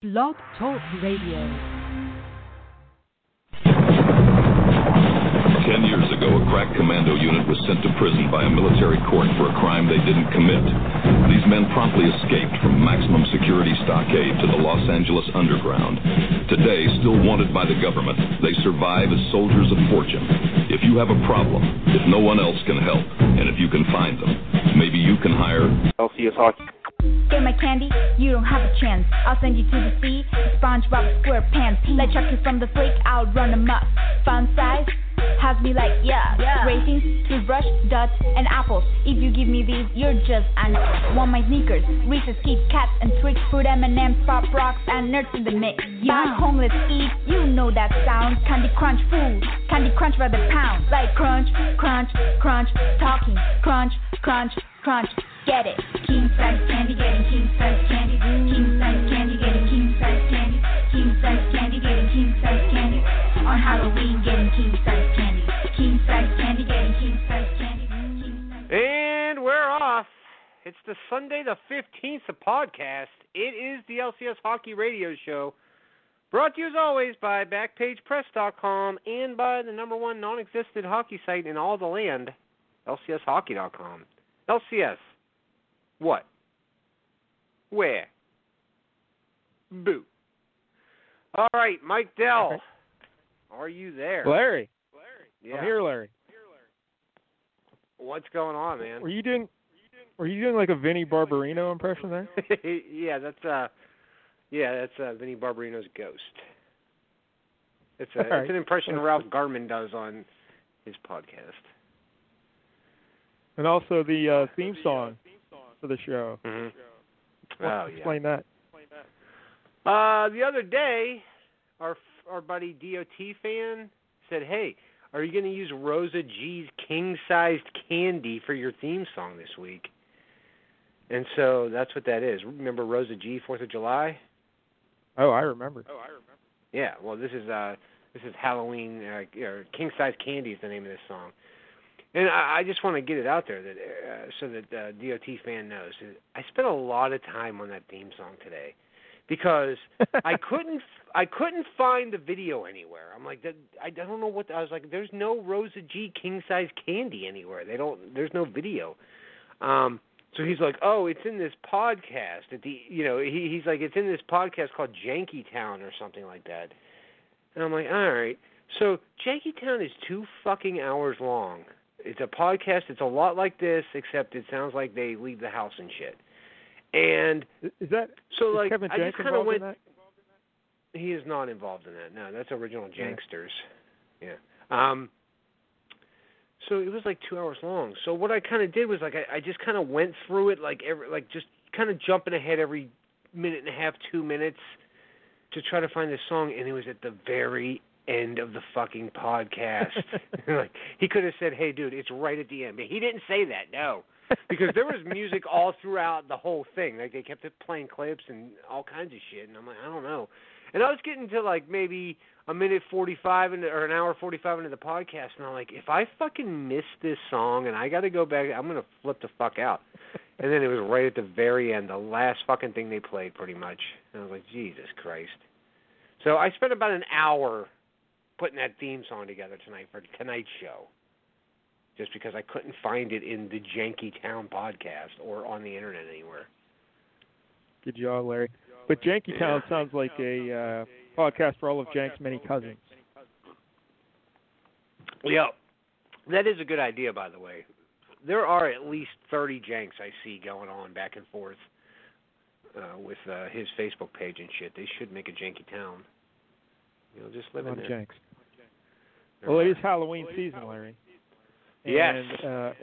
Blog Talk Radio. Ten years ago, a crack commando unit was sent to prison by a military court for a crime they didn't commit. These men promptly escaped from maximum security stockade to the Los Angeles underground. Today, still wanted by the government, they survive as soldiers of fortune. If you have a problem, if no one else can help, and if you can find them, maybe you can hire LCS Hockey. Get my candy, you don't have a chance. I'll send you to the sea, SpongeBob SquarePants. Like Chucky from the flick, I'll run em up. Fun size, has me like yeah. Raisins, toothbrush, dots, and apples. If you give me these, you're just an. Want my sneakers, Reese's Kids, cats and tricks, fruit M&M's, pop rocks, and nerds in the mix. Back home, let's eat. You know that sound. Candy Crunch food, Candy Crunch by the pound. Like crunch, crunch, crunch, talking, crunch, crunch, crunch. Get it. King size candy, getting king size candy. King size candy, getting king size candy. King size candy, getting king size candy. On Halloween, getting king size candy. King size candy, getting king size candy. King size And we're off. It's the Sunday the 15th of podcast. It is the LCS Hockey Radio Show. Brought to you as always by BackpagePress.com and by the number one non existent hockey site in all the land, LCSHockey.com. LCS. What? Where? Boo. All right, Mike Dell. Are you there? Larry, Yeah. I'm here, Larry. What's going on, man? Were you doing? Were you doing like a Vinnie Barbarino impression there? yeah, that's uh yeah, that's uh Vinnie Barbarino's ghost. It's a, Alright. it's an impression Ralph Garman does on his podcast. And also the uh, theme song for the show. Mm-hmm. Well, Oh yeah. Explain that. Uh, the other day, our our buddy Dot fan said, "Hey, are you going to use Rosa G's king sized candy for your theme song this week?" And so that's what that is. Remember Rosa G Fourth of July? Oh, I remember. Yeah, well, this is uh, this is Halloween uh, or King Size Candy is the name of this song, and I, I just want to get it out there that uh, so that uh, Dot fan knows. that I spent a lot of time on that theme song today because I couldn't I couldn't find the video anywhere. I'm like, that- I don't know what I was like. There's no Rosa G King Size Candy anywhere. They don't. There's no video. Um, so he's like, "Oh, it's in this podcast at the, you know, he, he's like, it's in this podcast called Janky Town or something like that." And I'm like, "All right." So Janky Town is two fucking hours long. It's a podcast. It's a lot like this, except it sounds like they leave the house and shit. And Is is that so, is like, Kevin I Jenks just kind of involved went in that? he is not involved in that. No, that's original Yeah. Janksters. Yeah. Um so it was like 2 hours long. So what I kind of did was like I, I just kind of went through it like every like just kind of jumping ahead every minute and a half, 2 minutes to try to find this song and it was at the very end of the fucking podcast. like he could have said, "Hey dude, it's right at the end." But he didn't say that. No because there was music all throughout the whole thing. Like they kept it playing clips and all kinds of shit. And I'm like, I don't know. And I was getting to like maybe a minute 45 into, or an hour 45 into the podcast, and I'm like, if I fucking miss this song and I got to go back, I'm gonna flip the fuck out. And then it was right at the very end, the last fucking thing they played, pretty much. And I was like, Jesus Christ. So I spent about an hour putting that theme song together tonight for tonight's show just because I couldn't find it in the Janky Town podcast or on the internet anywhere. Good job, Larry. But Janky Town Yeah. sounds like a uh, podcast for all of Jank's many cousins. Yeah, that is a good idea, by the way. There are at least 30 Janks I see going on back and forth uh, with uh, his Facebook page and shit. They should make a Janky Town. You know, just A live in lot of there. Jenks. There Well, it are. is Halloween season, Larry. Yes. And,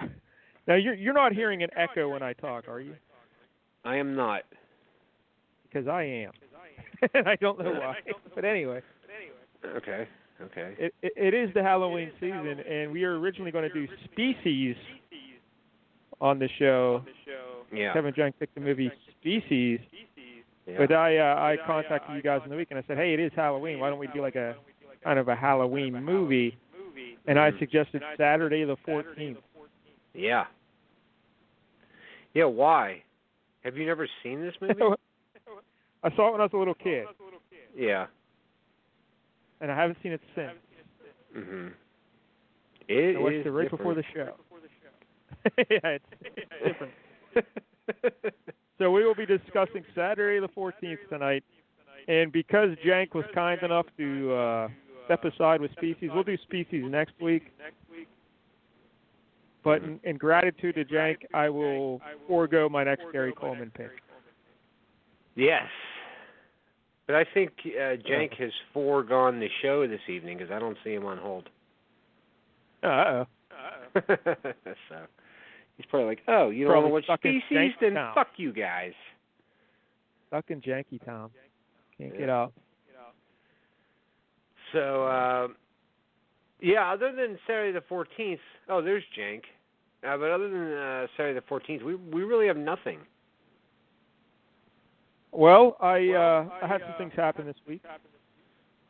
uh, now you're you're not hearing an echo when I talk, are you? I am not. Because I am. and I don't know why. But anyway, Okay. Okay. it, it, it is the Halloween season, and we were originally going to do Species on the show. Yeah. Kevin Junk picked the movie Species, yeah. but I uh, I contacted you guys in the week and I said, hey, it is Halloween. Why don't we do like a kind of a Halloween movie? And I Mhm. suggested Saturday the 14th. yeah. Yeah. Why? Have you never seen this movie? I saw it when I was a little kid, Yeah. and I haven't seen it since. Mhm. It I watched is it right before the different. show. yeah, it's different. So we will be discussing Saturday the 14th tonight. And because Jank was kind enough to uh, step aside with Species, we'll do Species next week. But in, in gratitude to Jank, I will forego my next Gary Coleman pick. yes. But I think uh, Jank has foregone the show this evening because I don't see him on hold. Uh oh. so he's probably like, "Oh, you don't Probably want to watch stuck in Species? Jank Then Town. fuck you guys." Stuck in Janky Tom. Can't get Yeah. out. So, uh, yeah, other than Saturday the 14th, oh, there's Jank. Uh, but other than uh, Saturday the 14th, we we really have nothing. Well, I uh, I had some things happen this week.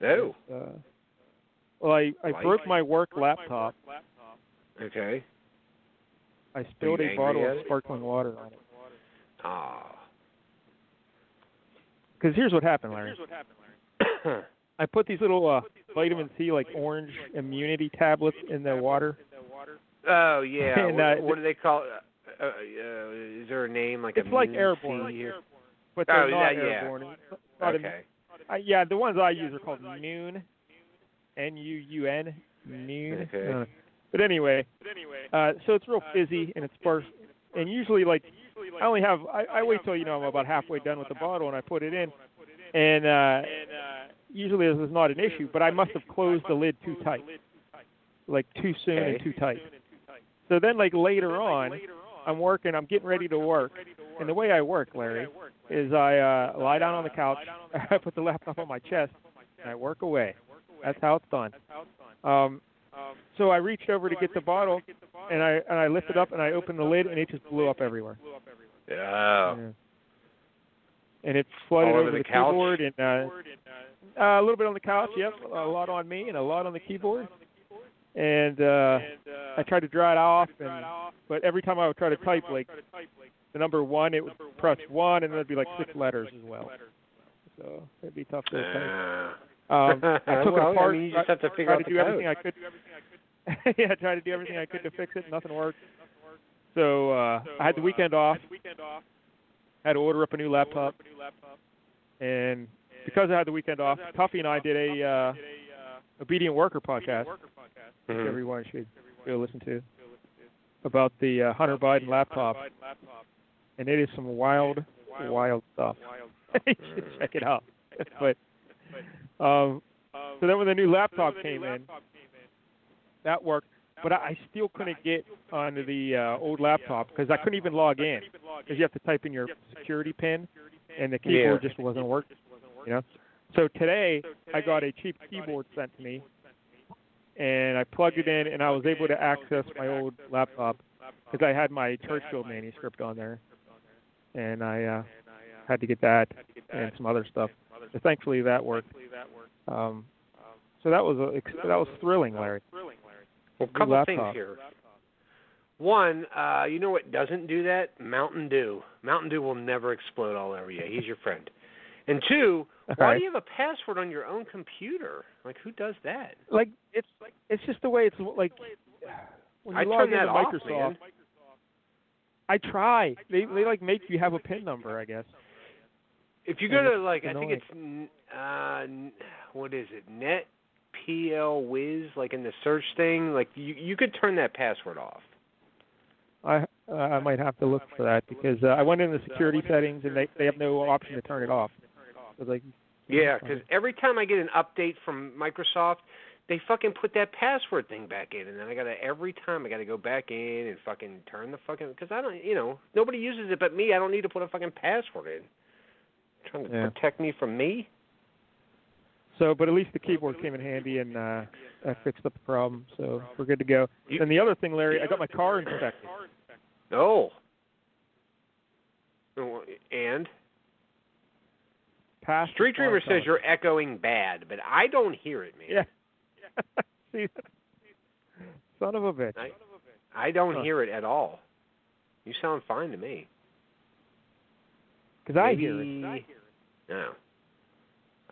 No. Uh, well, I, I Like? broke my work laptop. Okay. I spilled you a angry bottle at of it? sparkling water on it. Ah. Because here's what happened, Larry. I put these little uh, vitamin C like orange immunity tablets in the water. oh yeah. And, what, uh, what do they call? it? Uh, uh, uh, is there a name like It's like immunity airborne. here? But they're Oh, not yeah, yeah. airborne. It's not okay. immu- I- yeah, the ones I use are called Noon, N U U N, Noon. Okay. Uh, But anyway, uh, so it's real fizzy and it's sparse. And usually, like, I only have I, I wait till you know I'm about halfway done with the bottle and I put it in. And uh, usually this is not an issue, but I must have closed the lid too tight, like too soon and Okay. too tight. So then, like later on, I'm working, I'm getting ready to work, and the way I work, Larry, is I uh, lie down on the couch, I put the laptop on my chest, and I work away. That's how it's done. Um, so I reached over to get the bottle, and I and I lifted up and I opened the lid, and it just blew up everywhere. Oh. Yeah. And it flooded All over over the the couch? keyboard and uh, uh, a little bit on the couch. Yep, a lot on me and a lot on the keyboard. And uh, I tried to dry it off, and but every time I would try to type like the number one, it would press one, and there'd be like six letters as well. So it'd be tough to type. Um, I took well, it Uh. apart. I mean, you just tried- have to figure tried out to the do code. everything I could. yeah, I tried to do everything I could to fix it. Nothing worked. So uh, I had the weekend off. Had to order up a new laptop. And because I had the weekend off, Tuffy and I did a uh, obedient worker podcast. which Mhm. Everyone should go listen to about the uh, Hunter Biden laptop. And it is some wild, wild stuff. You should check it out. But um, so then when the new laptop came in, that worked. But I, I still couldn't get onto the uh, old laptop because I couldn't even log in because you have to type in your security pin, and the keyboard just wasn't working. You know. So today I got a cheap keyboard sent to me, and I plugged it in, and I was able to access my old laptop because I had my Churchill manuscript on there, and I uh, had to get that and some other stuff. So thankfully that worked. Um, so that was a, ex- that was thrilling, Larry. Well, New couple things laptop. here. One, uh, you know what doesn't do that? Mountain Dew. Mountain Dew will never explode all over you. He's your friend. And two, why Alright. do you have a password on your own computer? Like, who does that? like it's it's just the way it's like when you I log turn that into off, Microsoft. man. I try. They they like make you have a pin number, I guess. If you go Yeah, to like, I think annoying. it's n- uh, n- what is it? Net PL Wiz, like in the search thing, like you you could turn that password off. I uh, I might have to look for that because uh, I went into the security settings and they they have no option to turn it off. It's like uh, Yeah, because every time I get an update from Microsoft, they fucking put that password thing back in, and then I gotta every time I gotta go back in and fucking turn the fucking because I don't, you know, nobody uses it but me. I don't need to put a fucking password in. Trying to Yeah. protect me from me. so, but at least the keyboard came in handy and uh, I fixed up the problem, so we're good to go. You- And the other thing, Larry, I got my car inspected. Oh. Oh, And Passed Street the car Dreamer says inspector. you're echoing bad, but I don't hear it, man. Yeah. See, son of a bitch. I, I don't Huh. hear it at all. You sound fine to me. Because I Maybe- hear it. No.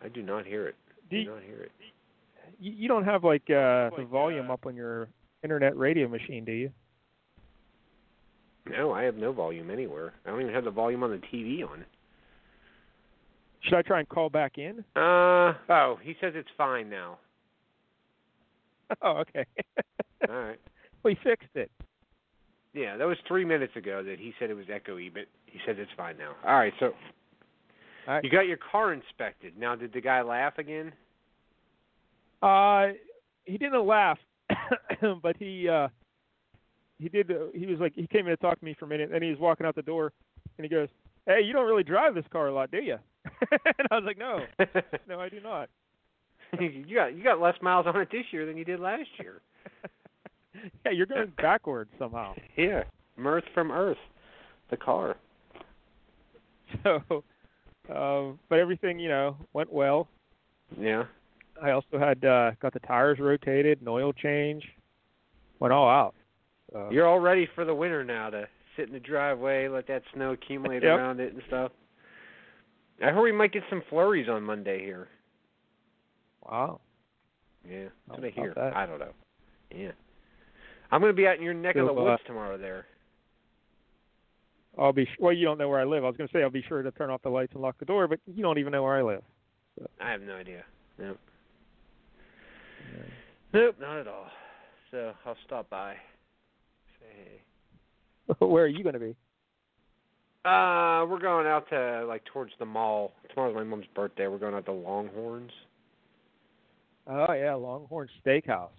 I do not hear it. Do Do you, not hear it. you you don't have like Oh, uh, the volume up on your internet radio machine, do you? No, I have no volume anywhere. I don't even have the volume on the TV on. Should I try and call back in? Uh oh, he says it's fine now. Oh, okay. All right. well, he fixed it. Yeah, that was three minutes ago that he said it was echoey, but he says it's fine now. All right, so All right. you got your car inspected. Now, did the guy laugh again? Uh, he didn't laugh, but he uh, he did. Uh, he was like he came in to talk to me for a minute, and he was walking out the door, and he goes, "Hey, you don't really drive this car a lot, do you?" and I was like, "No, no, I do not." you got you got less miles on it this year than you did last year. yeah, you're going backwards somehow. Yeah, Mirth from Earth, the car. So, um, but everything you know went well. Yeah. I also had uh, got the tires rotated, an oil change, went all out. So, You're all ready for the winter now to sit in the driveway, let that snow accumulate Yep. around it and stuff. I heard we might get some flurries on Monday here. wow. Yeah, that's How what I about hear. that? I don't know. Yeah, I'm gonna be out in your neck of the So, uh, woods tomorrow. There. I'll be well. You don't know where I live. I was going to say I'll be sure to turn off the lights and lock the door, but you don't even know where I live. I have no idea. Nope. Nope, not at all. So I'll stop by. Say hey. where are you going to be? Uh, we're going out to like towards the mall. Tomorrow's my mom's birthday. We're going out to Longhorns. Oh yeah, Longhorn Steakhouse.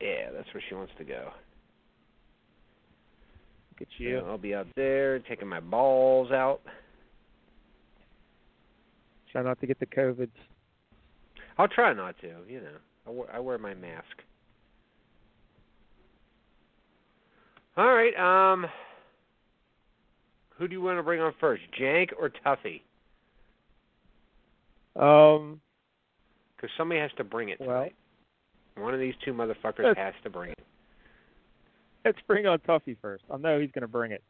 Yeah, that's where she wants to go. Look at So you. I'll be out there taking my balls out. Try not to get the COVID. I'll try not to, you know. I wear, I wear my mask. All right. Um, who do you want to bring on first, Jank or Tuffy? Um. Because somebody has to bring it Well, tonight. One of these two motherfuckers That's- has to bring it. let's bring on Tuffy first. I know he's going to bring it.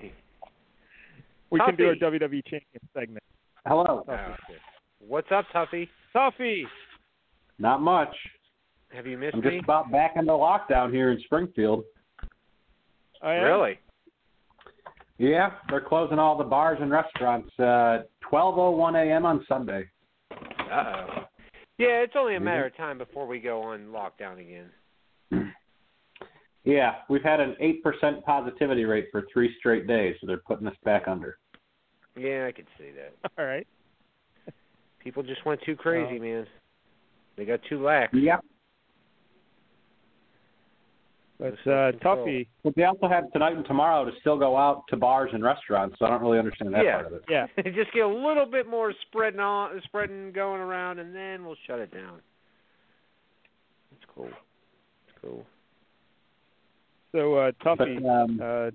we can do a Tuffy. WWE E champion segment. Hello. Tuffy. Oh, shit. What's up, Tuffy? Tuffy. Not much. Have you missed I'm me? just about back into lockdown here in Springfield. I am. Really? Yeah, they're closing all the bars and restaurants uh 12:01 a.m. on Sunday. Uh oh. Yeah, it's only a Mhm. matter of time before we go on lockdown again. Yeah, we've had an 8% positivity rate for 3 straight days, so they're putting us back under. Yeah, I could see that. All right. People just went too crazy, Oh. man. They got too lax. Yep. But This is uh, control. Tuffy. But they also have tonight and tomorrow to still go out to bars and restaurants, so I don't really understand that Yeah. part of it. Yeah. just get a little bit more spreading on, spreading going around, and then we'll shut it down. That's cool. That's cool. So uh, But, Tuffy. um, Uh,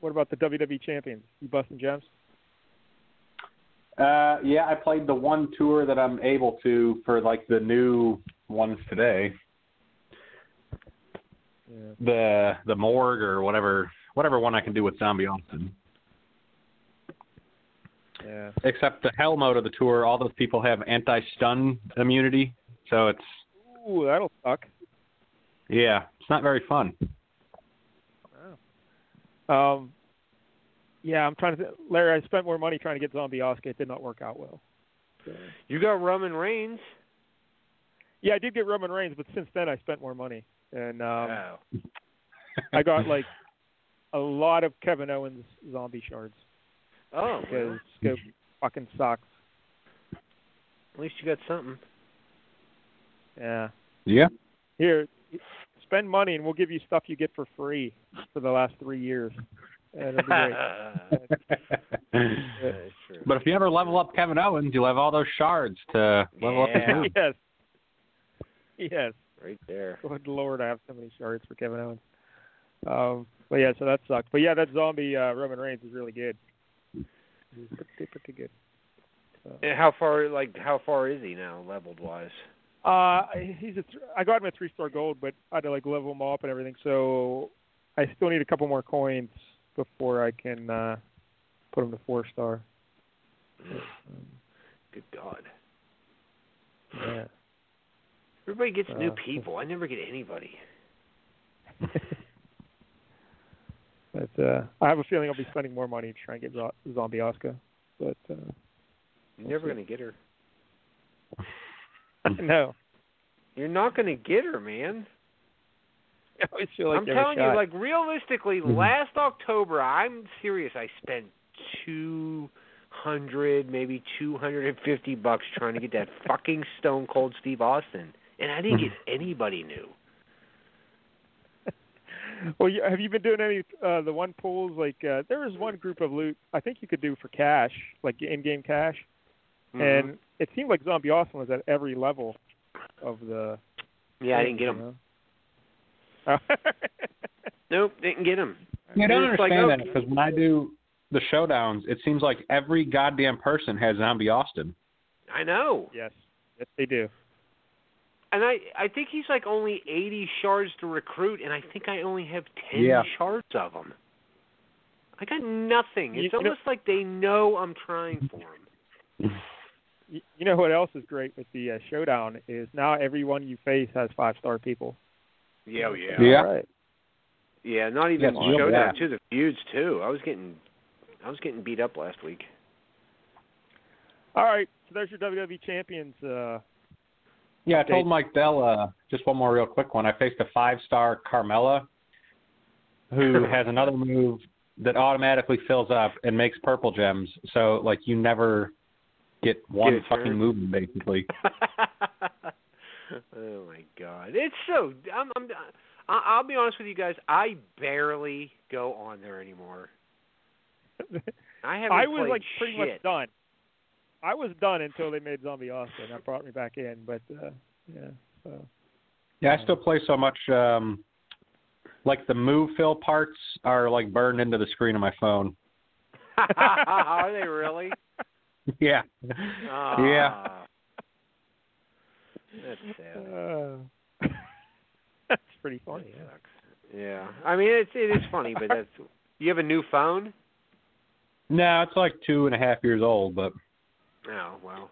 what about the WWE champions? You busting gems? Uh, yeah, I played the one tour that I'm able to for like the new ones today. Yeah. The the morgue or whatever whatever one I can do with Zombie Austin. Yeah. Except the hell mode of the tour, all those people have anti stun immunity, so it's Ooh, that'll suck. yeah, it's not very fun. Um, yeah, I'm trying to. Th- Larry, I spent more money trying to get Zombie Oscar. It did not work out well. You got Roman Reigns. Yeah, I did get Roman Reigns, but since then I spent more money, and um, oh. I got like a lot of Kevin Owens zombie shards Oh, because well, Scope fucking sucks. at least you got something. Yeah. Yeah. Here, spend money and we'll give you stuff you get for free for the last three years. And it'll be great. but That's true. if you ever level up Kevin Owens, you'll have all those shards to level up Yeah. his move. yes. Yes. Right there. Good lord, I have so many shards for Kevin Owens. Um, but yeah, so that sucked. But yeah, that zombie uh, Roman Reigns is really good. He's pretty, pretty good. And how far, like, how far is he now, leveled wise? Uh, he's a th- I got him at three star gold, but I had to like level him up and everything. So I still need a couple more coins before I can uh, put him to four star. Good God. Yeah. Everybody gets new Uh, people. I never get anybody. but uh, I have a feeling I'll be spending more money to try and get Zo- Zombie Oscar. But uh, You're never see. gonna get her. no, You're not gonna get her, man. I always feel like I'm give it a telling shot. Mm-hmm. you, like realistically, last October, I'm serious. I spent two hundred, maybe two hundred and fifty bucks trying to get that fucking Stone Cold Steve Austin, and I didn't get anybody new. well, you, have you been doing any uh, the one pools? Like uh, there is one group of loot I think you could do for cash, like in-game cash, Mm-hmm. and it seemed like Zombie Austin was at every level of the. yeah, I didn't get you them. know? Oh. Nope, didn't get them. You don't It's like, oh. understand that okay. 'cause when I do the showdowns, it seems like every goddamn person has Zombie Austin. I know, yes, yes, they do. and I I think he's like only eighty shards to recruit, and I think I only have ten Yeah. shards of them. I got nothing. You- It's you know- almost like they know I'm trying for them. You, you know what else is great with the uh, showdown is now everyone you face has five-star people. Yeah, oh, yeah. Yeah. Right. Yeah, not even Yes, real showdown bad. too. The feuds too. I was getting, I was getting beat up last week. All right. So there's your WWE champions. Uh, Yeah, I told Okay. Mike Dell uh, just one more real quick one. I faced a five star Carmella who has another move that automatically fills up and makes purple gems. So like you never get one Get a fucking turn. movement basically. oh my god, it's so. I'm, I'm, I- I'll be honest with you guys. I barely go on there anymore. I haven't. I was played like pretty shit. much done. I was done until they made Zombie Austin. That brought me back in, but uh, yeah. So Yeah, I still play so much um like the move fill parts are like burned into the screen of my phone. Are they really? Yeah. Yeah. Ah. That's sad. uh, that's pretty That funny. sucks. Yeah. I mean, it's it is funny, but that's. You have a new phone? No, it's like two and a half years old, but Oh well,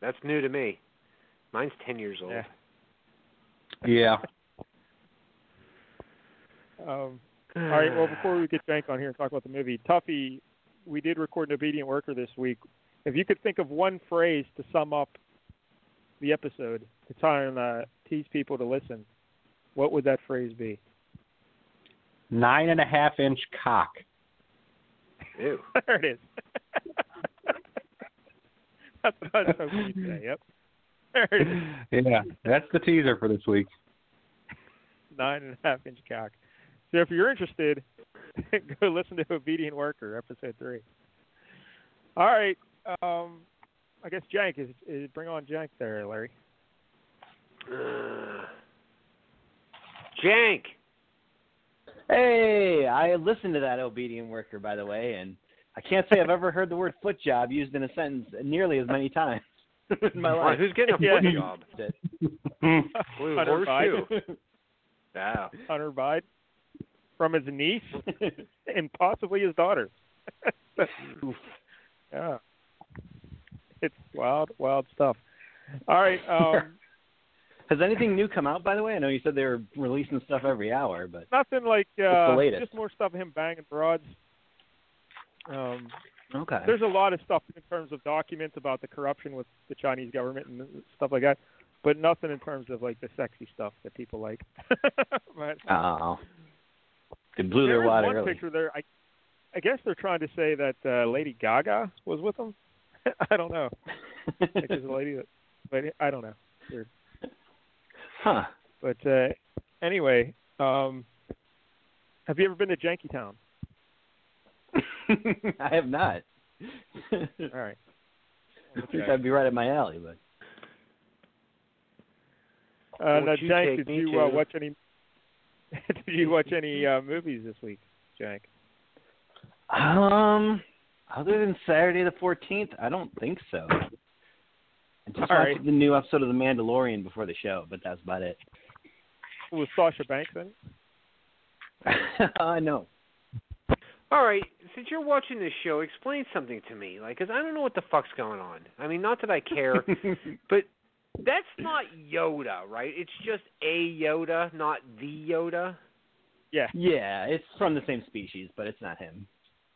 that's new to me. Mine's ten years old. Yeah. yeah. Yeah. Um, all right. Well, before we get Jank on here and talk about the movie, Tuffy, we did record an obedient worker this week. If you could think of one phrase to sum up the episode to try and uh, tease people to listen, what would that phrase be? Nine and a half inch cock. Ew. There it is. That's what I was hoping you'd say. Yep. There it is. Yeah. That's the teaser for this week. Nine and a half inch cock. So if you're interested, go listen to Obedient Worker, episode three. All right. Um, I guess Jank is, is bring on Jank there, Larry. Uh, Jank. Hey, I listened to that obedient worker, by the way, and I can't say I've ever heard the word foot job used in a sentence nearly as many times in my Wow, life. who's getting a Yeah. foot job? Blue horseshoe. Hunter Biden. Wow. Hunter Biden from his niece and possibly his daughter. yeah. It's wild, wild stuff. All right. Um, Has anything new come out, by the way? I know you said they were releasing stuff every hour, but nothing like uh, latest. just more stuff of him banging broads. Um, okay. there's a lot of stuff in terms of documents about the corruption with the Chinese government and stuff like that, but nothing in terms of like the sexy stuff that people like. but Oh, they blew there their is wad one early. picture there. I, I guess they're trying to say that uh, Lady Gaga was with him. I don't know. Like, there's a lady, that, but I don't know. huh? But uh, anyway, um, have you ever been to Janky Town? I have not. All right. I think that'd be right at my alley, but Uh, now, Won't you Jank, take did me you uh, to- watch any? did you watch any uh, movies this week, Jank? um, other than Saturday the fourteenth, I don't think so. I just watched All right. the new episode of The Mandalorian before the show, but that's about it. Was Sasha Banks in? it? uh, no. All right, since you're watching this show, explain something to me, like, 'cause I don't know what the fuck's going on. I mean, not that I care, but that's not Yoda, right? It's just a Yoda, not the Yoda. Yeah. Yeah, it's from the same species, but it's not him.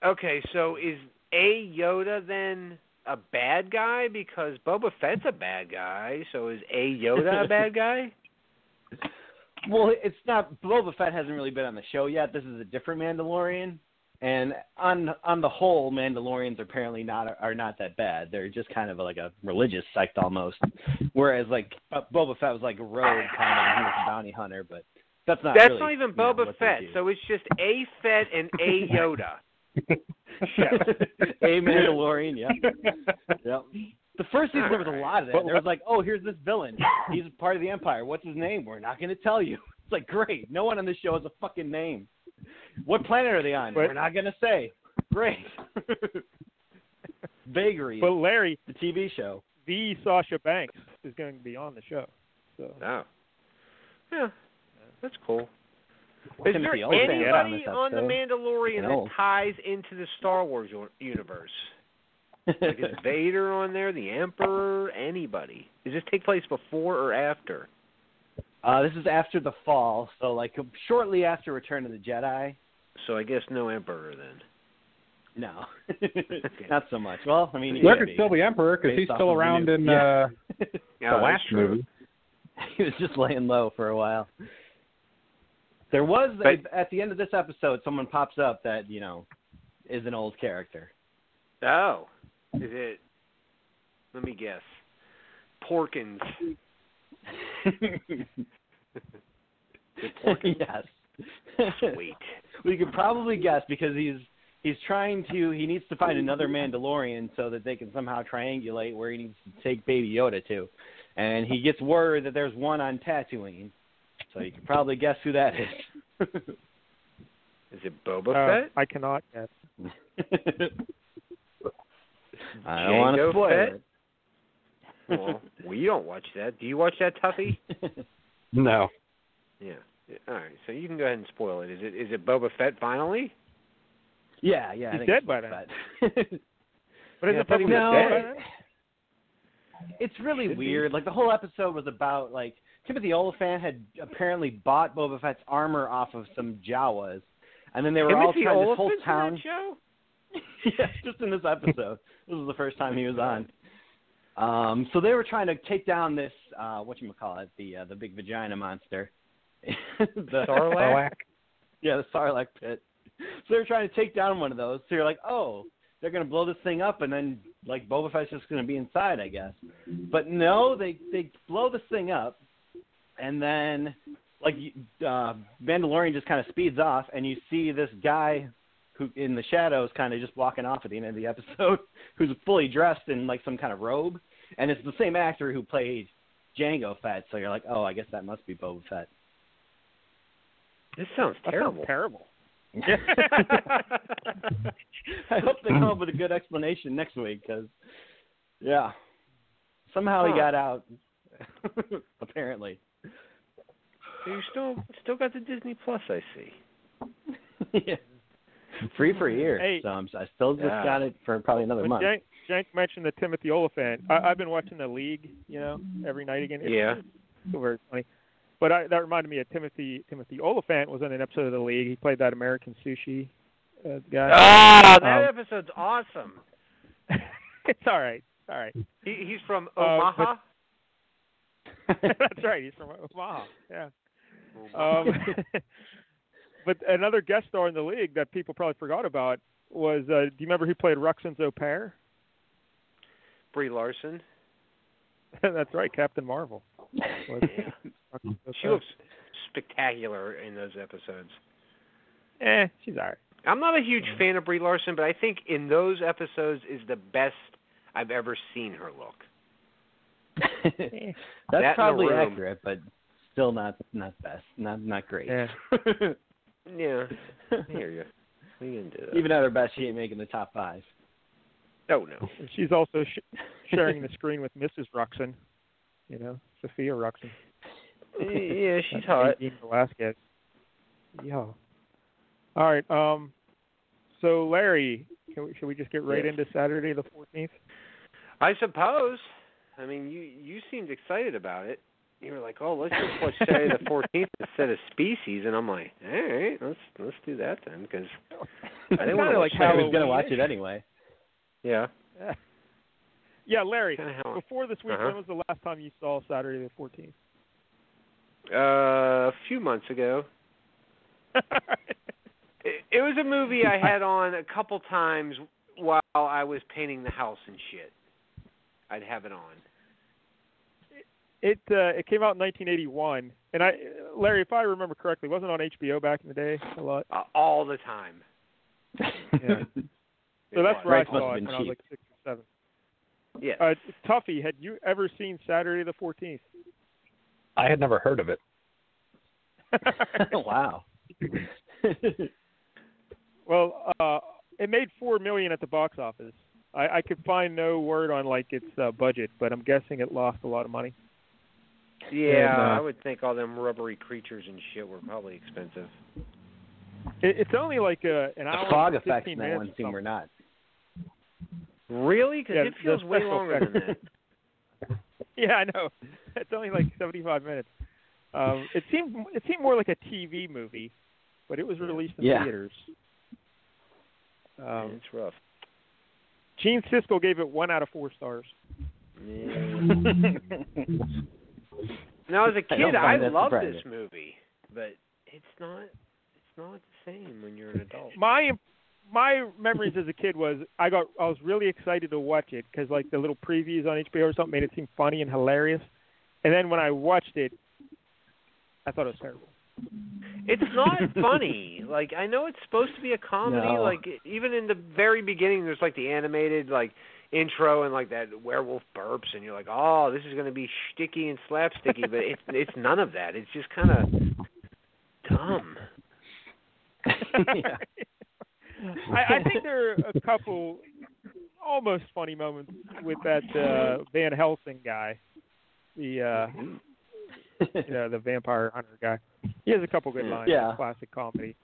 Okay, so is a Yoda then a bad guy because Boba Fett's a bad guy? So is a Yoda a bad guy? Well, it's not. Boba Fett hasn't really been on the show yet. This is a different Mandalorian, and on on the whole, Mandalorians apparently not are not that bad. They're just kind of like a religious sect almost. Whereas like uh, Boba Fett was like a rogue kind of he was a bounty hunter, but that's not. That's really, not even you know, Boba what they Fett. do. So it's just a Fett and a Yoda. a Mandalorian, yeah. Yep. The first season there was a lot of that. There was like, oh, here's this villain. He's part of the Empire. What's his name? We're not going to tell you. It's like, great. No one on this show has a fucking name. What planet are they on? But- We're not going to say. Great. Vagary, But Larry, the TV show. the Sasha Banks is going to be on the show. So Oh. Yeah. That's cool. Is there Timothy Olyphant anybody on this on The episode. Mandalorian No. that ties into the Star Wars u- universe? Like, is Vader on there? The Emperor? Anybody? Does this take place before or after? uh, this is after the fall, so like shortly after Return of the Jedi. So I guess no Emperor then. No, not so much. Well, I mean, he There could could still be Emperor because Based he's off still of the around new- in Yeah. uh, the last movie. he was just laying low for a while. There was But- a, at the end of this episode, someone pops up that you know is an old character. Oh. Is it? Let me guess. Porkins. yes. Wait. we could probably guess because he's he's trying to he needs to find another Mandalorian so that they can somehow triangulate where he needs to take Baby Yoda to, and he gets word that there's one on Tatooine, so you can probably guess who that is. Is it Boba uh, Fett? I cannot guess. I don't want to Jango spoil Fett? it. well, we don't watch that. Do you watch that, Tuffy? No. Yeah. All right. So you can go ahead and spoil it. Is it is it Boba Fett finally? yeah, yeah. I He's think dead it's by Boba Fett. But is Yeah, it probably but no, dead? it's really weird. Like the whole episode was about like Timothy Oliphant had apparently bought Boba Fett's armor off of some Jawas, and then they were Timothy all trying this whole Oliphant's in town. that show? yeah, just in this episode. this was the first time he was on. Um, so they were trying to take down this uh, what you call it, the uh, the big vagina monster. the, Sarlacc? Yeah, the Sarlacc pit. So they're trying to take down one of those. So you're like, oh, they're gonna blow this thing up, and then like Boba Fett's just gonna be inside, I guess. But no, they they blow this thing up, and then like you- uh, Mandalorian just kind of speeds off, and you see this guy who in the shadows kind of just walking off at the end of the episode, who's fully dressed in like some kind of robe, and it's the same actor who played Django Fett. So you're like, oh, I guess that must be Boba Fett. This sounds That terrible. sounds terrible. I hope they come up with a good explanation next week because, yeah, somehow Huh. he got out. apparently, So you still still got the Disney Plus, I see. yeah. free for a year. Hey. So I'm, I still just Yeah. got it for probably another When month. Jank, Jank mentioned the Timothy Oliphant, I, I've been watching the League, you know, every night again. It's Yeah. still very funny. But I, that reminded me of Timothy. Timothy Oliphant was in an episode of the League. He played that American sushi uh, guy. Ah, Um, that episode's awesome. it's all right. It's all right. He, he's from uh, Omaha. That's right. He's from Omaha. Yeah. Oh, Um, but another guest star in the league that people probably forgot about was uh, do you remember who played Ruxin's au pair? Brie Larson. That's right, Captain Marvel. Was Ruxin's au She pair. looks spectacular in those episodes. eh, she's all right. I'm not a huge fan of Brie Larson, but I think in those episodes is the best I've ever seen her look. Eh, That's That in the probably room. accurate, but still not not best, not not great. Yeah. Yeah. I hear you. We can do that. Even at her best, she ain't making the top five. oh no. And she's also sh- sharing the screen with Mrs. Ruxin, you know, Sophia Ruxin. yeah, she's That's hot. Nadine Velasquez. Yeah. All right. Um, So Larry, can we, should we just get right into Saturday the 14th? I suppose. I mean, you you seemed excited about it. You were like, "Oh, let's just watch Saturday the Fourteenth instead of Species," and I'm like, "All right, let's let's do that then," because I didn't want to like I how was gonna watch it anyway. yeah. Yeah, Larry. Kinda how- Before this week, Uh-huh. when was the last time you saw Saturday the 14th? Uh, a few months ago, it, it was a movie I had on a couple times while I was painting the house and shit. I'd have it on. it uh, it came out in 1981, and I, Larry, if I remember correctly, wasn't on HBO back in the day a lot. uh, all the time. Yeah. So It that's was. where I Price must saw have it been when I was cheap. like six or seven. Yeah. Uh, Tuffy, had you ever seen Saturday the 14th? I had never heard of it. wow. well, uh, it made four million at the box office. I, I could find no word on like its uh, budget, but I'm guessing it lost a lot of money. yeah, and, uh, I would think all them rubbery creatures and shit were probably expensive. It, it's only like uh an the hour. fog and effects 15 in that minutes one or scene were something. not. Really? Because Yeah, it feels the way special longer than that. Yeah, I know. It's only like 75 minutes. Um, it seemed it seemed more like a TV movie, but it was released in Yeah. theaters. Man, Um, it's rough. Gene Siskel gave it one out of four stars. Yeah. now, as a kid, I don't I, find that love surprising. this movie, but it's not. It's not the same when you're an adult. My my memories as a kid was I got I was really excited to watch it because like the little previews on HBO or something made it seem funny and hilarious, and then when I watched it, I thought it was terrible. It's not funny. Like I know it's supposed to be a comedy. No. Like even in the very beginning, there's like the animated like intro and like that werewolf burps, and you're like, oh, this is going to be sticky and slapsticky, but it's it's none of that. It's just kind of dumb. yeah. I, I think there are a couple almost funny moments with that uh, Van Helsing guy, the Mm-hmm. uh, you know the vampire hunter guy. He has a couple good lines, Mm-hmm. Yeah. classic comedy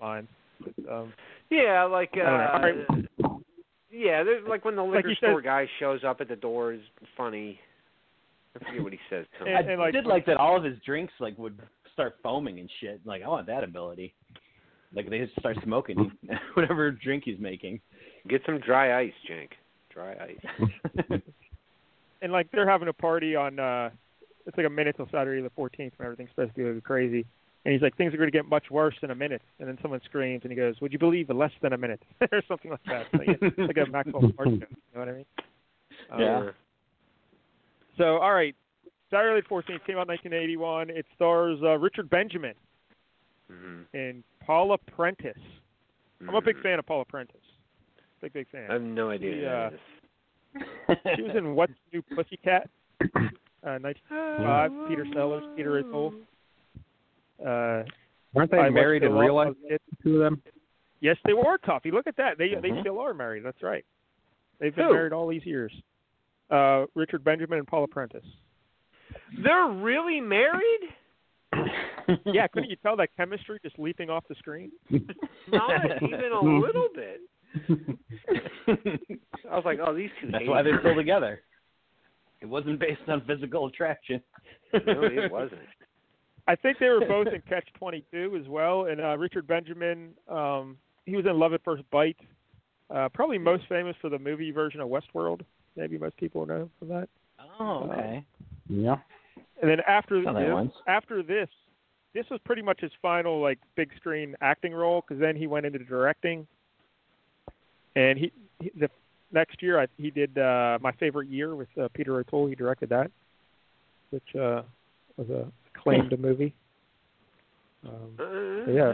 lines. But, um, Yeah, like uh, I don't yeah, there's like when the Like liquor he store guy shows up at the door is funny. I forget what he says. To him. And- I and, like- did like that all of his drinks like would start foaming and shit. Like I want that ability. Like they just start smoking whatever drink he's making. Get some dry ice, Jank. Dry ice. and like they're having a party on uh, it's like a minute till Saturday the 14th when everything's supposed to be crazy. And he's like, things are going to get much worse in a minute. And then someone screams, and he goes, "Would you believe it? Less than a minute, or something like that." Like, it's like a Maxwell Smart joke. You know what I mean? Um, Yeah. Uh, So, all right, Saturday the 14th came out in 1981. It stars uh, Richard Benjamin mhm, and Paula Prentice. I'm a big mhm. fan uh, of Paula Prentice. Big, big fan. I have no idea. who Yeah. that is. She was in What's New Pussycat, uh, 1985. Peter Sellers, Peter Isbell. Uh, Weren't they I watched married it in a lot real when I life? was a kid. The two of them. Yes, they were toughy. Look at that. They they Mm-hmm. Mhm. still are married. That's right. They've been Who? married all these years. Uh, Richard Benjamin and Paula Prentice. They're really married? Yeah, couldn't you tell that chemistry just leaping off the screen? Not even a little bit. I was like, oh, these two. That's hate why they're each still together. It wasn't based on physical attraction. other. No, it wasn't. I think they were both in Catch 22 as well. And uh, Richard Benjamin, um, he was in Love at First Bite. Uh, probably most famous for the movie version of Westworld. Maybe most people know from that. Oh, okay. Yeah. And then after Saw that this, once. after this, this was pretty much his final like big screen acting role because then he went into directing. And he, he the next year I, he did uh, my favorite year with uh, Peter O'Toole. He directed that, which uh, was a acclaimed Hmm. movie. Um, Yeah.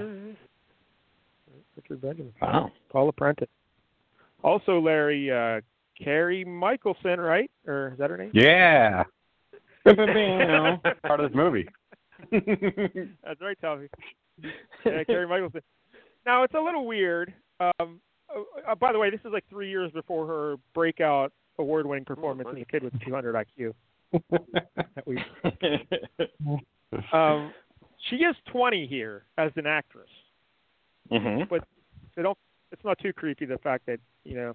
Richard Benjamin. Wow. Paula Prentice. Also, Larry uh, Carrie Michelson, right? Or is that her name? Yeah. Part of this movie. That's right, Tommy. Yeah, Carrie Michelson. Now it's a little weird. Um, uh, uh, by the way, this is like three years before her breakout award-winning performance in The Kid with 200 IQ. That we, um, she is 20 here as an actress. mm-hmm. They don't it's not too creepy the fact that you know.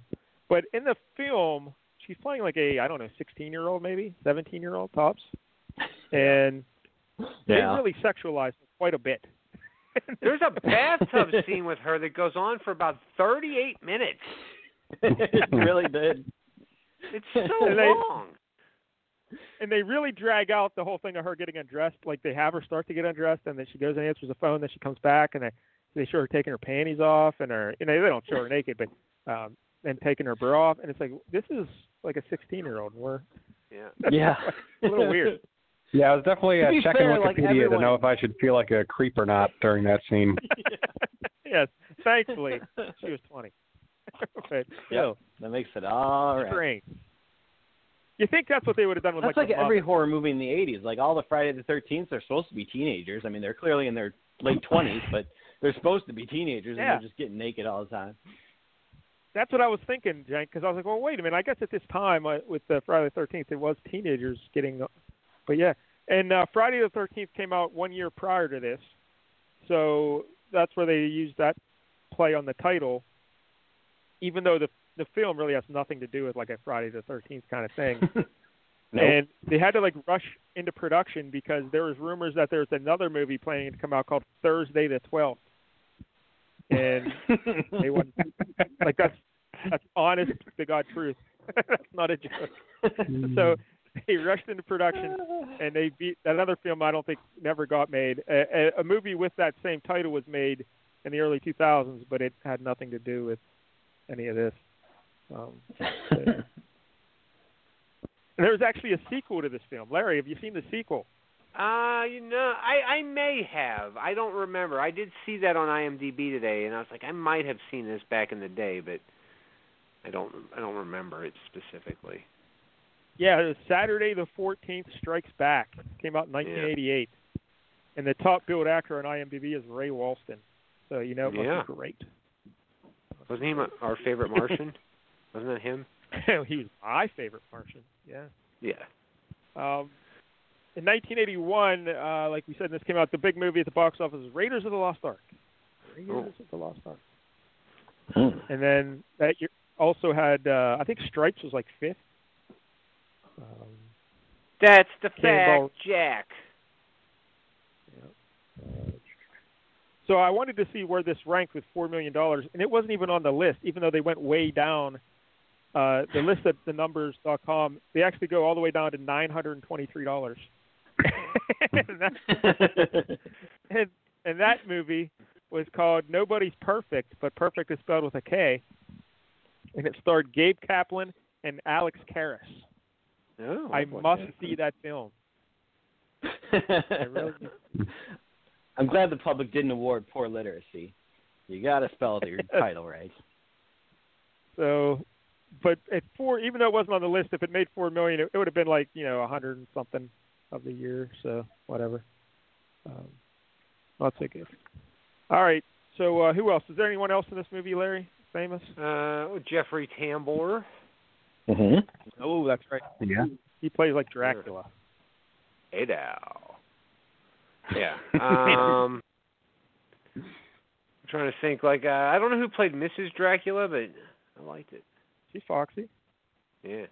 But in the film, she's playing like a I don't know, sixteen year old maybe, seventeen year old tops, and Yeah. they really sexualize her quite a bit. There's a bathtub scene with her that goes on for about 38 minutes. it really did. It's so And I- long. and they really drag out the whole thing of her getting undressed. Like they have her start to get undressed, and then she goes and answers the phone. Then she comes back, and they they show her taking her panties off, and her you know they don't show her naked, but um, and taking her bra off. And it's like this is like a sixteen year old. We're Yeah. Yeah. a little weird. Yeah, I was definitely To uh, be checking fair, Wikipedia like, to everyone- know if I should feel like a creep or not during that scene. yes, thankfully she was twenty. but still, That makes it all right. strange. You think that's what they would have done with That's like, like, the every horror movie in the '80s. Like all the Friday the Thirteenth, they're supposed to be teenagers. I mean, they're clearly in their late twenties, but they're supposed to be teenagers, Yeah. and they're just getting naked all the time. That's what I was thinking, Jen, because I was like, well, wait a minute. I guess at this time uh, with uh, Friday the 13th, it was teenagers getting. The... But yeah. And uh, Friday the 13th came out one year prior to this. So that's where they used that play on the title, even though the the film really has nothing to do with like a Friday the 13th kind of thing. And they had to like rush into production because there was rumors that there's another movie planning to come out called Thursday the 12th. And they wouldn't like that's that's honest to God truth. that's not a joke. so they rushed into production and they beat another film I don't think never got made. A, a, a movie with that same title was made in the early 2000s, but it had nothing to do with any of this. Um, and there was actually a sequel to this film. Larry, have you seen the sequel? Uh, you know, I I may have. I don't remember. I did see that on IMDb today, and I was like, I might have seen this back in the day, but I don't I don't remember it specifically. Yeah, it was Saturday the 14th Strikes Back. Came out in 1988. And the top billed actor on IMDb is Ray Walston. So, you know, it must Yeah. be great. Wasn't he my, our favorite Martian? Wasn't that him? he was my favorite Martian. Yeah. Yeah. Um, in 1981, uh, like we said, this came out. The big movie at the box office was Raiders of the Lost Ark. Raiders of the Lost Ark. And then that year also had, uh, I think Stripes was like fifth. Um, That's the Cannonball- fact, Jack. So I wanted to see where this ranked with four million dollars, and it wasn't even on the list, even though they went way down. Uh, the list at the numbers.com, they actually go all the way down to nine hundred and twenty-three dollars. and, that, and, and that movie was called Nobody's Perfect, but perfect is spelled with a K, and it starred Gabe Kaplan and Alex Karras. No. I must see that film. I really I'm glad the public didn't award poor literacy. You got to spell your title right. So, but at four, even though it wasn't on the list, if it made four million, it, it would have been like you know a hundred and something of the year. So whatever, um, not so good. All right. So uh, who else? Is there anyone else in this movie, Larry? Famous? Uh, Jeffrey Tambor. Mm-hmm. Oh, that's right. Yeah. He plays like Dracula. Hey now. Yeah. Um, I'm trying to think. Like, uh, I don't know who played Mrs. Dracula, but I liked it. She's foxy. Yeah.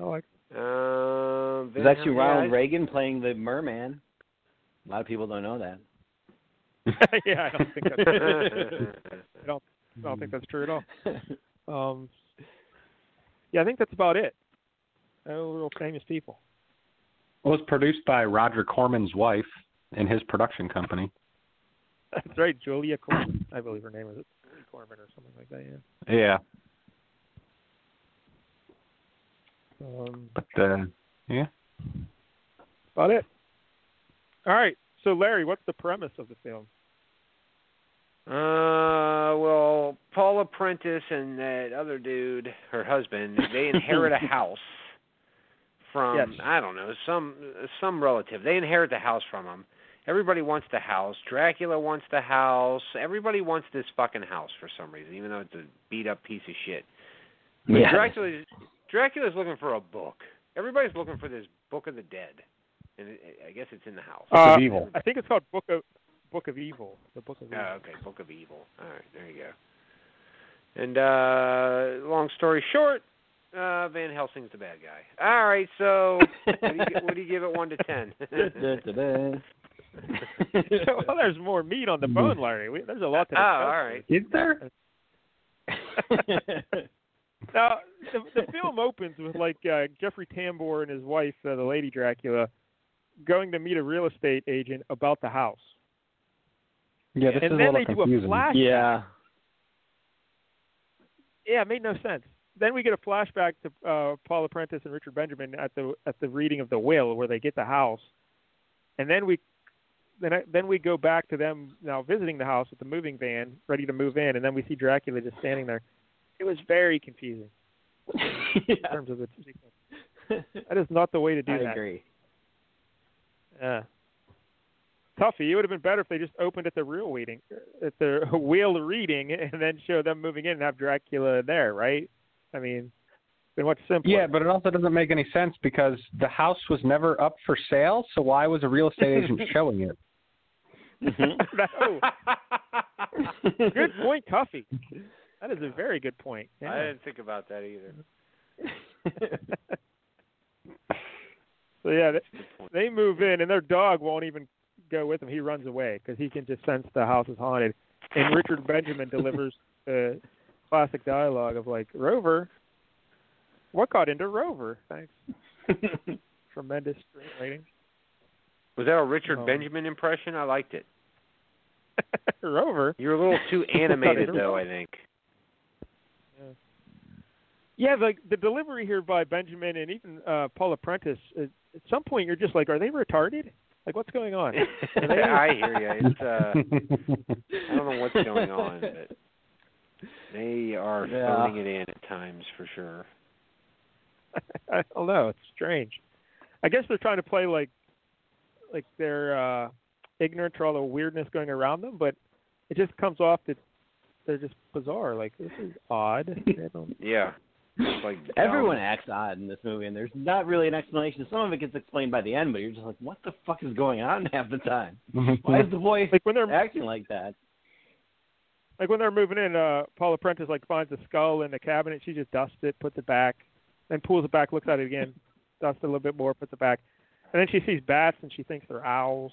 I like. Um, It was actually yeah, Ronald I- Reagan playing the merman. A lot of people don't know that. yeah, I don't think that's. I don't think that's true at all. Um, yeah, I think that's about it. No real famous people. It was produced by Roger Corman's wife and his production company. That's right, Julia Corman. I believe her name is Corman or something like that. Yeah. Yeah, Um, but uh, yeah, about it. All right. So, Larry, what's the premise of the film? Uh, well, Paula Prentice and that other dude, her husband, they inherit a house from Yes. I don't know some some relative. They inherit the house from him. Everybody wants the house. Dracula wants the house. Everybody wants this fucking house for some reason, even though it's a beat up piece of shit. But Yeah. Dracula's Dracula's looking for a book. Everybody's looking for this Book of the Dead, and it, I guess it's in the house. Uh, of Evil. I think it's called Book of Book of Evil. The Book of Evil. Oh, okay, Book of Evil. All right, there you go. And uh long story short, uh Van Helsing's the bad guy. All right, so what, do you, gi- what do you give it one to ten? Da-da-da. well, there's more meat Mm-hmm. on the bone, Larry. We, there's a lot to oh, discuss. all right. Is there? Now, the, the film opens with like uh, Jeffrey Tambor and his wife, uh, the Lady Dracula, going to meet a real estate agent about the house, Yeah, this is and a then little they do a confusing. flashback. yeah. Yeah, it made no sense. Then we get a flashback to uh, Paul Apprentice and Richard Benjamin at the at the reading of the will, where they get the house, and then we then I- then we go back to them now visiting the house with the moving van, ready to move in, and then we see Dracula just standing there. It was very confusing in terms of the sequence. That is not the way to do I that. agree. Yeah. Tuffy, it would have been better if they just opened at the real reading, at the wheel reading, and then show them moving in and have Dracula there, right? I mean, been much simpler. Yeah, but it also doesn't make any sense because the house was never up for sale, so why was a real estate agent showing it? no. Mm-hmm. good point, Tuffy. That is a very good point. Yeah. I didn't think about that either. so yeah, they, they move in, and their dog won't even go with them. He runs away because he can just sense the house is haunted. And Richard Benjamin delivers the classic dialogue of like Rover, what got into Rover? Thanks. Tremendous screen rating. Was that a Richard Um, Benjamin impression? I liked it. Rover. You're a little too animated Sorry. though, I think. Yeah, like the delivery here by Benjamin and even uh, Paul Apprentice. At, at some point, you're just like, are they retarded? Like, what's going on? I hear you. It's uh I don't know what's going on, but they are Yeah. phoning it in at times for sure. I don't know. It's strange. I guess they're trying to play like like they're uh, ignorant to all the weirdness going around them, but it just comes off that they're just bizarre. Like this is odd. I don't- Yeah. It's like dumb. Oh. Everyone acts odd in this movie, and there's not really an explanation. Some of it gets explained by the end, but you're just like, what the fuck is going on half the time? Why is the boy like um, when they're acting like that? like when they're moving in, uh, Paula Prentice like finds a skull in the cabinet. She just dusts it, puts it back, then pulls it back, looks at it again, dusts it a little bit more, puts it back, and then she sees bats and she thinks they're owls.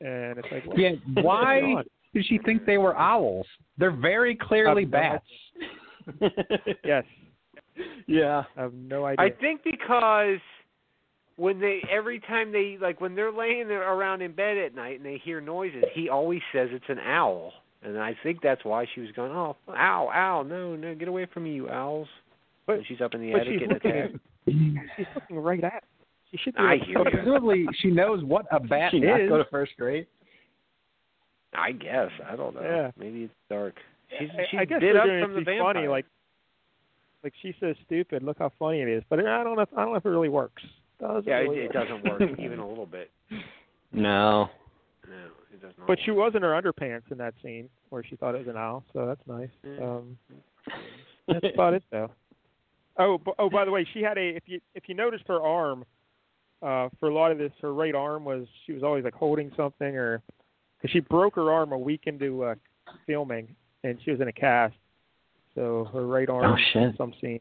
And it's like what- Yeah, going why on? did she think they were owls? They're very clearly Uh, bats. Yes, yeah. I have no idea. I think because when they every time they like when they're laying there around in bed at night and they hear noises, he always says it's an owl. And I think that's why she was going, Oh, ow, ow, no, no, get away from me, you owls. But- and she's up in the but attic she's and looking attacked. She's looking right at. It. She should be. I like, hear So you. presumably she knows what a bat She not is. go to first grade. I guess. I don't know. Yeah. Maybe it's dark. She's I- she's I guess bit they're up doing it from the to be funny, vampire. like, like she says, "Stupid! Look how funny it is." But I don't know. If, I don't know if it really works. Doesn't yeah, really it, it work. doesn't work even a little bit. No. No, it does not. But she was in her underpants in that scene where she thought it was an owl, so that's nice. Yeah. Um, that's about it, though. Oh, b- oh, by the way, she had a. If you if you noticed her arm, uh, for a lot of this, her right arm was she was always like holding something, or because she broke her arm a week into uh, filming, and she was in a cast, so her right arm. Oh shit! some scene.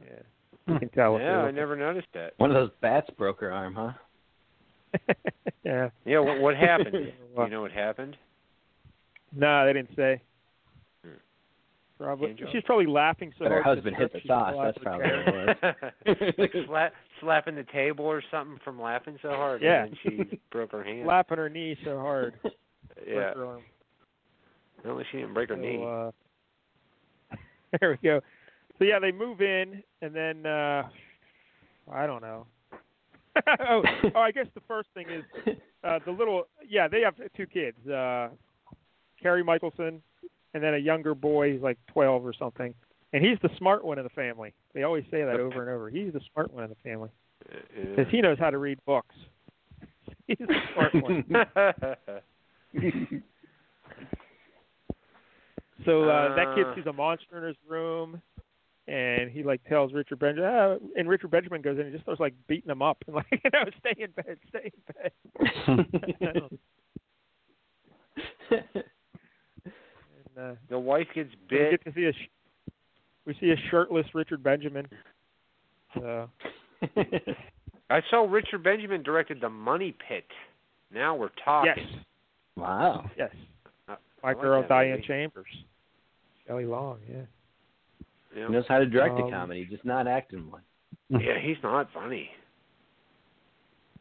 Yeah, you can tell. if yeah, I you're never noticed that. One of those bats broke her arm, huh? looking. yeah. Yeah, what what happened? Do Well, you know what happened? No, they didn't say. Hmm. Probably. Hand job. She's probably laughing so But her hard husband that hit the she sauce, fell out that's of her probably chair. what it like slap slapping the table or something from laughing so hard. Yeah. And then she broke her hand. Slapping her knee so hard. yeah. broke her arm. Only she didn't break her So, knee. uh, there we go. So yeah, they move in, and then uh I don't know. oh, oh, I guess the first thing is uh, the little. Yeah, they have two kids, uh, Carrie Michelson, and then a younger boy. He's like twelve or something, and he's the smart one in the family. They always say that over and over. He's the smart one in the family because he knows how to read books. He's the smart one. So uh, that kid Ah. sees a monster in his room, and he like tells Richard Benjamin, ah, and Richard Benjamin goes in and just starts like beating him up and like you know stay in bed, stay in bed. I don't- and, Uh, the wife gets we bit. get to see a sh- we see a shirtless Richard Benjamin. So I saw Richard Benjamin directed The Money Pit. Now we're talking. yes, wow. yes. I- My Uh, I like girl that Diane movie. Chambers, Shelley Long. Yeah. Yeah. Knows how to direct Um, a comedy, just not act in one. yeah, he's not funny.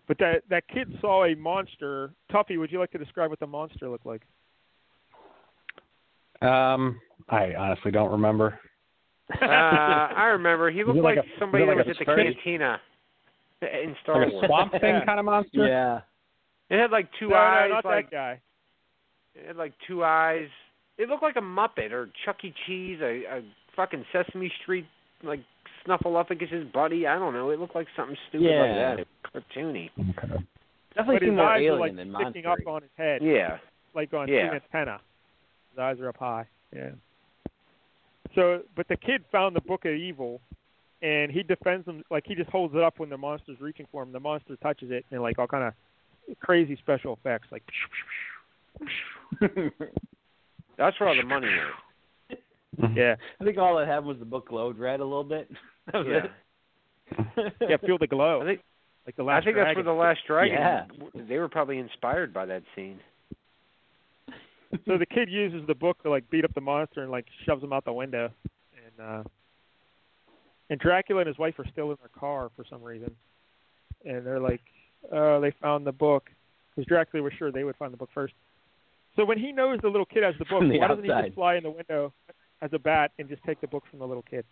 But that that kid saw a monster. Tuffy, would you like to describe what the monster looked like? Um, I honestly don't remember. Uh, I remember he looked it like like, a- was somebody it like that a was at the spurge? cantina in Star Like a Wars. swamp thing Yeah. kind of monster. Yeah. It had like two no, eyes. no, not like, that guy. It had like two eyes. It looked like a Muppet or Chuck E. Cheese, a, a fucking Sesame Street like Snuffleupagus's buddy. I don't know. It looked like something stupid Yeah. like that. It was cartoony. Okay. But Definitely his seemed more eyes alien are like than sticking up monster. on his head, Yeah. like on Yeah. two antenna. His eyes are up high. Yeah. So, but the kid found the Book of Evil, and he defends them. Like he just holds it up when the monster's reaching for him. The monster touches it, and like all kind of crazy special effects, like That's where all the money went. yeah, I think all that happened was the book glowed red a little bit. That was Yeah. it. yeah, feel the glow. I think like the I last think that's dragon. where the last dragon. Yeah. They were probably inspired by that scene. so the kid uses the book to like beat up the monster and like shoves him out the window and uh and dracula and his wife are still in their car for some reason and they're like oh they found the book because dracula was sure they would find the book first so when he knows the little kid has the book From the why doesn't he outside. just fly in the window as a bat and just take the book from the little kid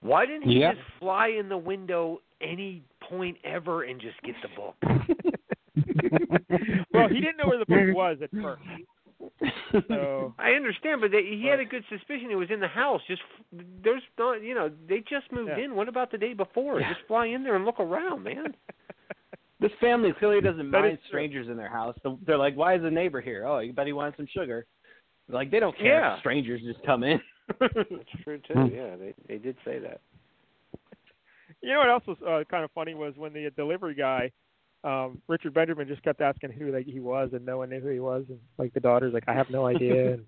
Why didn't he Yeah. just fly in the window any point ever and just get the book? well he didn't know where the book was at first so I understand, but they, he had a good suspicion it was in the house. Just f- there's not, you know, they just moved Yeah. in. What about the day before? Yeah. Just fly in there and look around, man. This family clearly doesn't That mind is true. strangers in their house. So They're like, "Why is the neighbor here? Oh, you bet he wants some sugar." Like they don't care Yeah. if strangers just come in. true too. Yeah, they they did say that. You know what else was uh, kind of funny was when the delivery guy, um, Richard Benjamin, just kept asking who like, he was, and no one knew who he was. And like the daughter's like, I have no idea. And,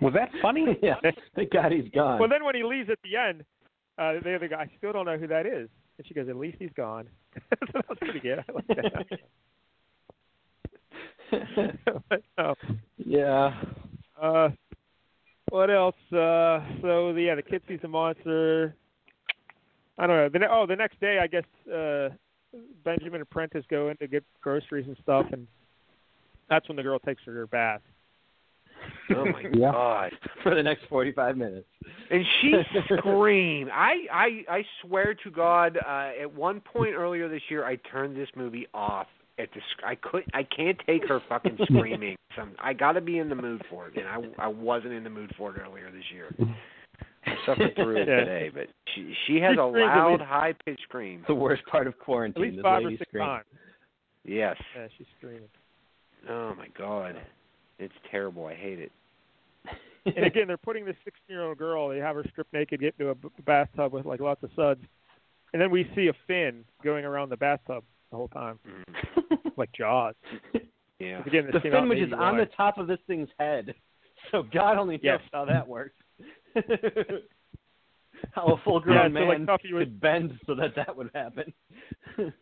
Was that funny? yeah, thank God he's gone. well, then when he leaves at the end, uh, the other guy, I still don't know who that is. And she goes, At least he's gone. so that was pretty good. I like that. but, um, no. yeah, Uh, what else? Uh, so the, yeah, the kid sees the monster. I don't know. The ne- oh, the next day, I guess uh, Benjamin and Prentice go in to get groceries and stuff, and that's when the girl takes her bath. Oh my Yeah. god! for the next forty-five minutes. And she screamed. I I I swear to God, uh, at one point earlier this year, I turned this movie off. At the sc- I could I can't take her fucking screaming. Some I got to be in the mood for it, and I I wasn't in the mood for it earlier this year. I suffered through it Yeah. today, but she she has She a screams at loud, least- high pitched scream. the worst part of quarantine. At least this five or lady six screamed. times. Yes. Yeah, she's screaming. Oh my god, it's terrible. I hate it. And again, they're putting this 16-year-old girl. They have her stripped naked, get into a b- bathtub with like lots of suds, and then we see a fin going around the bathtub the whole time, Mm, like Jaws. yeah. Again, this the came out fin in which is on 81. the top of this thing's head. So God only knows Yes. how that works. how a full yeah, grown so like man Tuffy was could bend so that that would happen.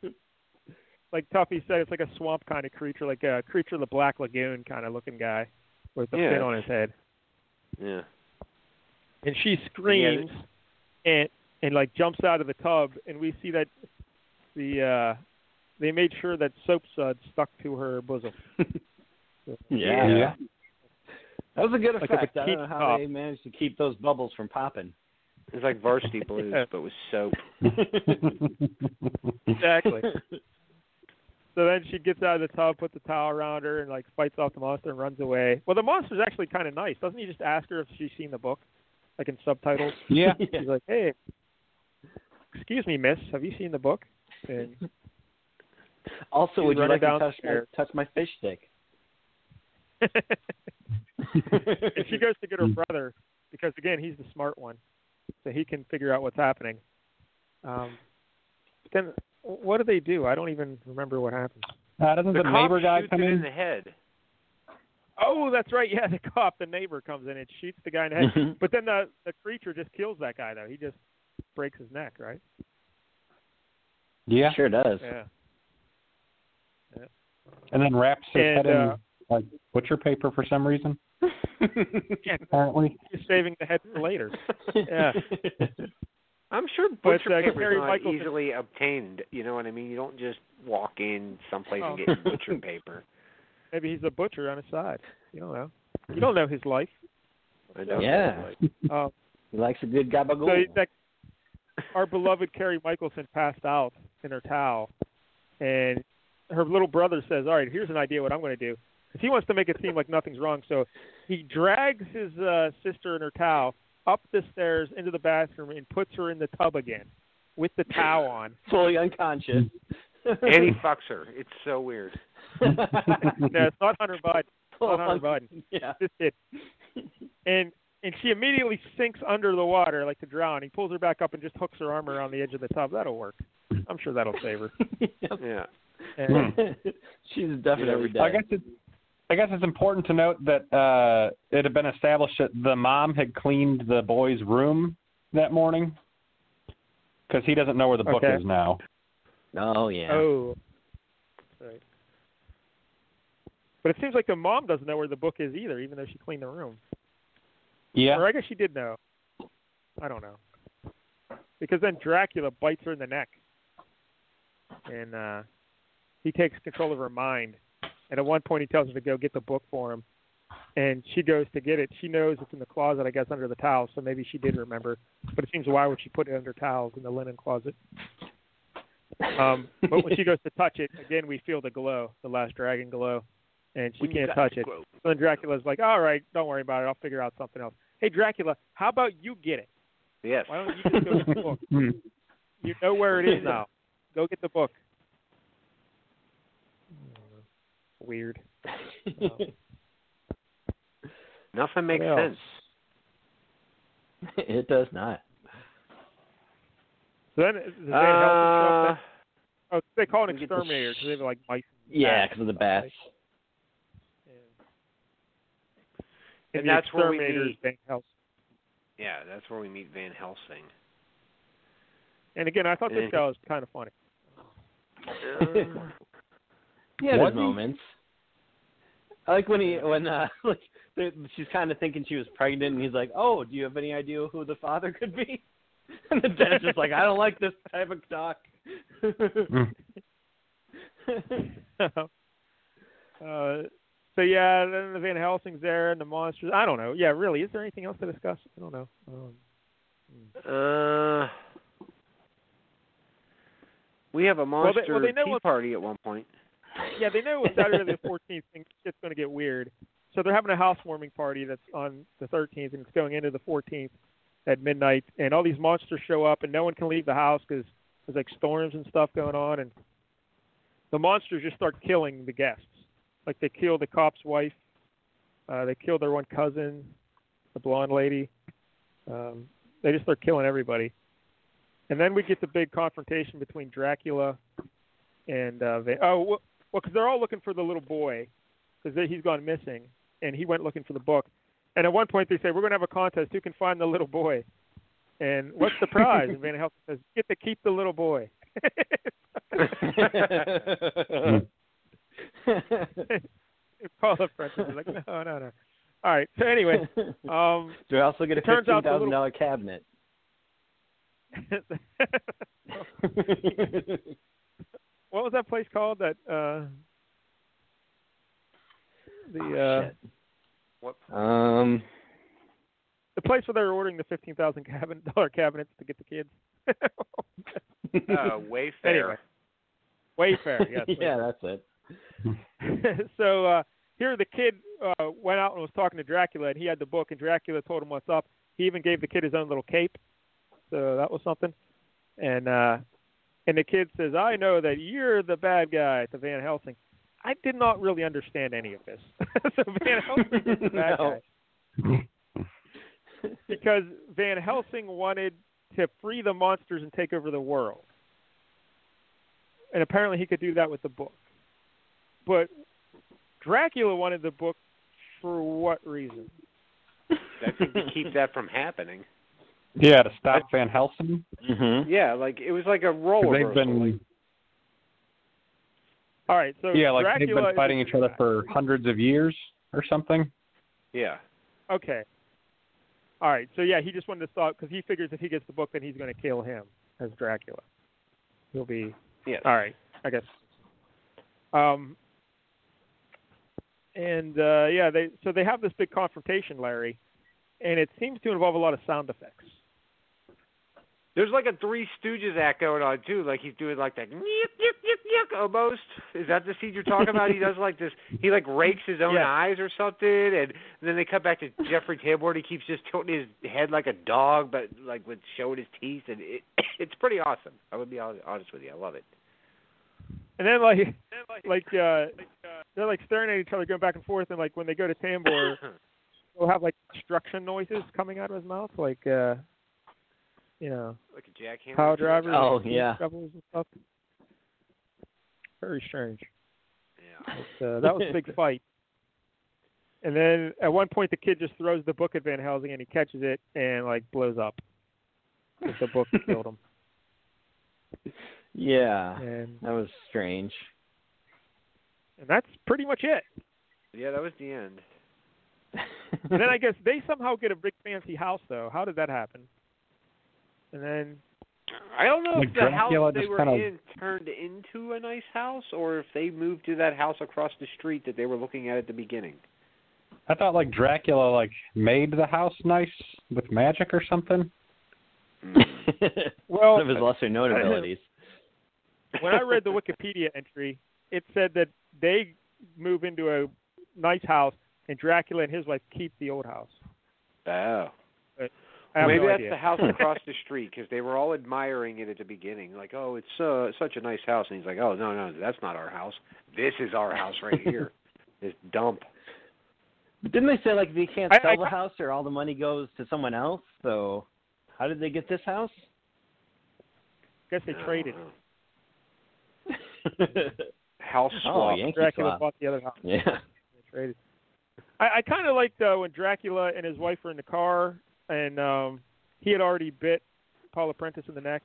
like Tuffy said, it's like a swamp kind of creature, like a creature of the Black Lagoon kind of looking guy with a Yeah. fin on his head. Yeah. And she screams and and like jumps out of the tub, and we see that the uh they made sure that soap sud stuck to her bosom. yeah. Yeah. That was a good Like a effect. I don't know bikini how top. they managed to keep those bubbles from popping. It's like varsity blues, Yeah. but with soap. Exactly. so then she gets out of the tub, puts a towel around her, and like fights off the monster and runs away. Well, the monster's actually kind of nice. Doesn't he just ask her if she's seen the book, like in subtitles? Yeah. She's like, "Hey, excuse me, miss, have you seen the book?" And Also, She's would you running like to down the touch my, stairs. touch my fish stick? and she goes to get her brother because again, he's the smart one, so he can figure out what's happening. Um, but then what do they do? I don't even remember what happens. Uh, doesn't the, cop neighbor guy shoots come it in? the head. Oh, that's right. Yeah, the cop, the neighbor comes in and shoots the guy in the head. Mhm. But then the the creature just kills that guy though. He just breaks his neck, right? Yeah. Sure does. Yeah. And then wraps his And, head uh, in like butcher paper for some reason. Yeah, Apparently. just saving the head for later. Yeah. I'm sure But, butcher uh, paper's Gary not Michael- easily obtained. You know what I mean? You don't just walk in someplace Oh. and get butcher paper. Maybe he's a butcher on his side. You don't know. You don't know his life. I don't Yeah. know, like- Um, He likes a good so gabagool. that our beloved Carrie Michelson passed out in her towel, and her little brother says, "All right, here's an idea what I'm going to do." 'Cause he wants to make it seem like nothing's wrong, so he drags his uh, sister in her towel up the stairs into the bathroom and puts her in the tub again with the towel on. Fully unconscious. and he fucks her. It's so weird. No, it's not Hunter Biden. Full Hunter Biden. Yeah. This kid. And and she immediately sinks under the water like to drown. He pulls her back up and just hooks her arm around the edge of the tub. That'll work. I'm sure that'll save her. Yep. Yeah. And- Hmm. She's definitely every day. I guess it's I guess it's important to note that uh, it had been established that the mom had cleaned the boy's room that morning because he doesn't know where the book Okay. is now. oh yeah. Oh. Right. But it seems like the mom doesn't know where the book is either, even though she cleaned the room. Yeah. Or I guess she did know. I don't know. Because then Dracula bites her in the neck. And uh he takes control of her mind. And at one point he tells her to go get the book for him. And she goes to get it. She knows it's in the closet, I guess, under the towel, so maybe she did remember. But it seems why would she put it under towels in the linen closet? Um, but when she goes to touch it, again we feel the glow, the last dragon glow. And she When you can't got touch the it. quote. So then Dracula's like, "All right, don't worry about it. I'll figure out something else." Hey, Dracula, how about you get it? Yes. Why don't you just go get the book? You know where it is now. Go get the book. Weird. Um, Nothing makes What else? sense. it does not. So then, does that help Uh, the show? Oh, they call it an we get the exterminator because they have like mice. and Yeah, bats because of the bats. And that's the where we exterminator is meet- Van Helsing. yeah, that's where we meet Van Helsing. And again, I thought this Mhm. show was kind of funny. Uh, Yeah, What there's do you- moments. I like when he when uh like they- she's kind of thinking she was pregnant, and he's like, "Oh, do you have any idea who the father could be?" And the dad's just like, "I don't like this type of talk." Mm-hmm. uh, so yeah, then the Van Helsing's there and the monsters. I don't know. Yeah, really. Is there anything else to discuss? I don't know. Um, uh, we have a Well, monster they- well, they know tea what- party at one point. yeah, they know with Saturday the 14th thing shit's going to get weird. So they're having a housewarming party that's on the 13th and it's going into the 14th at midnight, and all these monsters show up and no one can leave the house because there's like storms and stuff going on, and the monsters just start killing the guests. Like they kill the cop's wife, uh, they kill their one cousin, the blonde lady. Um, they just start killing everybody. And then we get the big confrontation between Dracula and uh, they, oh, well, well, because they're all looking for the little boy, because he's gone missing, and he went looking for the book. And at one point, they say, "We're going to have a contest. Who can find the little boy?" And what's the prize? and Van Helsing says, "Get to keep the little boy." Call the princess. He's like, "No, no, no." All right. So anyway, um, Do I also get a It turns fifteen out the thousand little- dollar cabinet? what was that place called? That uh, the Oh, uh, What? um, the place where they were ordering the fifteen thousand cabin dollar cabinets to get the kids. Uh, Wayfair. Anyway. Wayfair, yes. yeah, that's it. Wayfair. so uh, here the kid uh, went out and was talking to Dracula, and he had the book, and Dracula told him what's up. He even gave the kid his own little cape, so that was something. And uh, and the kid says, "I know that you're the bad guy," to Van Helsing. I did not really understand any of this. so Van Helsing was the bad No. guy. because Van Helsing wanted to free the monsters and take over the world. And apparently he could do that with the book. But Dracula wanted the book for what reason? That could be- keep that from happening. Yeah, to stop Van Helsing. Mm-hmm. Yeah, like it was like a Oh, role They've reversal. been All right, so yeah, like Dracula they've is- been fighting each other for hundreds of years or something. yeah, Okay. All right, so yeah, he just wanted to stop because he figures if he gets the book, then he's going to kill him as Dracula. He'll be yeah. all right, I guess. Um, and uh, yeah, they so they have this big confrontation, Larry, and it seems to involve a lot of sound effects. There's like a Three Stooges act going on too. Like he's doing like that yuck yuck yuck yuck almost. Is that the scene you're talking about? he does like this. He like rakes his own Yeah. eyes or something, and then they cut back to Jeffrey Tambor. and He keeps just tilting his head like a dog, but like with showing his teeth, and it, it's pretty awesome. I would be hon- honest with you, I love it. And then like like uh, they're like staring at each other, going back and forth, and like when they go to Tambor, they'll have like construction noises coming out of his mouth, like uh, you know, like a jackhammer. power drivers, Oh, and yeah. shovels and stuff. Very strange. Yeah. But, uh, that was a big fight. And then at one point, the kid just throws the book at Van Helsing, and he catches it and like blows up. 'Cause The book killed him. Yeah. And That was strange. and that's pretty much it. yeah, that was the end. And then I guess they somehow get a big fancy house though. How did that happen? And then I don't know Like if the Dracula house they just were kinda- in turned into a nice house, or if they moved to that house across the street that they were looking at at the beginning. I thought like Dracula like made the house nice with magic or something. well, One of his lesser known abilities. when I read the Wikipedia entry, it said that they move into a nice house, and Dracula and his wife keep the old house. Oh, I have maybe no that's idea. the house across the street because they were all admiring it at the beginning, like, "Oh, it's uh, such a nice house," and he's like, "Oh, no, no, that's not our house. This is our house right here. this dump." But didn't they say like they can't I- sell I- the house or all the money goes to someone else? So how did they get this house? guess they I don't traded. know. House oh, swap. Yankee Dracula swap. bought the other house. Yeah. They traded. I, I kind of liked uh, when Dracula and his wife were in the car, and um, he had already bit Paula Prentice in the neck,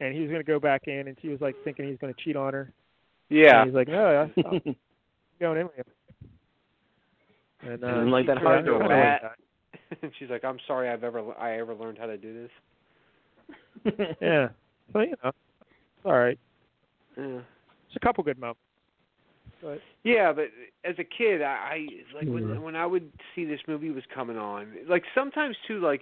and he was going to go back in, and she was like thinking he's going to cheat on her. yeah. And he's like, no, I'm not going in with him. And, uh, Didn't like that she hard turned to away. rat. And she's like, "I'm sorry, I've ever I ever learned how to do Yeah. So, you know, it's all right. this." Yeah. It's a couple good moments. Yeah, but as a kid, I, I like when when I would see this movie was coming on. Like sometimes too, like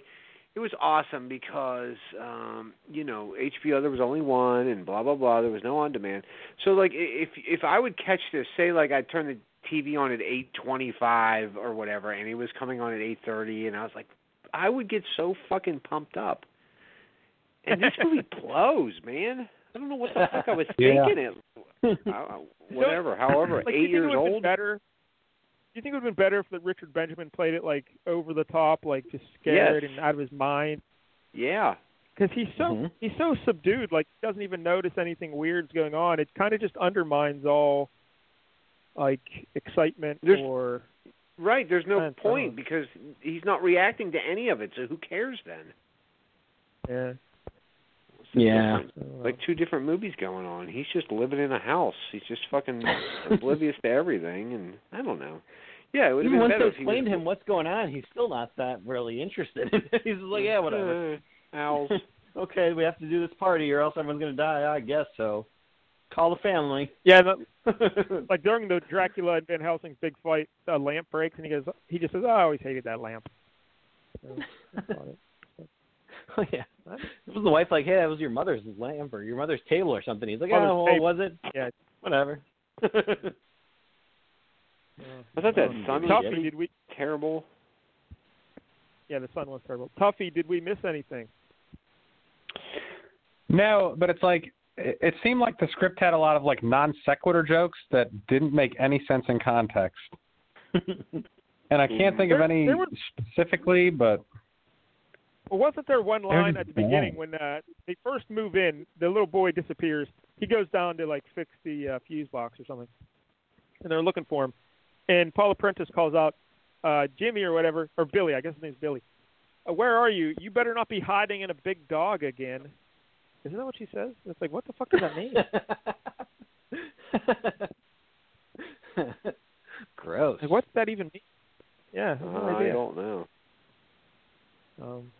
it was awesome because um, you know HBO there was only one and blah blah blah. There was no on demand. So like i- if if I would catch this, say like I'd turn the TV on at eight twenty five or whatever, and it was coming on at eight thirty, and I was like, I would get so fucking pumped up. And this movie blows, man. I don't know what the fuck I was Yeah. thinking. It I- I- whatever, however, Like, do you eight think it years would've been old. Better, do you think it would have been better if like, Richard Benjamin played it like over the top, like just Yes. scared and out of his mind? Yeah, Because he's so Mhm. he's so subdued, like he doesn't even notice anything weird's going on. It kind of just undermines all like excitement There's- or right. There's no That's point odd. because he's not reacting to any of it. So who cares then? yeah. It's just Yeah. different. so, uh, Like two different movies going on. He's just living in a house. He's just fucking oblivious to everything, and I don't know. Yeah, it would have been Even once better they if he was- explained to him what's going on, he's still not that really interested. he's just like, yeah, whatever. Uh, owls. okay, we have to do this party or else everyone's gonna die. I guess so. Call the family. yeah, the- like during the Dracula and Van Helsing's big fight, a lamp breaks and he goes, he just says, "Oh, "I always hated that lamp." So, that's about it. oh yeah. It was the wife like, hey, that was your mother's lamp or your mother's table or something. He's like, Mother's oh, well, table. was it? Yeah. Whatever. I thought that Um, Sunny Tough- Tuffy, did we? terrible. Yeah, the sun was terrible. Tuffy, did we miss anything? No, but it's like it, it seemed like the script had a lot of like non sequitur jokes that didn't make any sense in context, and I can't think of There- any there were- specifically. But Well, wasn't there one line just at the bad. beginning when uh, they first move in? The little boy disappears. He goes down to like fix the uh, fuse box or something, and they're looking for him. And Paula Prentice calls out, uh, Jimmy or whatever, or Billy, I guess his name's Billy. Uh, where are you? You better not be hiding in a big dog again. Isn't that what she says? It's like, what the fuck does that mean? Gross. Like, what's that even mean? Yeah, I, Uh, no I idea. don't know. Um,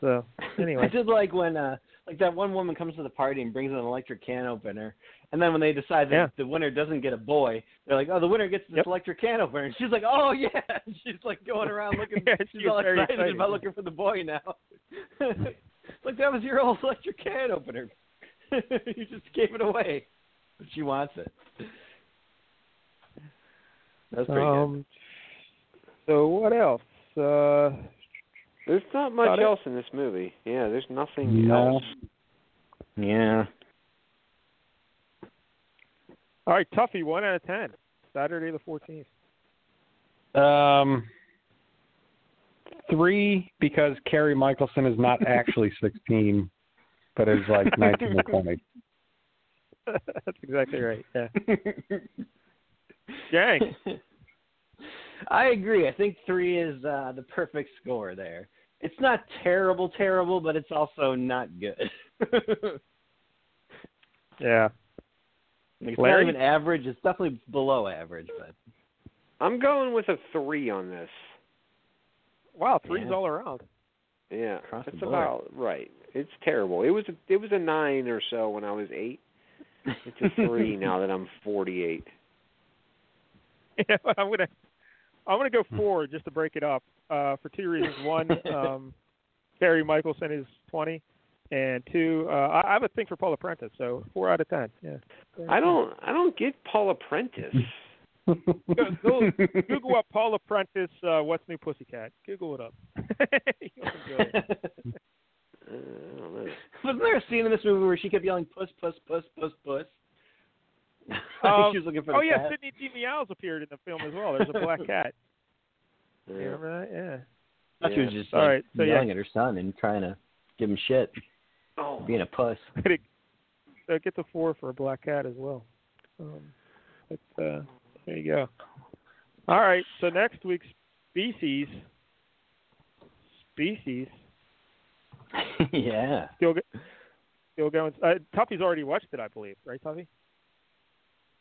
so anyway, I did like when uh like that one woman comes to the party and brings an electric can opener, and then when they decide that Yeah. the winner doesn't get a boy, they're like, oh, the winner gets this Yep. electric can opener, and she's like, oh yeah, and she's like going around looking, Yeah, she's she was all very excited, excited. about looking for the boy now. like that was your old electric can opener, you just gave it away, but she wants it. That's pretty good. um, so what else? Uh, There's not much Got it? else in this movie. Yeah, there's nothing No. else. Yeah. all right, Tuffy, one out of ten. Saturday the fourteenth. Um, three because Carrie Michelson is not actually 16, but is like 19 or 20. That's exactly right. Yeah. Dang. I agree. I think three is uh, the perfect score there. It's not terrible, terrible, but it's also not good. like Yeah. it's Larry? not even average. It's definitely below average, but I'm going with a three on this. Wow, three's Yeah. all around. Yeah, Across the that's board. about right. It's terrible. It was a, it was a nine or so when I was eight. It's a three now that I'm 48. Yeah, I'm gonna I'm gonna go four just to break it up uh, for two reasons. One, um, Barry Michelson is 20, and two, uh, I, I have a thing for Paul Apprentice, so four out of ten. Yeah. I don't I don't get Paul Apprentice. Google, Google up Paul Apprentice. Uh, What's new, Pussycat? Google it up. You'll enjoy it. Uh, I don't know. wasn't there a scene in this movie where she kept yelling "puss, puss, puss, puss, puss"? I think Um, she was looking for oh the yeah, cat. Sydney D. Meows appeared in the film as well. There's a black cat. You Yeah. remember that? Yeah. I thought she was Yeah. just All like, right, so, yeah. yelling at her son and trying to give him shit, Oh, being a puss. So it gets a four for a black cat as well. Um, but uh, there you go. All right. So next week's species. Species. yeah. Still, go- still going. Uh, Tuffy's already watched it, I believe. Right, Tuffy?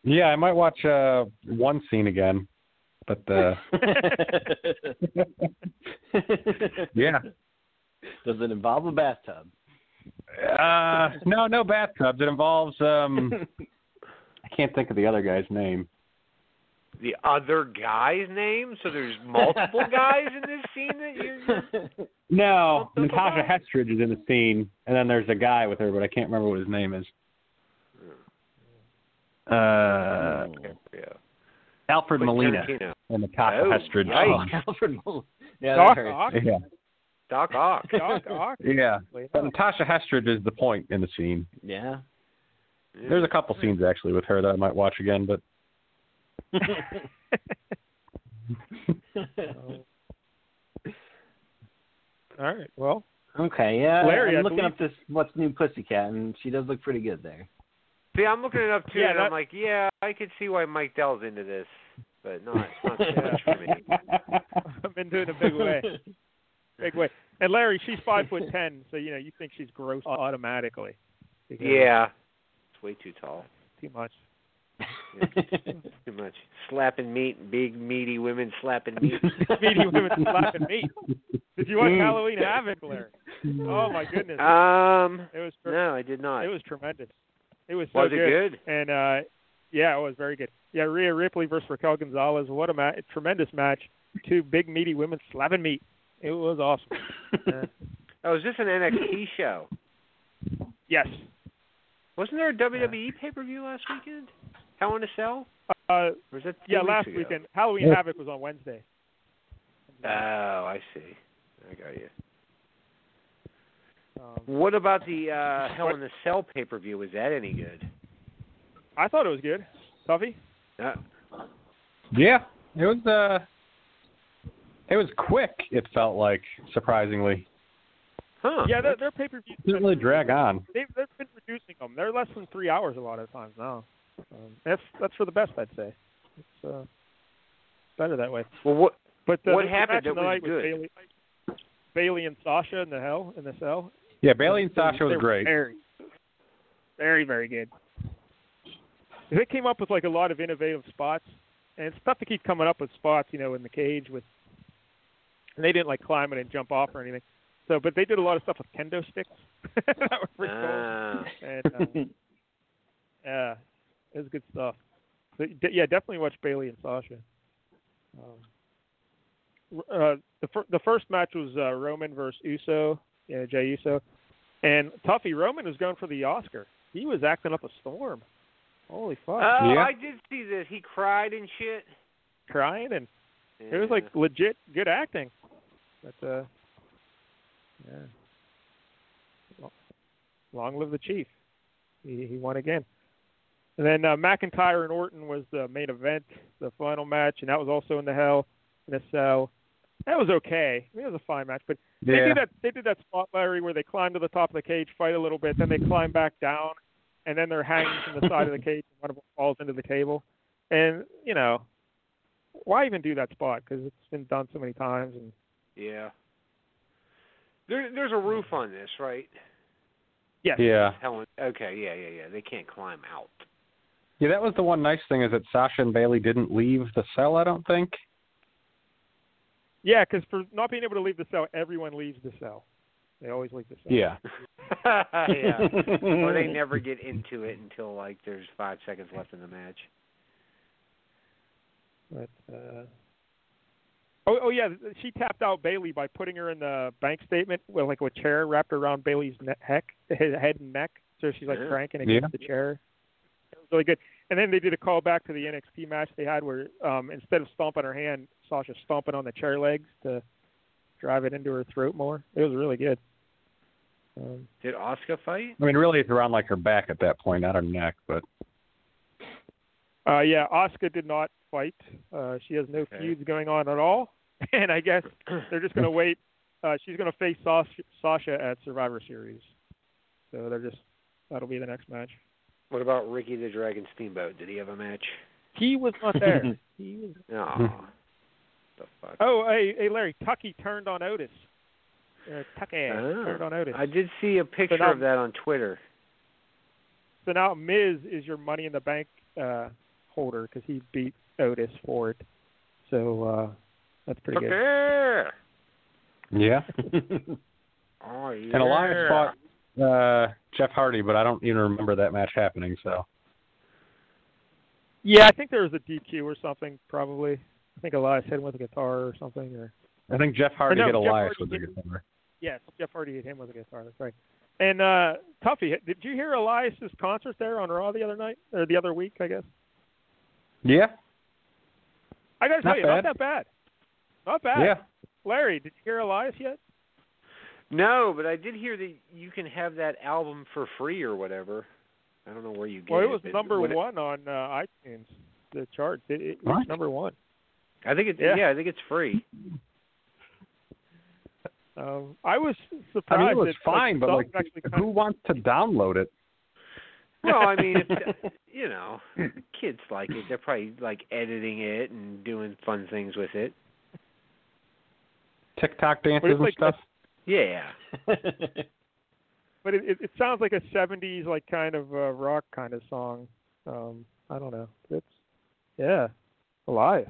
Yeah, I might watch uh, one scene again, but uh, yeah. Does it involve a bathtub? Uh, no, no bathtubs. It involves um, I can't think of the other guy's name. the other guy's name? So there's multiple guys in this scene that you No, Something Natasha about- Hestridge is in the scene, and then there's a guy with her, but I can't remember what his name is. Uh, Hmm. yeah. Alfred Molina Tarantino. and Natasha Oh, Hestridge. Oh, Alfred Molina. Yeah, that Doc hurts. Ock. Yeah, Doc Ock. Doc Ock. yeah. Wait, But Hmm. oh, Natasha Hestridge is the point in the scene. Yeah. There's a couple scenes actually with her that I might watch again, but All right. Well, okay, yeah. Larry, I I'm looking believe- up this what's new pussycat and she does look pretty good there. See, I'm looking it up too, Yeah, and that- I'm like, yeah, I could see why Mike Dell's into this, but not not so much for me. I've been doing a big way. Big way. And Larry, she's five foot ten, so you know you think she's gross automatically. Because Yeah, it's way too tall. Too much. Too much slapping meat, big meaty women slapping meat. Meaty women slapping meat. Did you watch Halloween Havoc, Larry? Oh my goodness, um, it was tre- no, I did not. it was tremendous. It was so Was it good. And uh, yeah, it was very good. Yeah, Rhea Ripley versus Raquel Gonzalez. What a ma- tremendous match. Two big meaty women slapping meat. It was awesome. Yeah. Oh, is this an NXT show? yes. Wasn't there a WWE pay per view last weekend? Hell in a Cell? Uh, Or was that two yeah, weeks last ago? weekend Halloween Yeah. Havoc was on Wednesday. Oh, I see. I got you. Um, What about the uh, Hell in a Cell pay per view? Was that any good? I thought it was good. Tuffy? Uh, Yeah, it was uh, it was quick. It felt like surprisingly huh? Yeah, their, their pay per view. didn't really drag on. They've, they've been reducing them. They're less than three hours a lot of times now. Um, that's that's for the best, I'd say. It's uh, better that way. Well, what But the, What the happened match of that the was night with good? Bailey, Bailey and Sasha in the hell in the cell. Yeah, Bailey and They- Sasha they was were great. Very, very, very good. They came up with like a lot of innovative spots, and it's tough to keep coming up with spots, you know, in the cage with. And they didn't like climb it and jump off or anything. So, but they did a lot of stuff with kendo sticks. that were pretty Ah. cool. And, uh, Yeah, it was good stuff. So, d- yeah, definitely watch Bailey and Sasha. Um, r- uh, the fir- the first match was uh, Roman versus Uso, yeah, Jay Uso, and Tuffy Roman was going for the Oscar. He was acting up a storm. Holy fuck! Oh, Yeah. I did see that. He cried and shit. Crying and it was Yeah. like legit good acting. But uh, yeah, Lo- long live the chief. He he won again. And then uh, McIntyre and Orton was the main event, the final match, and that was also in the Hell in a Cell. That was okay. I mean, it was a fine match, but they Yeah. did that. They did that spot, Larry, where they climb to the top of the cage, fight a little bit, then they climb back down, and then they're hanging from the side of the cage, and one of them falls into the table. And you know, why even do that spot? Because it's been done so many times. And Yeah. There, there's a roof on this, right? yes, Yeah. Helen. Okay. Yeah, yeah, yeah. They can't climb out. Yeah, that was the one nice thing is that Sasha and Bailey didn't leave the cell, I don't think. yeah, because for not being able to leave the cell, everyone leaves the cell. They always leave the cell. Yeah. yeah. or they never get into it until like there's five seconds left in the match. But, uh, oh, oh yeah, she tapped out Bailey by putting her in the bank statement with like a chair wrapped around Bailey's ne- heck, his head and neck. So she's like Yeah. cranking Yeah. against the chair. It was really good. And then they did a call back to the NXT match they had where um, instead of stomping her hand, Sasha stomping on the chair legs to drive it into her throat more. It was really good. Um, Did Oscar fight? I mean, really, it's around like her back at that point, not her neck, but Uh, yeah, Oscar did not fight. Uh, she has no Okay. feuds going on at all, and I guess they're just going to wait. Uh, she's going to face Sasha, Sasha at Survivor Series, so they're just that'll be the next match. What about Ricky the Dragon Steamboat? Did he have a match? He was not there. he was. No. the fuck. Oh, hey, hey, Larry, Tucky turned on Otis. Uh, Tucky turned on Otis. Ah. I did see a picture now- of that on Twitter. So now Miz is your Money in the Bank uh, holder because he beat Otis for it. So uh, that's pretty good. Okay. yeah. Oh yeah. And Elias fought uh, Jeff Hardy, but I don't even remember that match happening. So Yeah, I think there was a DQ or something probably. I think Elias hit him with a guitar or something. Or I think Jeff Hardy no, hit Jeff Elias Hardy with the didn't. guitar. yes, Jeff Hardy hit him with a guitar. That's right. And uh Tuffy, did you hear Elias's concert there on Raw the other night or the other week? I guess. Yeah. I gotta Not tell you, not bad. that bad. Not bad. Yeah. Larry, did you hear Elias yet? No, but I did hear that you can have that album for free or whatever. I don't know where you get well, it. it was but number what- one on uh, iTunes, the charts. It, it What? was number one. I think it's Yeah. I think it's free. Um, I was I surprised. mean, it was that, fine, but songs like, actually who wants to download it? Well, I mean, it's, you know, kids like it. They're probably like editing it and doing fun things with it. TikTok dances Well, it's and like stuff. Yeah. but it, it, it sounds like a '70s like kind of uh, rock kind of song. Um, I don't know. It's yeah, Elias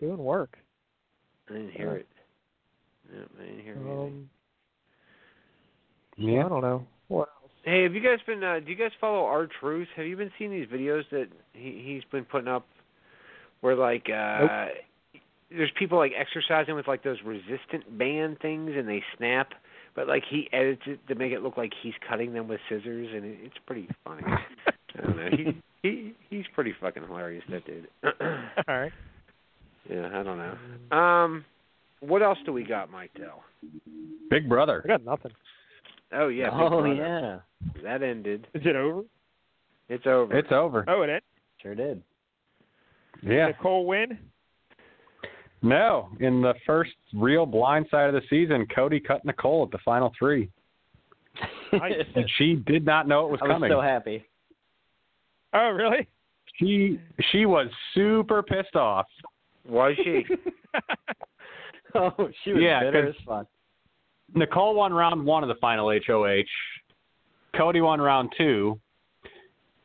doing work. I didn't hear it. Yep, I didn't hear anything. Um, I yeah. don't know what else. Hey, have you guys been? Uh, do you guys follow R Truth? Have you been seeing these videos that he he's been putting up, where like uh there's people like exercising with like those resistant band things and they snap, but like he edits it to make it look like he's cutting them with scissors and it, it's pretty funny. I don't know. He he he's pretty fucking hilarious. That dude. All right. yeah, I don't know. Um, what else do we got, Mike Dell? Big Brother. I got nothing. Oh yeah. Big oh Brother. yeah, That ended. Is it over? It's over. It's over. Oh, it is. sure did. Yeah. Nicole win. No, in the first real blind side of the season, Cody cut Nicole at the final three, Nice. and she did not know it was I was coming. so happy. Oh, really? she she was super pissed off. Was she? oh, she was Yeah, bitter 'cause- as fuck. Nicole won round one of the final HOH. Cody won round two.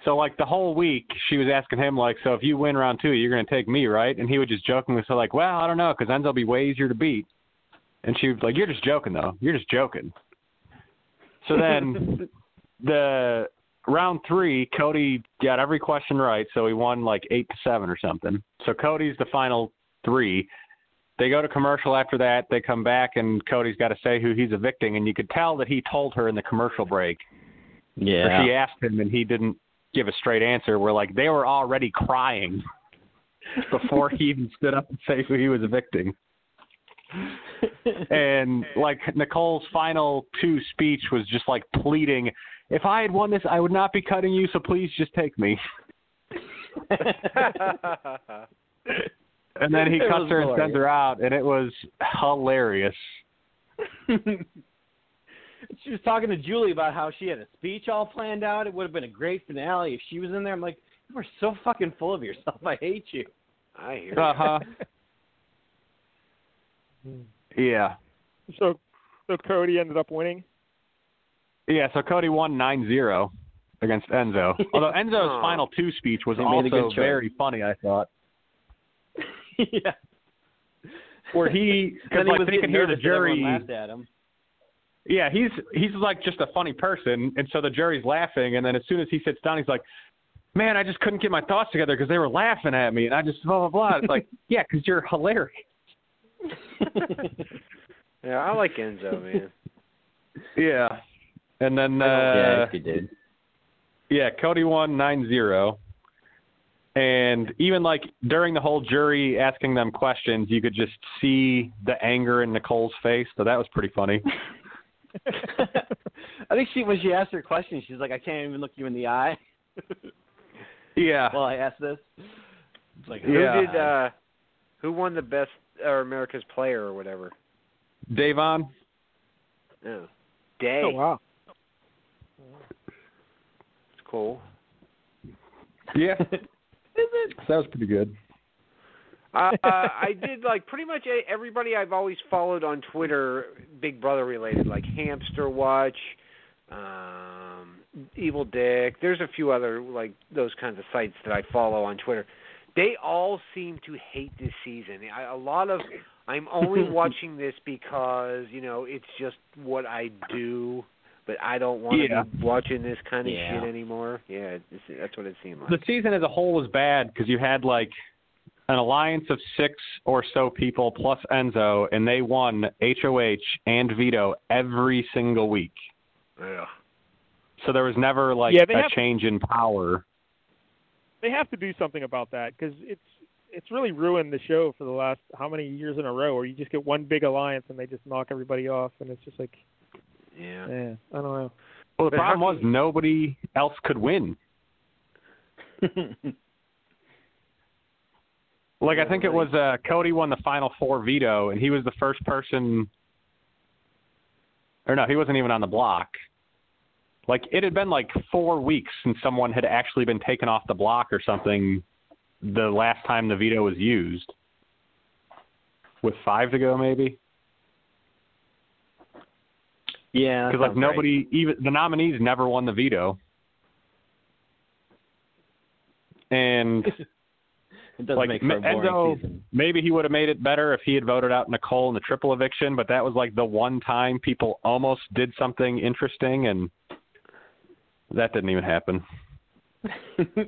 So like the whole week, she was asking him like, "So if you win round two, you're going to take me, right?" And he would just jokingly say like, "Well, I don't know, because Enzo will be way easier to beat." And she was like, "You're just joking, though. You're just joking." So then, the round three, Cody got every question right, so he won like eight to seven or something. So Cody's the final three. They go to commercial after that. They come back, and Cody's got to say who he's evicting, and you could tell that he told her in the commercial break. or she asked him, and he didn't give a straight answer. Where like they were already crying before he even stood up and say who he was evicting. And like Nicole's final two speech was just like pleading, "If I had won this, I would not be cutting you. So please just take me." And then he It cuts was her and hilarious. sends her out, and it was hilarious. she was talking to Julie about how she had a speech all planned out. It would have been a great finale if she was in there. I'm like, you are so fucking full of yourself. I hate you. I hear. Uh Uh-huh. huh. yeah. So, so Cody ended up winning. Yeah, so Cody won 9-0 against Enzo. Although Enzo's Aw. final two speech was He made a good also choice. very funny, I thought. yeah. Where he, because then like he was they getting could hear the nervous and everyone jury. laughed at him. Yeah, he's he's like just a funny person, and so the jury's laughing, and then as soon as he sits down, he's like, "Man, I just couldn't get my thoughts together because they were laughing at me, and I just blah blah blah." It's like, yeah, because you're hilarious. Yeah, I like Enzo, man. Yeah, and then uh, yeah, he did. Yeah, Cody won 9-0. And even like during the whole jury asking them questions, you could just see the anger in Nicole's face. So that was pretty funny. I think she when she asked her question, she's like, I can't even look you in the eye Yeah. while I ask this. It's like, Who Yeah. did? uh Who won the best or America's Player or whatever? Davon? No. Day. Oh wow. It's cool. Yeah. So that was pretty good. uh, I did like pretty much e-, everybody I've always followed on Twitter, Big Brother related, like Hamster Watch, um, Evil Dick. There's a few other like those kinds of sites that I follow on Twitter. They all seem to hate this season. I, a lot of I'm only watching this because you know it's just what I do, but I don't want to Yeah. be watching this kind of Yeah. shit anymore. Yeah, it's, that's what it seemed like. The season as a whole was bad because you had like an alliance of six or so people plus Enzo, and they won HOH and Veto every single week. Yeah. So there was never like Yeah, they a have- change in power. They have to do something about that because it's it's really ruined the show for the last how many years in a row, where you just get one big alliance and they just knock everybody off, and it's just like, Yeah. yeah, I don't know. Well, the But how problem was nobody else could win. Like I think it was uh, Cody won the final four veto, and he was the first person. Or no, he wasn't even on the block. Like it had been like four weeks since someone had actually been taken off the block or something. The last time the veto was used, with five to go, maybe yeah, that because like sounds nobody even the nominees never won the veto. And right. it doesn't like, make for a Ma- boring Enzo- season. Maybe he would have made it better if he had voted out Nicole in the triple eviction, but that was like the one time people almost did something interesting, and that didn't even happen. it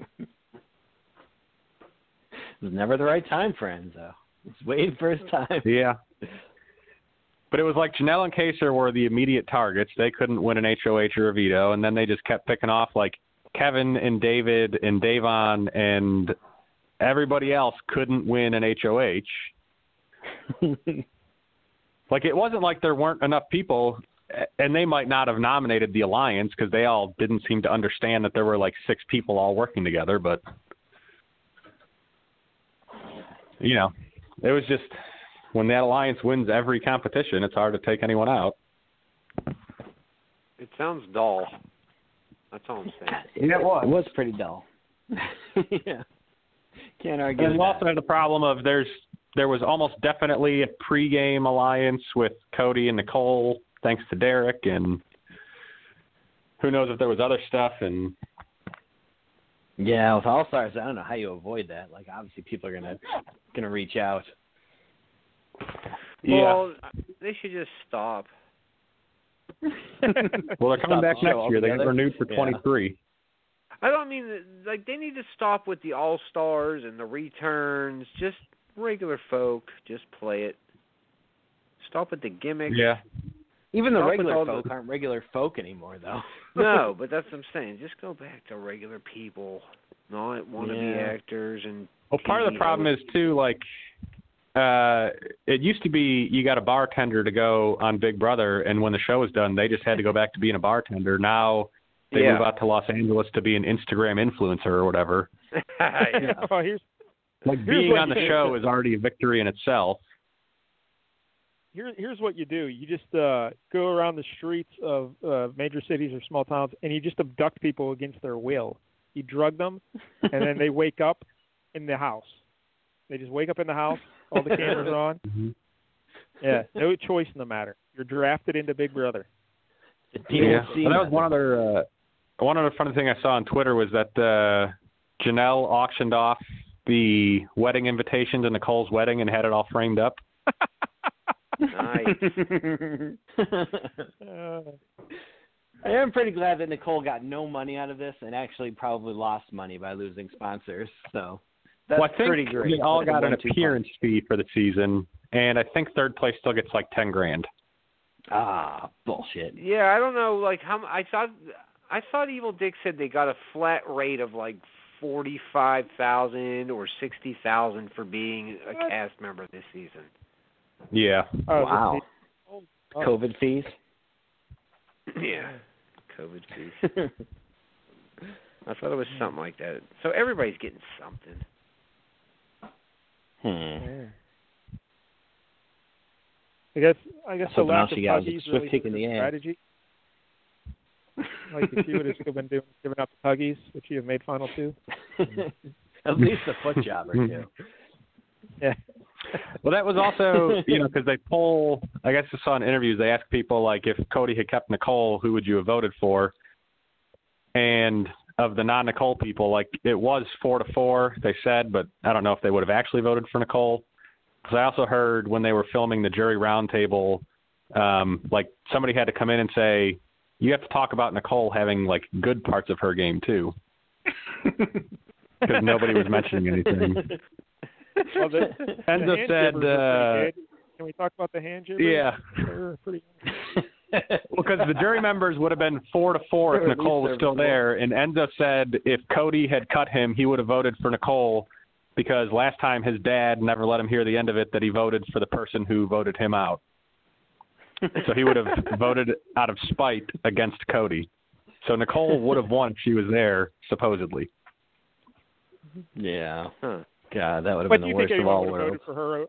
was never the right time for Enzo. It's waiting for his time. Yeah. But it was like Janelle and Kaser were the immediate targets. They couldn't win an HOH or a veto, and then they just kept picking off like Kevin and David and Davon and everybody else couldn't win an HOH. Like it wasn't like there weren't enough people, a- and they might not have nominated the alliance because they all didn't seem to understand that there were like six people all working together. But you know, it was just when that alliance wins every competition, it's hard to take anyone out. It sounds dull. That's all I'm saying. Yeah, it It was pretty dull. yeah. Can't argue. And with you also had the problem of there's there was almost definitely a pregame alliance with Cody and Nicole, thanks to Derek, and who knows if there was other stuff. And yeah, with All Stars, I don't know how you avoid that. Like, obviously, people are gonna gonna reach out. Well, they should just stop. well, they're coming Stop back the next show year. They got altogether. renewed for Yeah. 23. I don't mean like they need to stop with the all stars and the returns. Just regular folk, just play it. Stop with the gimmicks. Yeah. Even the Stop with all regular the- folk aren't regular folk anymore, though. No, but that's what I'm saying. Just go back to regular people, not wannabe Yeah. actors and Well, part of the PBO. problem is too like uh it used to be you got a bartender to go on Big Brother and when the show was done they just had to go back to being a bartender. Now they yeah. move out to Los Angeles to be an Instagram influencer or whatever. yeah. oh, here's Like Here's being what on the you- show is already a victory in itself. here, here's what you do. You just uh, go around the streets of uh, major cities or small towns, and you just abduct people against their will. You drug them, and then they wake up in the house. They just wake up in the house. All the cameras are on. Mm-hmm. Yeah, no choice in the matter. You're drafted into Big Brother. The And that was one other uh, one other funny thing I saw on Twitter was that uh, Janelle auctioned off the wedding invitation to Nicole's wedding and had it all framed up. Nice. Uh, I am pretty glad that Nicole got no money out of this and actually probably lost money by losing sponsors. So that's well, I think pretty great. We all That's a got an one-two punch. appearance fee for the season, and I think third place still gets like ten grand. Ah, bullshit. Yeah, I don't know. Like how m- I thought, I thought Evil Dick said they got a flat rate of like forty-five thousand or sixty thousand for being a cast member this season. Yeah, oh, this wow. is- COVID fees. yeah, COVID fees. I thought it was something like that. So everybody's getting something. hmm. yeah. I guguess I guess the Something lack else of you got is Tuggies a swift really kick in the hurt ass. strategy. Like if you would have still been doing giving up the Tuggies, which you have made final two. At least a foot job or two. Yeah. Well, that was also you know because they poll. I guess I saw in interviews they asked people like if Cody had kept Nicole, who would you have voted for? And of the non-Nicole people, like it was four to four. They said, but I don't know if they would have actually voted for Nicole. Because I also heard when they were filming the jury roundtable, um, like somebody had to come in and say, "You have to talk about Nicole having like good parts of her game too," because nobody was mentioning anything. Well, the, Enzo the hand said, jibbers are pretty uh, good. "Can we talk about the hand jibbers? Yeah. They're pretty- Because the jury members would have been four to four Or if at Nicole least was still there, and Enzo said if Cody had cut him, he would have voted for Nicole because last time his dad never let him hear the end of it that he voted for the person who voted him out. So he would have voted out of spite against Cody. So Nicole would have won if she was there, supposedly. yeah. Huh. God, that would have But do been the you worst think of anyone all would have worlds. voted for her? uh,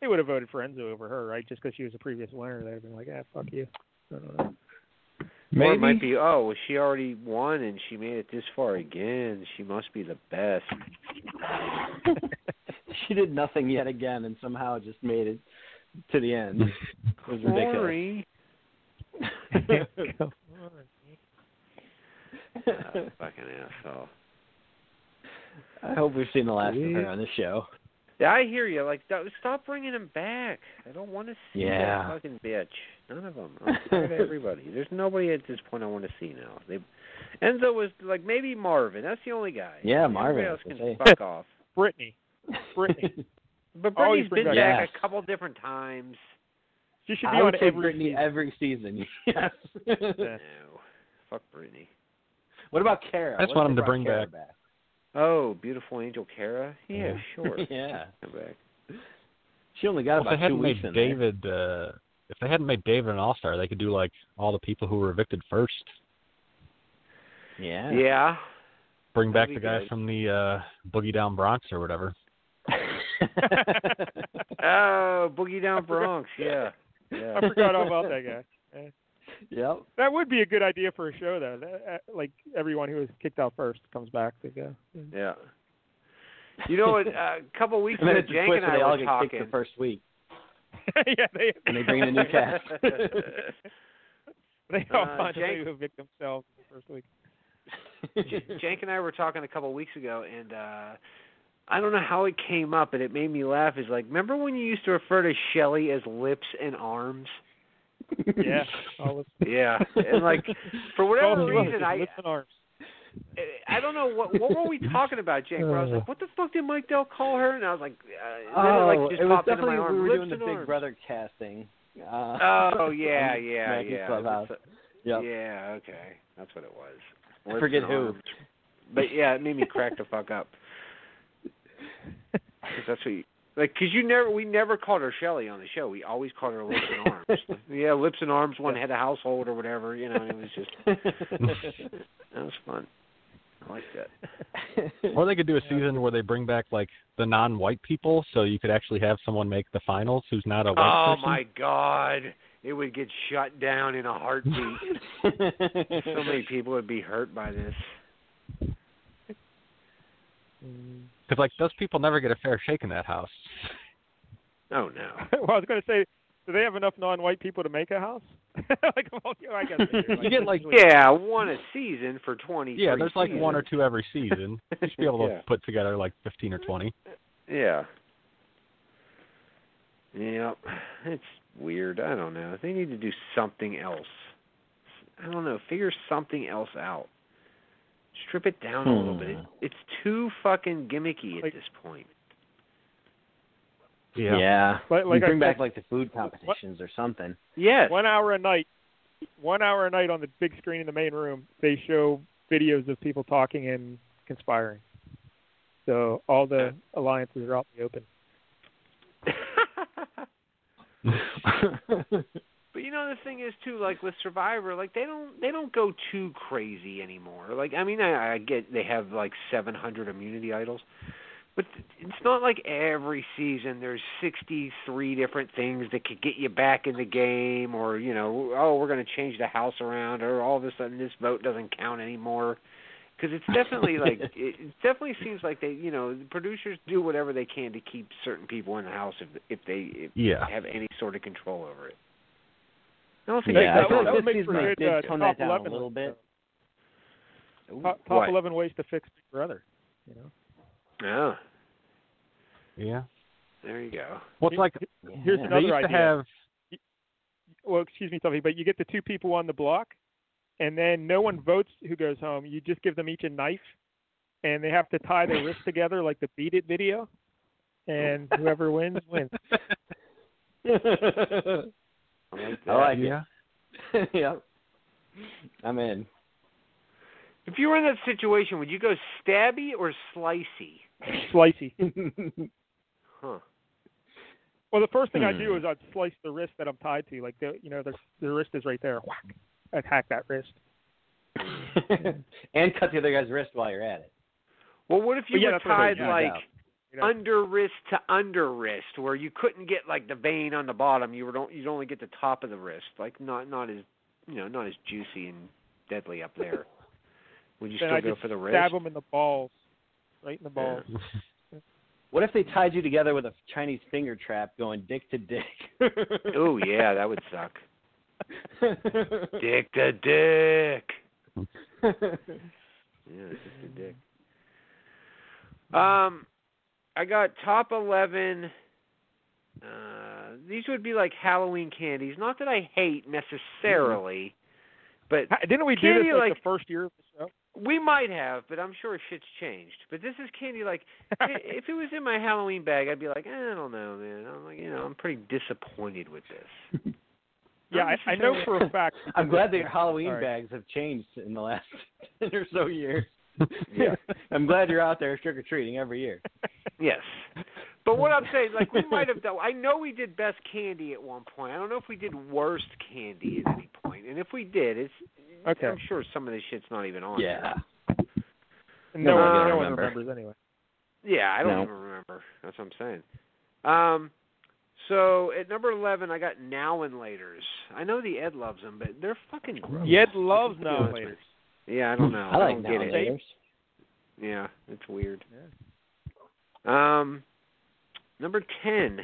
They would have voted for Enzo over her, right? Just because she was a previous winner, they'd have been like, "Ah, fuck you." I don't know. Or it might be, oh, well, she already won and she made it this far again. She must be the best. she did nothing yet again and somehow just made it to the end. It was ridiculous. Corey. Oh, fucking asshole. I hope we've seen the last of her on the show. Yeah, I hear you. Like, that, stop bringing him back. I don't want to see Yeah. that fucking bitch. None of them. I'm tired of everybody. There's nobody at this point I want to see now. They, Enzo was like maybe Marvin. That's the only guy. Yeah, Marvin, Everybody else I can say. fuck off. Brittany, Brittany. But Brittany's Always bring been back back Yes. a couple different times. she should be I on would say every. Brittany every season. Yes. Yeah. No, fuck Brittany. what about Kara? I just What want if him they to bring brought Kara Oh, beautiful angel Kara. Yeah, Yeah. sure. yeah. Come back. She only got about two weeks in there. uh, if they hadn't made David an All Star, they could do like all the people who were evicted first. Yeah. Yeah. Bring back That'd the be guy good. from the uh, Boogie Down Bronx or whatever. Oh, Boogie Down Bronx. Yeah. Yeah. I forgot all about that guy. yep. That would be a good idea for a show, though. That, uh, like everyone who was kicked out first comes back to go. Yeah. You know, what, uh, a couple weeks and then ago, it's a Jank twist and where I they all were get talking. kicked the first week, yeah, they and they bring in a new cast. they all Uh, find Jake- a way to evict themselves in the first week. J- Jank and I were talking a couple weeks ago, and uh I don't know how it came up, and it made me laugh. Is like, remember when you used to refer to Shelly as lips and arms? Yeah, all this, Yeah, and like for whatever all this reason, I lips and arms. I don't know what what were we talking about, Jake? Where I Uh. was like, what the fuck did Mike Dell call her? And I was like, uh, and then it like just Oh, it was popped into definitely my arm. we were lips doing the and Big arms. Brother casting. Uh, Oh yeah, on yeah, Maggie's yeah. Clubhouse. That's- Yep. Yeah, okay, that's what it was. I forget Lips and who. arms. But yeah, it made me crack the fuck up. 'Cause that's what you like. Cause you never, we never called her Shelly on the show. We always called her Lips and Arms. yeah, Lips and Arms, one head of household or whatever. You know, and it was just that was fun. I like that. Or they could do a season where they bring back like the non-white people, so you could actually have someone make the finals who's not a white Oh person. my god, it would get shut down in a heartbeat. so many people would be hurt by this. Because like those people never get a fair shake in that house. Oh no. well, I was going to say, do they have enough non-white people to make a house? like, well, yeah, I guess they do. You get like Yeah, one a season for twenty. yeah, there's like one or two every season. You should be able to Yeah. put together like 15 or 20. Yeah. Yep. It's weird. I don't know. They need to do something else. I don't know. Figure something else out. Strip it down a little bit. It, it's too fucking gimmicky at Like- this point. yeah. Like- like you bring I back said- like the food competitions or something. Yes. one hour a night, one hour a night on the big screen in the main room, they show videos of people talking and conspiring. So all the alliances are out in the open. Uh, But you know the thing is too, like with Survivor, like they don't they don't go too crazy anymore. Like I mean, I, I get they have like 700 immunity idols, but it's not like every season there's 63 different things that could get you back in the game, or you know, oh we're going to change the house around, or all of a sudden this vote doesn't count anymore. Because it's definitely like it, it definitely seems like they you know the producers do whatever they can to keep certain people in the house if if they if Yeah. have any sort of control over it. I don't think Yeah, they I that would- thought control that it. would this make season for a they good, did uh, tone top that down 11 a little list, bit. Top, top What? 11 ways to fix Big Brother. You know, Yeah, Yeah. there you go. Well, it's like Here's Yeah. they used another to idea. have well, excuse me, Tuffy, but you get the two people on the block, and then no one votes who goes home. You just give them each a knife, and they have to tie their wrists together like the Beat It video, and whoever wins wins. I like that. I like yeah. it. yep. I'm in. If you were in that situation, would you go stabby or slicey? Slicey. Huh. Well, the first thing I do Hmm. is I'd slice the wrist that I'm tied to. Like the, you know, the the wrist is right there. Whack! I'd hack that wrist. and cut the other guy's wrist while you're at it. Well, what if you Well, yeah, were that's what tied I- yeah, like You know, under wrist to under wrist, where you couldn't get like the vein on the bottom? You would don't you'd only get the top of the wrist, like not not as you know not as juicy and deadly up there. Would you then still I go just for the wrist? stab him in the balls, right in the balls. What if they tied you together with a Chinese finger trap going dick to dick? Oh yeah, that would suck. Dick to dick. Yeah, it's just a dick. Um, I got top eleven. Uh, these would be like Halloween candies. Not that I hate necessarily, but Ha- Didn't we do Can this you, like like- the first year of the show? we might have. But I'm sure shit's changed. But this is candy like i- if it was in my Halloween bag, I'd be like, eh, I don't know, man. I'm like, you know, I'm pretty disappointed with this. yeah, I, I know for a fact. I'm glad that your Halloween Sorry. bags have changed in the last ten or so years. Yeah. I'm glad you're out there trick or treating every year. Yes. But what I'm saying, like we might have done. I know we did best candy at one point. I don't know if we did worst candy at any point. And if we did, it's Okay. I'm sure some of this shit's not even on. Yeah. No, one one, can no one remember. remembers anyway. there. Yeah, I don't No. even remember. That's what I'm saying. Um, so at number eleven, I got now and later's. I know the Ed loves them, but they're fucking gross. Yed loves now and later. Yeah, I don't know. I like don't now get and it. laters. Yeah, it's weird. Um, number ten.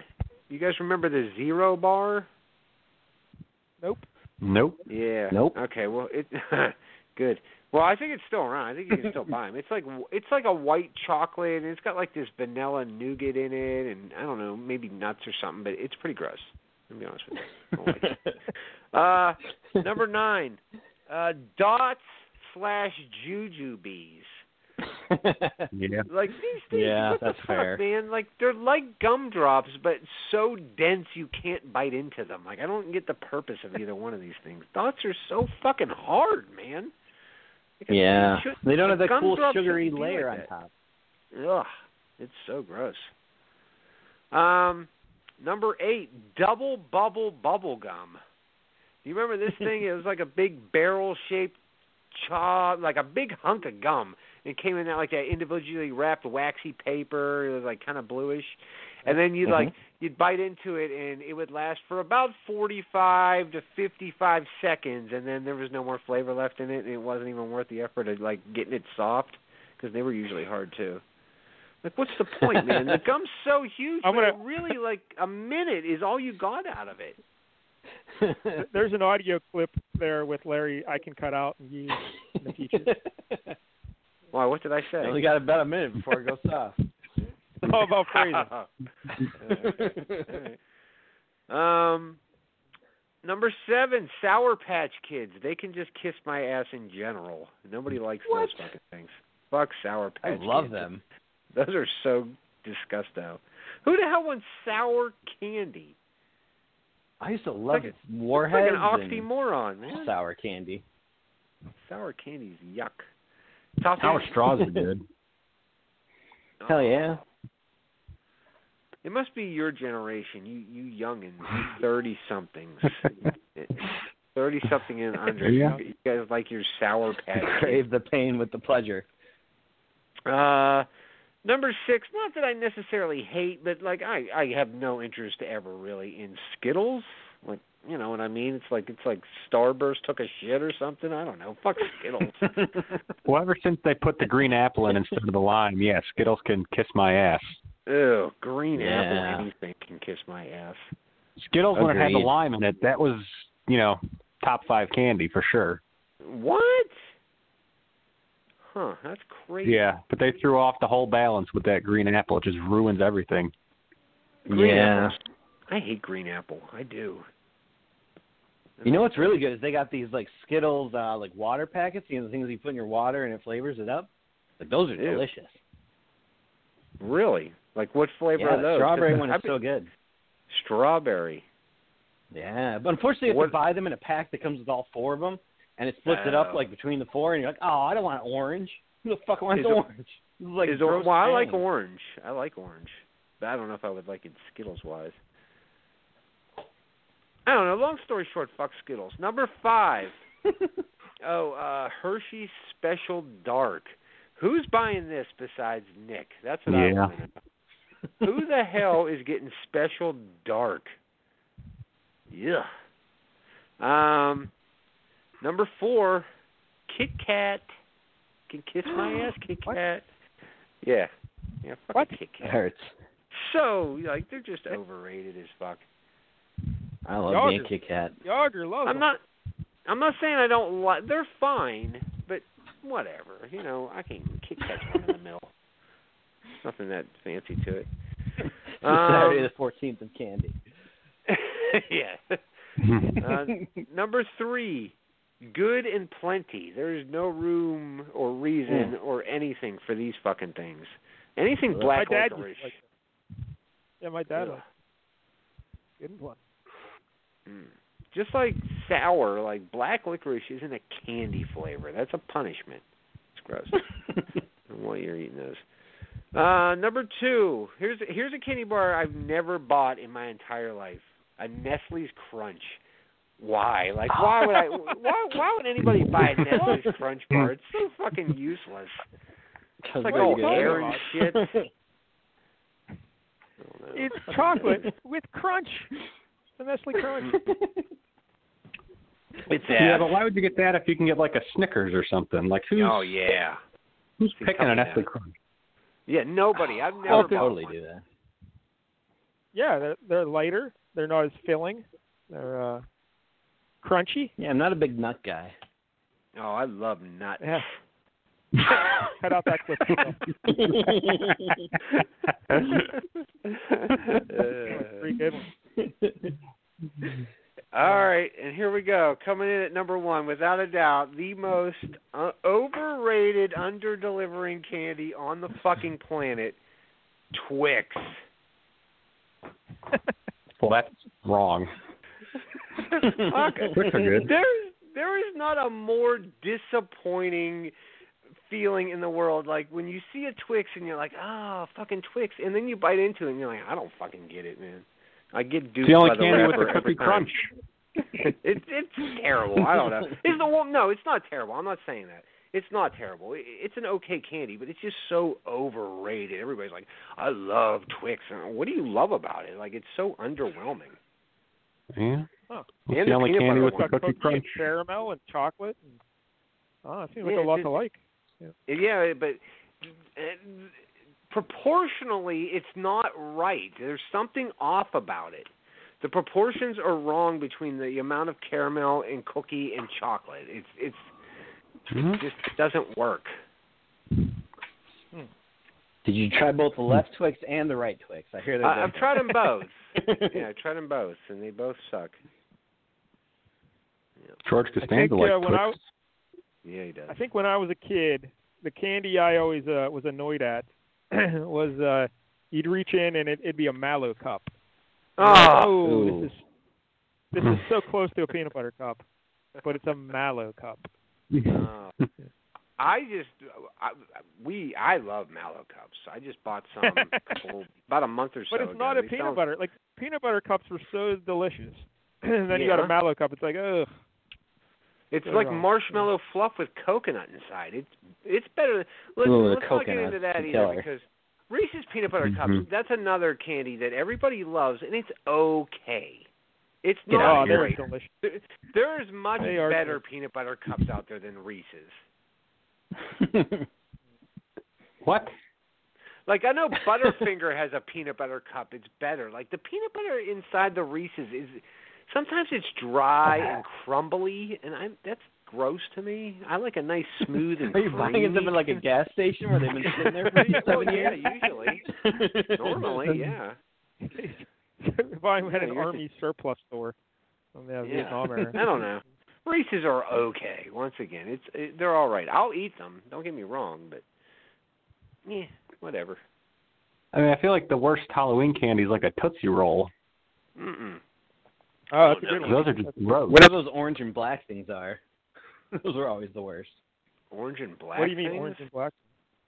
You guys remember the Zero Bar? Nope. Nope. Yeah. Nope. Okay. Well, it good. Well, I think it's still around. I think you can still buy them. It's like it's like a white chocolate, and it's got like this vanilla nougat in it, and I don't know, maybe nuts or something. But it's pretty gross. To be honest with you. I don't like it. uh, number nine, uh, dots slash juju bees. yeah. Like these things, Yeah, what that's the fuck, fair. man? Like they're like gumdrops, but so dense you can't bite into them. Like I don't get the purpose of either one of these things. Dots are so fucking hard, man. Like, it Yeah. should- They don't a have that cool gumdrop sugary shouldn't be layer like on top. Ugh, it's so gross. Um, number eight, double bubble bubble gum. Do you remember this thing? it was like a big barrel shaped chaw, like a big hunk of gum. It came in that like that individually wrapped waxy paper. It was like kind of bluish, and then you'd like you'd bite into it, and it would last for about forty-five to fifty-five seconds, and then there was no more flavor left in it, and it wasn't even worth the effort of like getting it soft because they were usually hard too. Like, what's the point, man? the gum's so huge, I'm but gonna- it really like a minute is all you got out of it. Th- There's an audio clip there with Larry I can cut out and use in the future. Why? What did I say? only got about a minute before it goes off. How about phrasing? Um, number seven, Sour Patch Kids. They can just kiss my ass in general. Nobody likes those fucking things. Fuck Sour I Patch. love Kids. them. Those are so disgusto. Who the hell wants sour candy? I used to love like It's like warheads an and oxymoron, man. sour candy. Sour candy's yuck. Top Sour ten. straws are good. Oh. Hell yeah. It must be your generation, you you youngins, thirty somethings, thirty something and under. Yeah. You guys like your sour patch. Kids. Crave the pain with the pleasure. Uh, number six. Not that I necessarily hate, but like I I have no interest ever really in Skittles. Like you know what I mean? It's like it's like Starburst took a shit or something. I don't know. Fuck Skittles. Well, ever since they put the green apple in instead of the lime, yeah, Skittles can kiss my ass. Ew, green Yeah. apple. Anything can kiss my ass. Skittles when it had the Agreed. lime in it, that was you know top five candy for sure. What? Huh? That's crazy. Yeah, but they threw off the whole balance with that green apple. It just ruins everything. Green yeah. apples. I hate green apple. I do. You know what's really good is they got these like Skittles uh like water packets, you know the things you put in your water and it flavors it up. Like those are Ew. delicious. Really? Like what flavor Yeah, are the those? strawberry one I is bet- so good. Strawberry. Yeah, but unfortunately, you have What- to buy them in a pack that comes with all four of them, and it splits it up Oh. like between the four, and you're like, oh, I don't want orange. Who the fuck wants Is it- orange? This is like is or- gross well, I like pain. orange. I like orange, but I don't know if I would like it Skittles wise. I don't know. Long story short, fuck Skittles. Number five. oh, uh, Hershey Special Dark. Who's buying this besides Nick? That's what I Yeah. want. to know. Who the hell is getting Special Dark? Yeah. Um, number four, Kit Kat. Can kiss my ass, Kit Kat. Yeah. Yeah, fuck What? Kit Kat. It hurts. So, like, they're just overrated as fuck. I love Y'all being just- Kit Kat. Yager loves I'm them. not. I'm not saying I don't like. They're fine, but whatever. You know, I can Kit Kat's one in the middle. Nothing that fancy to it. Um, Saturday the Fourteenth of candy. yeah. Uh, number three, good and plenty. There is no room or reason Hmm. or anything for these fucking things. Anything My my black dad licorice. used to like them. Yeah, my dad Ugh. liked them. Good one. Mm. Just like sour, like black licorice isn't a candy flavor. That's a punishment. It's gross. and while you're eating those. Uh, number two, here's here's a candy bar I've never bought in my entire life. A Nestle's Crunch. Why? Like, why would I? Why, why would anybody buy a Nestle's Crunch bar? It's so fucking useless. It's like all hair and shit. I don't know. It's chocolate with crunch. The Nestle Crunch. It's Yeah, ass. but why would you get that if you can get like a Snickers or something? Like who's Oh yeah. who's See, picking tell an me Nestle that. Crunch? Yeah, nobody. I've never I'll bought Oh, totally one. do that. Yeah, they're, they're lighter. They're not as filling. They're uh, crunchy. Yeah, I'm not a big nut guy. Oh, I love nuts. Yeah. Cut out that clip. Pretty good one. All right, and here we go. Coming in at number one, without a doubt, the most uh, overrated, under-delivering candy on the fucking planet, Twix. Well, that's wrong. Fuck. Twix are good. There's there is not a more disappointing feeling in the world. Like when you see a Twix and you're like, ah, fucking Twix, and then you bite into it and you're like, I don't fucking get it, man. I get It's duped the only by the candy with wrapper the every cookie time. crunch. it, it's terrible. I don't know. It's the one. No, it's not terrible. I'm not saying that. It's not terrible. It, it's an okay candy, but it's just so overrated. Everybody's like, I love Twix. And what do you love about it? Like it's so underwhelming. Yeah. Huh. And It's the the only peanut candy butter with the Got cookie cookies crunch. and caramel and chocolate. And, oh, it seems like Yeah, a lot it's- to like. Yeah, but uh, proportionally, it's not right. There's something off about it. The proportions are wrong between the amount of caramel and cookie and chocolate. It's it's Mhm. it just doesn't work. Did you try both the left Twix and the right Twix? I hear they're I, I've different. tried them both. yeah, I tried them both, and they both suck. George Costanza think, liked uh, when I- Twix. Yeah, he does. I think when I was a kid, the candy I always uh, was annoyed at was uh, you'd reach in and it, it'd be a mallow cup. Oh, oh, Ooh. this is this is so close to a peanut butter cup, but it's a mallow cup. oh. I just I, we I love mallow cups. I just bought some a couple- about a month or so. But it's ago. not a They peanut sound- butter. Like peanut butter cups were so delicious. and then you got Yeah. a mallow cup. It's like, ugh. It's They're like wrong. marshmallow fluff with coconut inside. It's it's better. than- Let's, Ooh, the let's not get coconut, into that the either killer. Mm-hmm. because Reese's peanut butter Mhm. cups. That's another candy that everybody loves, and it's okay. It's Get not oh, of they're great. delicious. There- There is much They are better peanut butter cups out there than Reese's. What? Like I know Butterfinger has a peanut butter cup. It's better. Like the peanut butter inside the Reese's is sometimes it's dry Uh-huh. and crumbly, and I'm that's gross to me. I like a nice smooth and Are you buying them creamy at like a gas station where they've been sitting there for Well, seven yeah, years? usually. Normally, yeah. Buying them at Yeah, an you're- army surplus store from the yeah. Vietnam era. I don't know. Reese's are okay. Once again, it's it, they're all right. I'll eat them. Don't get me wrong, but yeah, whatever. I mean, I feel like the worst Halloween candy is like a Tootsie Roll. Mm-mm. Oh, that's a good one. Those are just gross. Whatever those orange and black things are, those are always the worst. Orange and black. What do you mean things? orange and black?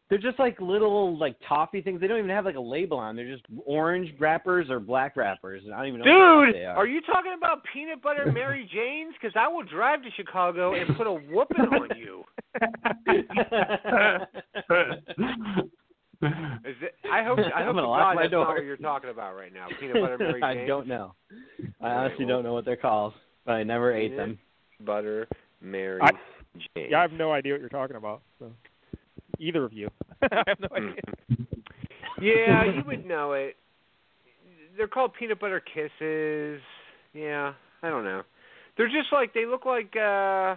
They're just like little like toffee things. They don't even have like a label on. them. They're just orange wrappers or black wrappers. I don't even know what Dude, they are. are. you talking about peanut butter Mary Janes? Because I will drive to Chicago and put a whooping on you. Is it, I hope I I'm hope to gonna lock God my that's door. not what you're talking about right now. Peanut butter Mary Janes. I don't know. I All right, honestly well- don't know what they're called, but I never ate Peanut them. butter Mary I- Janes. Yeah, I have no idea what you're talking about. So. Either of you, I have no Mm-hmm. idea. Hmm. yeah, you would know it. They're called peanut butter kisses. Yeah, I don't know. They're just like they look like uh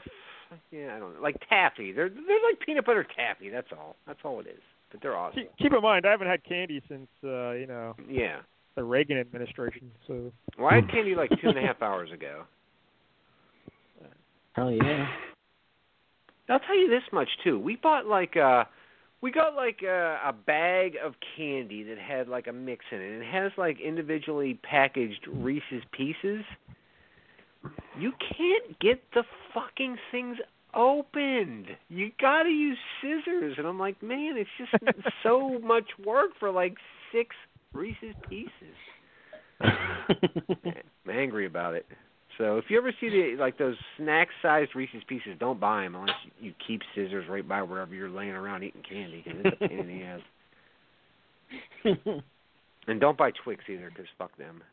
yeah, I don't know, like taffy. They're they're like peanut butter taffy. That's all. That's all it is. But they're awesome. Keep, keep in mind, I haven't had candy since uh, you know Yeah. the Reagan administration. So Well, I had candy like two and a half hours ago. Hell yeah. I'll tell you this much too. We bought like uh we got like a, a bag of candy that had like a mix in it. It has like individually packaged Reese's pieces. You can't get the fucking things opened. You got to use scissors and I'm like, "Man, it's just so much work for like 6 Reese's pieces." I'm angry about it. So if you ever see the like those snack-sized Reese's pieces, don't buy them unless you, you keep scissors right by wherever you're laying around eating candy because it's a pain in the ass. And don't buy Twix either because fuck them.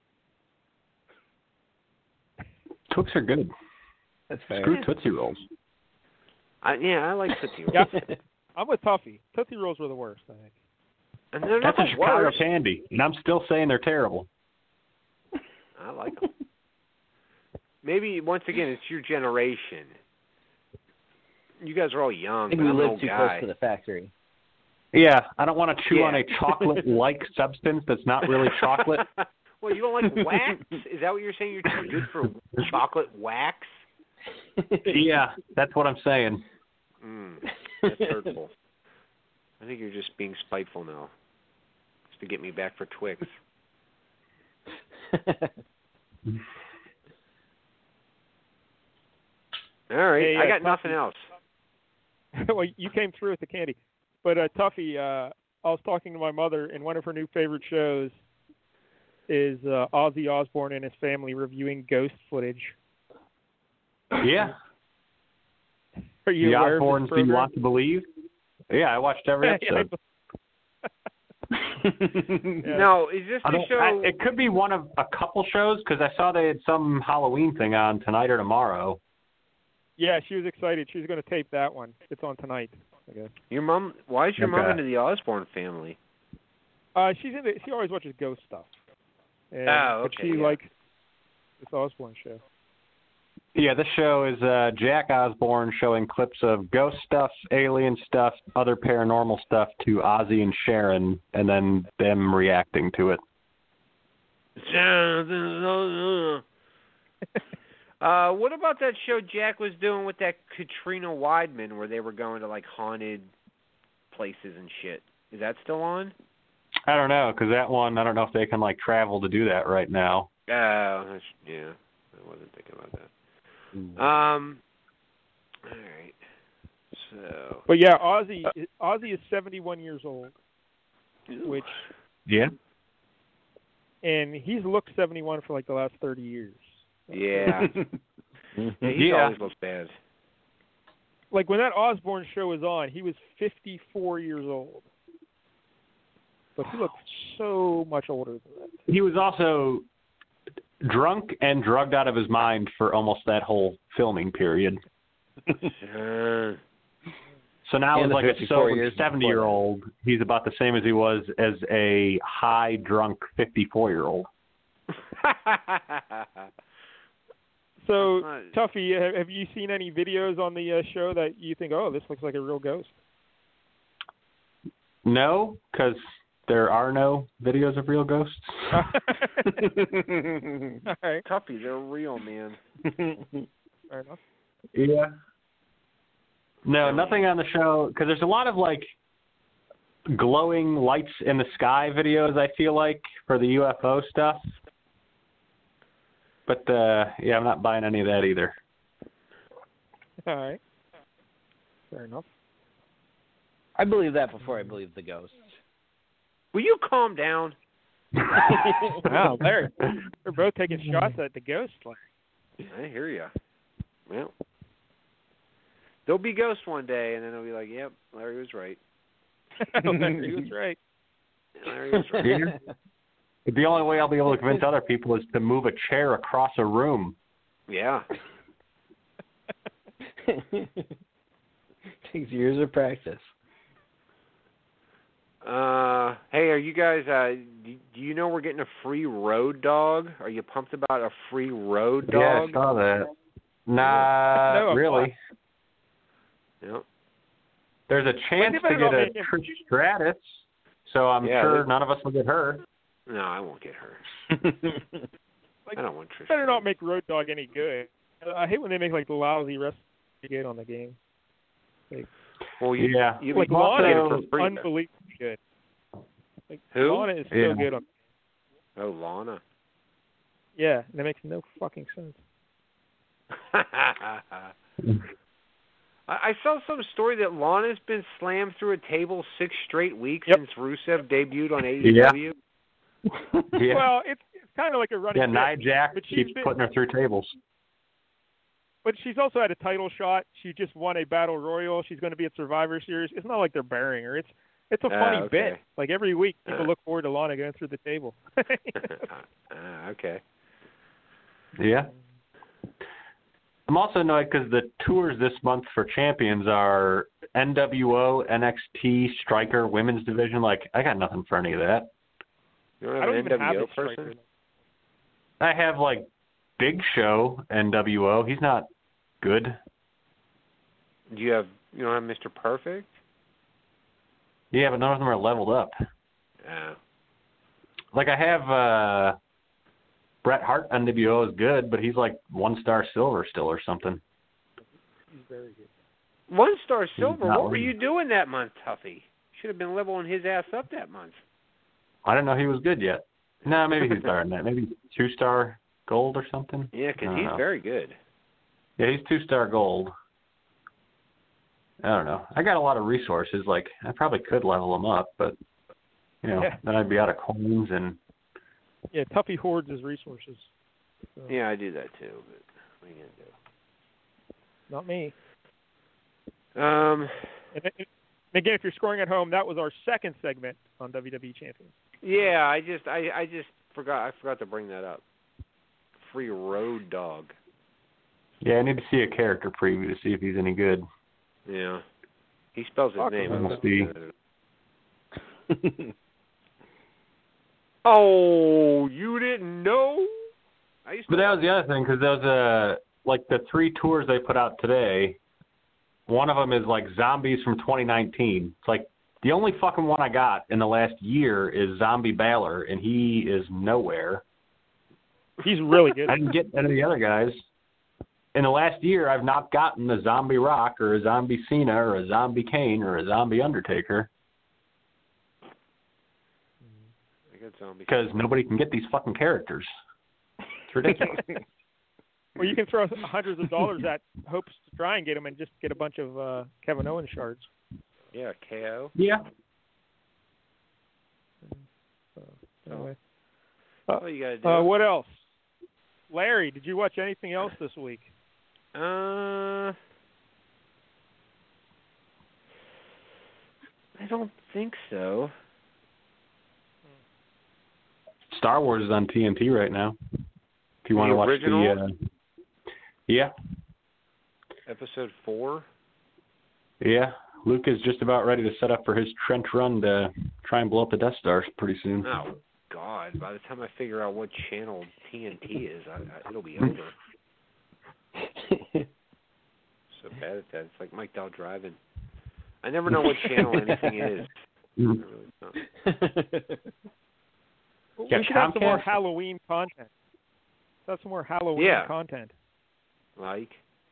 Twix are good. That's fair. Screw Tootsie Rolls. I, yeah, I like Tootsie Rolls. yeah, I'm with Tuffy. Tootsie Rolls were the worst, I think. And they're That's not a the Chicago worst. candy, and I'm still saying they're terrible. I like them. Maybe once again, it's your generation. You guys are all young. I think but we I'm an live old too guy. close to the factory. Yeah, I don't want to chew Yeah. on a chocolate-like substance that's not really chocolate. well, you don't like wax? Is that what you're saying? You're too good for chocolate wax? yeah, that's what I'm saying. Mm, that's hurtful. I think you're just being spiteful now, just to get me back for Twix. All right, Hey, I uh, got nothing else. well, you came through with the candy, but uh, Tuffy, uh, I was talking to my mother, and one of her new favorite shows is uh, Ozzy Osbourne and his family reviewing ghost footage. Yeah, Are you the aware of this Osbournes seem program? lots to believe. Yeah, I watched every Yeah, I episode. Yeah. Now, is this I the don't- show? I- it could be one of a couple shows because I saw they had some Halloween thing on tonight or tomorrow. Yeah, she was excited. She was going to tape that one. It's on tonight, I guess. your mom? Why is your Okay. mom into the Osborne family? Uh, she's into, she always watches ghost stuff. And, Oh, but okay, She yeah. likes this Osbourne show. Yeah, this show is uh, Jack Osborne showing clips of ghost stuff, alien stuff, other paranormal stuff to Ozzy and Sharon, and then them reacting to it. Uh, what about that show Jack was doing with that Katrina Weidman, where they were going to like haunted places and shit? Is that still on? I don't know because that one I don't know if they can like travel to do that right now. Oh, that's- yeah. I wasn't thinking about that. Um. All right. So. But yeah, Ozzy Uh, Ozzy is 71 years old, which Yeah. and he's looked 71 for like the last 30 years. Yeah. yeah he Yeah. always looks bad. Like when that Osborne show was on, he was 54 years old. But he looked so much older than that. He was also drunk and drugged out of his mind for almost that whole filming period. Uh, So now And as the like a 54 sober years before seventy year old, he's about the same as he was as a high drunk fifty four year old. So Uh, Tuffy, have, have you seen any videos on the uh, show that you think, oh, this looks like a real ghost? No, because there are no videos of real ghosts. All right, Tuffy, they're real, man. fair enough. Yeah. No, nothing on the show because there's a lot of like glowing lights in the sky videos. I feel like for the UFO stuff, but uh, yeah, I'm not buying any of that either. All right, fair enough. I believe that before I believe the ghosts. Will you calm down? Wow, Larry, we're both taking shots at the ghost. Larry. I hear ya. Well, there'll be ghosts one day, and then they'll be like, "Yep, Larry was right. Larry, he was right. Larry was right." The only way I'll be able to convince other people is to move a chair across a room. yeah. Takes years of practice. Uh, hey, are you guys? Uh, do, do you know we're getting a free road dog? Are you pumped about a free road dog? Yeah, I saw that. Nah, No, I'm really. not. Yep. There's a chance Wait, they to get better a not make Trish Stratus, so I'm Yeah, sure they- none of us will get her. No, I won't get her. I don't want Trish. Better not make Road Dog any good. Uh, I hate when they make like lousy rest good on the game. Well, you, Yeah. You Like you also get Lana it for is free. unbelievably good. Like Who? Lana is so Yeah. good on. Oh, Lana. Yeah, that makes no fucking sense. I, I saw some story that Lana's been slammed through a table six straight weeks Yep. since Rusev debuted on E Yeah. AEW. Yeah, Well, it's it's kind of like a running. yeah bit. Nia Jax But she's keeps been- putting her through tables. But she's also had a title shot. She just won a battle royal. She's going to be at Survivor Series. It's not like they're burying her. It's it's a Ah, funny okay. bit. Like every week, people Ah. look forward to Lana going through the table. Ah, okay. Yeah. I'm also annoyed because the tours this month for champions are NWO, NXT, Striker, Women's Division. Like, I got nothing for any of that. You don't have I don't an even have NWO a person? striker. I have like Big Show, NWO. He's not good. Do you have you don't have Mr. Perfect? Yeah, but none of them are leveled up. Uh, Like I have uh Bret Hart NWO is good, but he's like one star silver still or something. one star silver. not What were winning. you doing that month, Tuffy? Should have been leveling his ass up that month. I don't know he was good yet. No, maybe he's better than that. Maybe two star gold or something. Yeah, 'cause I don't he's know. very good. Yeah, he's two star gold. I don't know. I got a lot of resources. Like I probably could level him up, but you know, Yeah. then I'd be out of coins and Yeah, Tuffy hoards his resources. So, Yeah, I do that too. But what are you gonna do? Not me. Um, And, and again, if you're scoring at home, that was our second segment on WWE Champions. yeah, I just I I just forgot I forgot to bring that up. Free road dog. yeah, I need to see a character preview to see if he's any good. Yeah, he spells his Fuck, name. must be. Oh, you didn't know? I used But to. that was the other thing because those uh like the three tours they put out today. One of them is like zombies from 2019. It's like the only fucking one I got in the last year is Zombie Balor, and he is nowhere. He's really good. I didn't get any of the other guys. In the last year, I've not gotten a Zombie Rock or a Zombie Cena or a Zombie Kane or a Zombie Undertaker I got zombies. because nobody can get these fucking characters. It's ridiculous. Well, you can throw hundreds of dollars at hopes to try and get him and just get a bunch of uh, Kevin Owens shards. Yeah, KO. yeah. So, anyway. That's all you gotta do. uh, what else? Larry, did you watch anything else this week? Uh, I don't think so. Star Wars is on TNT right now. If you want The to watch original? the. Uh, yeah, Episode four. yeah. Luke is just about ready to set up for his trench run to try and blow up the Death Star pretty soon. Oh God! By the time I figure out what channel TNT is, I, I, it'll be over. so bad at that. It's like Mike Dow driving. I never know what channel anything is. I Mm. really don't. Yeah, we should have some more Comcast- Halloween content. Let's have some more Halloween Yeah. content. Like.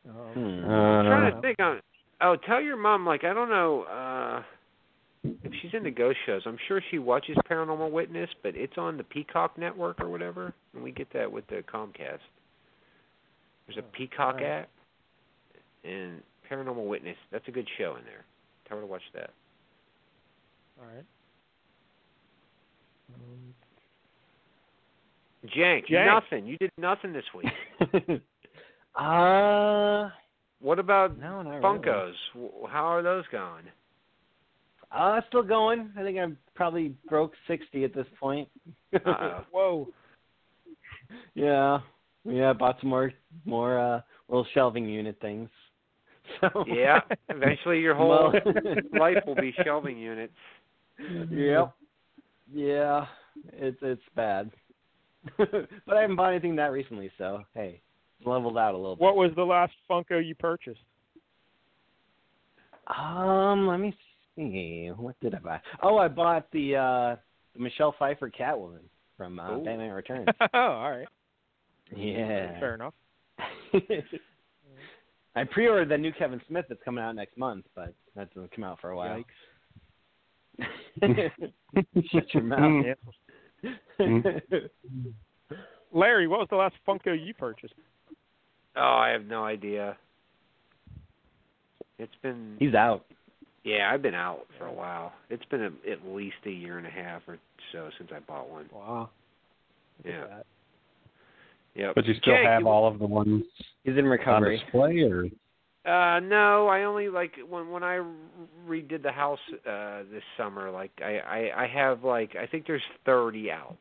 Um, I'm trying to Uh, think on. Oh, tell your mom. Like I don't know uh if she's into ghost shows. I'm sure she watches Paranormal Witness, but it's on the Peacock Network or whatever, and we get that with the Comcast. There's a Peacock alright. app, and Paranormal Witness. That's a good show in there. Tell her to watch that. all right. Um, Jank, Jank. nothing. You did nothing this week. uh, What about no, not really. Funkos? W How are those going? Uh, still going. I think I'm probably broke 60 at this point. Uh-oh. whoa. yeah. Yeah, I bought some more more uh little shelving unit things. So yeah, eventually your whole life will be shelving units. Yep. Yeah. It's it's bad. but I haven't bought anything that recently, so hey, it's leveled out a little bit. What was the last Funko you purchased? Um, let me see. What did I buy? Oh, I bought the uh the Michelle Pfeiffer Catwoman from uh, Ooh. Batman Returns. oh, all right. yeah. Fair enough. I pre-ordered the new Kevin Smith that's coming out next month, but that doesn't come out for a while. Shut your mouth. Yeah. Larry, what was the last Funko you purchased? Oh, I have no idea. It's been He's out. yeah, I've been out for a while. It's been a, at least a year and a half or so since I bought one. Wow. Yeah, yeah. but you still Jake, have you- all of the ones He's in on recovery. display, or Uh, no, I only like when when I redid the house uh this summer. Like I I, I have like I think there's thirty out,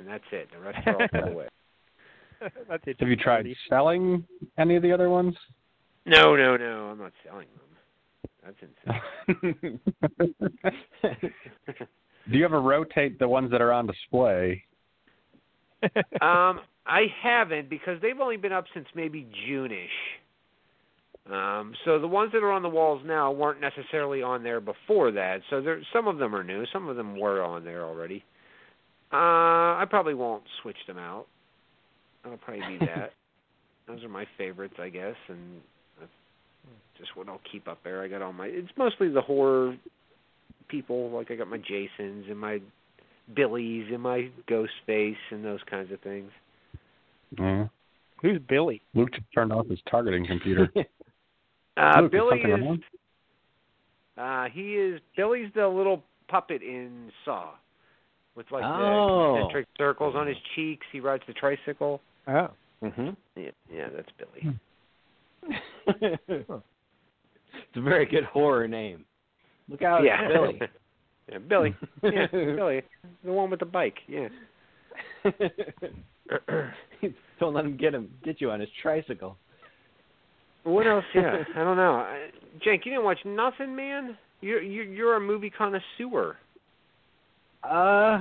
and that's it. The rest are all put away. That's it. have you tried selling any of the other ones? No, no, no. I'm not selling them. That's insane. Do you ever rotate the ones that are on display? um, I haven't because they've only been up since maybe June-ish. Um, so the ones that are on the walls now weren't necessarily on there before that. So there, some of them are new, some of them were on there already. Uh, I probably won't switch them out. I'll probably be that. Those are my favorites, I guess, and that's just what I'll keep up there. I got all my. It's mostly the horror people. Like I got my Jasons and my Billies and my Ghostface and those kinds of things. Yeah. Who's Billy? Luke just turned off his targeting computer. uh, Luke, Billy something is. wrong? Uh, he is Billy's the little puppet in Saw, with like the Oh. concentric circles on his cheeks. He rides the tricycle. Oh. Mm-hmm. Yeah, yeah, that's Billy. it's a very good horror name. Look out, it's Oh, yeah, Billy. yeah, Billy. Yeah, Billy, the one with the bike. Yeah. Don't let him get him get you on his tricycle. What else? Yeah, I don't know. I, Jake, you didn't watch nothing, man. You're you're, you're a movie connoisseur. Uh,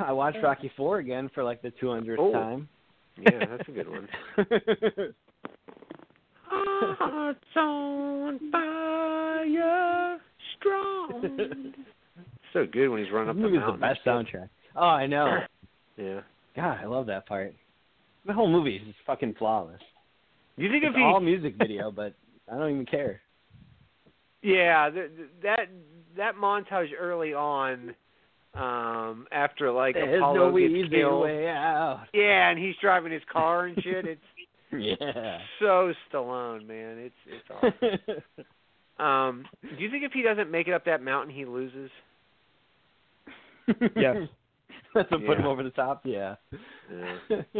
I watched Rocky Four again for like the 200th Oh. time. Yeah, that's a good one. Hearts on fire, strong. so good when he's running that up the movie's the mountain. best soundtrack. Oh, I know. Yeah. God, I love that part. The whole movie is just fucking flawless. You think It's if he? all music video, but I don't even care. yeah, th- th- that that montage early on, um, after like There's Apollo no gets easy killed. way out. Yeah, and he's driving his car and shit. It's Yeah. so Stallone, man. It's it's awesome. Um, do you think if he doesn't make it up that mountain, he loses? Yes. That's what put him Yeah. over the top. Yeah. Uh,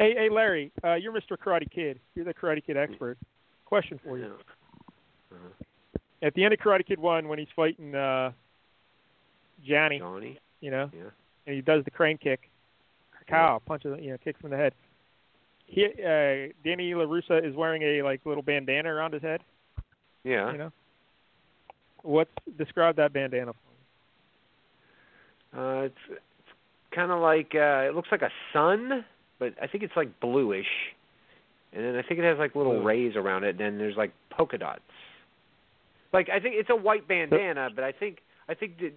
Hey, hey, Larry, uh, you're Mr. Karate Kid. You're the Karate Kid expert. Question for you. At the end of Karate Kid 1, when he's fighting uh, Johnny, Johnny. you know, Yeah. and he does the crane kick, cow punches, you know, kicks him in the head. He, uh, Danny LaRussa is wearing a like little bandana around his head. Yeah. You know, what's describe that bandana? Uh, it's it's kind of like uh, it looks like a sun, but I think it's like bluish, and then I think it has like little Hmm. rays around it. And then there's like polka dots. Like I think it's a white bandana, but I think I think the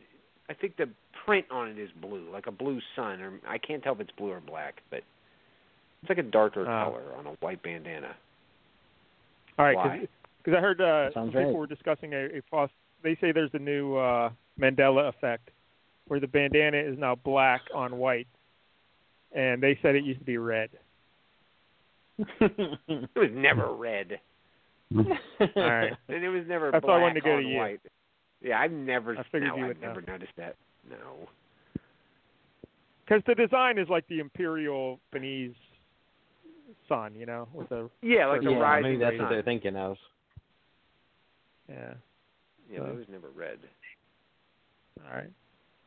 I think the print on it is blue, like a blue sun, or I can't tell if it's blue or black, but it's like a darker Oh. color on a white bandana. All Why? right, because I heard uh, Sounds some people right. were discussing a, a false. They say there's a new uh, Mandela effect, where the bandana is now black on white, and they said it used to be red. It was never Hmm. red, All right, and it was never That's why I black wanted to go on to you. white. Yeah, I've never. I figured no, you I've would know. never noticed that. No. because the design is like the imperial Beninese sun, you know, with the Yeah, like the yeah, rising maybe that's sun. what they're thinking of. yeah. Yeah, but So- it was never red. All right,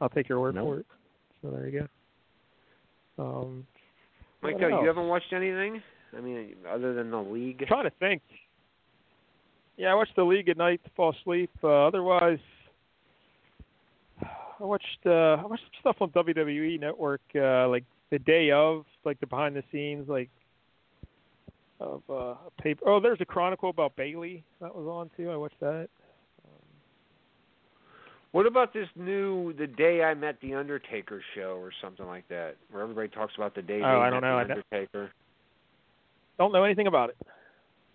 I'll take your word Nope. for it. So there you go. Um, What Mike, you else? haven't watched anything? I mean, other than the league. trying to think. Yeah, I watch the league at night to fall asleep. Uh, otherwise, I watched uh, I watched stuff on WWE Network uh, like the day of, like the behind the scenes, like of uh, a paper. Oh, there's a chronicle about Bailey that was on too. I watched that. What about this new "The Day I Met the Undertaker" show or something like that, where everybody talks about the day they Oh, met I don't know. I the don't- Undertaker? Don't know anything about it.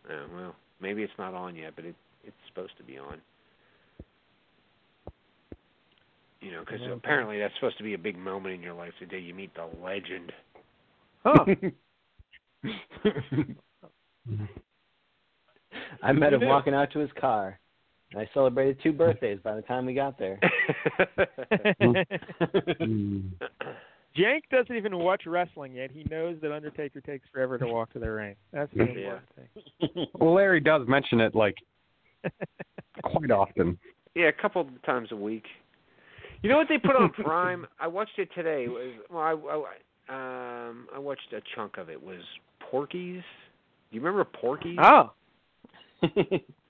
Yeah, Oh, well, maybe it's not on yet, but it it's supposed to be on. You know, because Yeah. apparently that's supposed to be a big moment in your life, the day you meet the legend. Huh? I met You him do. walking out to his car. and I celebrated two birthdays by the time we got there. Hmm. Jank doesn't even watch wrestling yet. He knows that Undertaker takes forever to walk to the ring. That's the important Yeah. Well, Larry does mention it like thing. quite often. Yeah, a couple times a week. You know what they put on Prime? I watched it today. It was well, I, I um I watched a Ah. chunk of it. Was Porky's? Do you remember Porky's? Oh,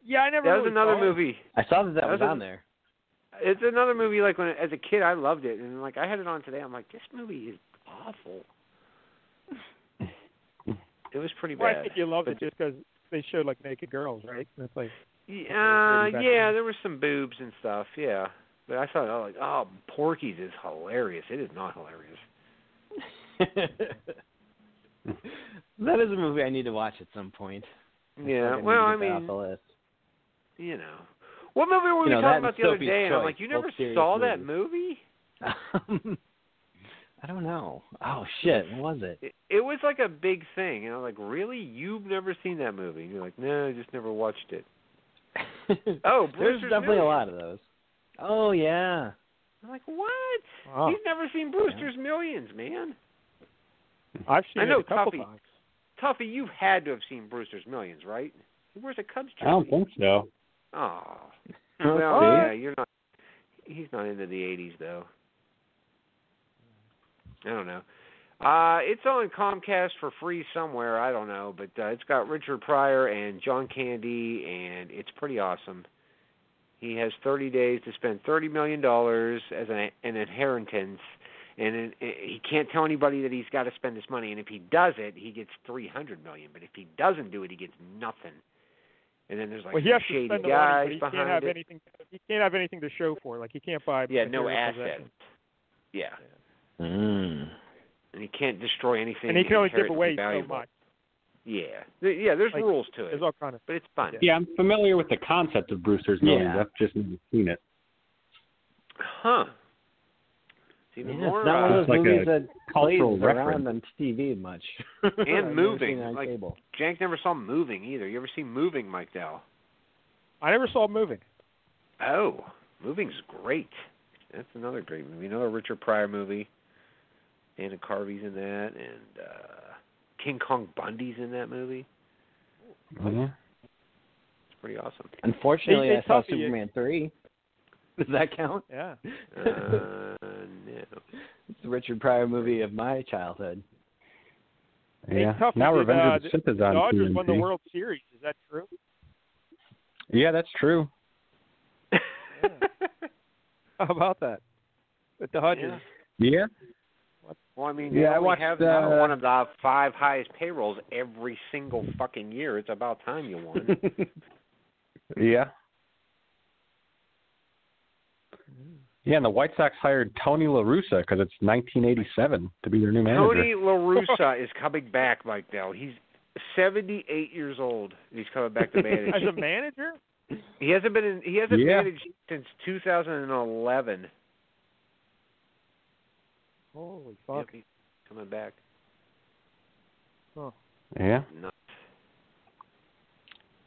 Yeah, I never. That really was another saw it. movie. I saw that that was That was on a- there. It's another movie. Like when as a kid, I loved it, and like I had it on today. I'm like, this movie is awful. It was pretty Well, I bad. think you loved but- it just because they showed like naked girls, right? And it's like, Yeah, uh, Pretty bad. yeah, there were some boobs and stuff. Yeah, but I thought, oh, like, oh, Porky's is hilarious. It is not hilarious. that is a movie I need to watch at some point. Yeah. Like, need well, to I get that off mean, the list. you know, what movie were we You know, that talking and about the other Sophie's day? And I'm Choice, like, you both never serious saw that movie? Um, I don't know. Oh shit, what was it? It, it was like a big thing, and I'm like, really? You've never seen that movie? And you're like, no, I just never watched it. Oh, There's Brewster's definitely a Millions. lot of those. Oh yeah. I'm like, what? wow, He's never seen Brewster's Millions, man. I've seen I know it a couple Tuffy. times. Tuffy, you've had to have seen Brewster's Millions, right? He wears a Cubs jersey. I don't think so. Oh. Well, Okay. yeah, you're not. He's not into the '80s though. I don't know. Uh, it's on Comcast for free somewhere. I don't know, but uh, it's got Richard Pryor and John Candy, and it's pretty awesome. He has 30 days to spend 30 million dollars as an, an inheritance, and in, he can't tell anybody that he's got to spend this money. And if he does it, he gets 300 million. But if he doesn't do it, he gets nothing. And then there's like well, he some has to shady spend the guys money, but he behind can't have it. anything. He can't have anything to show for. it. Like he can't buy. Yeah, no material assets. possessions. Yeah, Mm. and he can't destroy anything. and he can only give inherently away so valuable. much. Yeah, Th- yeah. There's Like, rules to it, There's all kind of. but it's fun. Yeah, I'm familiar with the concept of Brewster's Millions. Yeah. I've just never seen it. Huh? It's Yeah, even it's more uh, not one of It's those like a movies that plays cultural around reference. on TV much. I've never seen moving, it on like- cable. uh, Jank never saw Moving either. You ever see Moving, Mike Dell? I never saw moving. Oh, Moving's great. That's another great movie. Another Richard Pryor movie. Anna Carvey's in that, and uh King Kong Bundy's in that movie. It's pretty awesome. Unfortunately, They- I they saw copy it. Superman three. Does that count? Yeah. Uh, no. It's the Richard Pryor movie of my childhood. Hey, Yeah. Tuffy, now did, Revenge uh, of the Sith is The on Dodgers won the TNT. World Series. Is that true? Yeah, that's true. How about that? The Dodgers. Yeah. Yeah. Well, I mean, Yeah, yeah, I we watched, have uh, now one of the five highest payrolls every single fucking year. It's about time you won. Yeah. Yeah, and the White Sox hired Tony La Russa because it's 1987 to be their new manager. Tony La Russa is coming back, Mike Dell. He's 78 years old, and he's coming back to manage. As a manager, he hasn't been in, he hasn't Yeah. managed since 2011. holy Yep, fuck! he's coming back. Yeah. Nuts.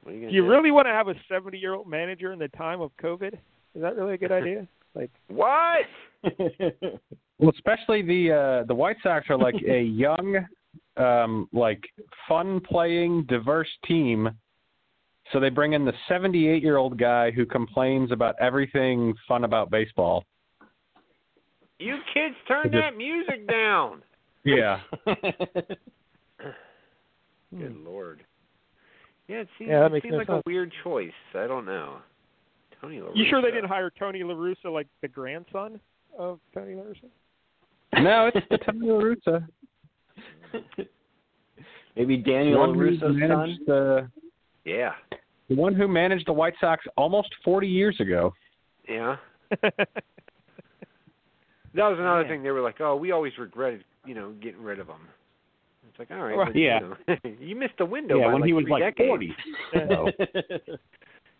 What are you gonna Do you do? really want to have a 70-year-old manager in the time of COVID? Is that really a good idea? Like, What? Well, especially the uh, the White Sox are like a young, um, like fun playing, diverse team. So they bring in the 78 year old guy who complains about everything fun about baseball. You kids, turn Just- that music down. Yeah. Good lord. Yeah, it seems Hmm. Yeah, that it makes seemed no like sense. a weird choice. I don't know. Tony La you sure they Russa. didn't hire Tony La Russa, like the grandson of Tony La Russa? no, it's the Tony La Russa. Maybe The Daniel one who Russo's son. managed the Yeah. the one who managed the White Sox almost 40 years ago. Yeah. That was another thing. They were like, "Oh, we always regretted, you know, getting rid of him." It's like, all right, Right. but, you Yeah. know, you missed the window. yeah, by when he was three like decades. 40. Yeah.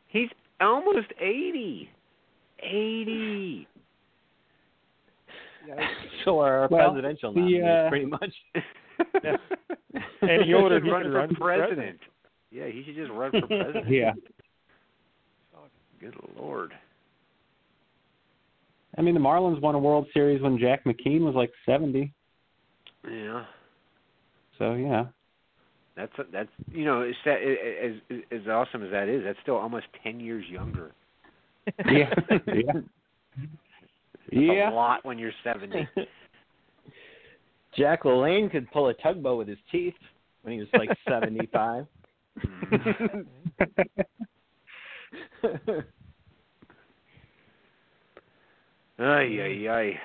He's almost eighty. Eighty. so are our Well, presidential the, nominees, uh, pretty much. And he should ordered- he run should for run for president. president. Yeah, he should just run for president. Yeah. Good lord. I mean, the Marlins won a World Series when Jack McKean was like 70. Yeah. So, yeah. That's that's you know as as as awesome as that is, that's still almost ten years younger. Yeah. yeah. That's Yeah. a lot when you're seventy. Jack LaLanne could pull a tugboat with his Mm-hmm. teeth when he was like 75. Ay, ay, ay.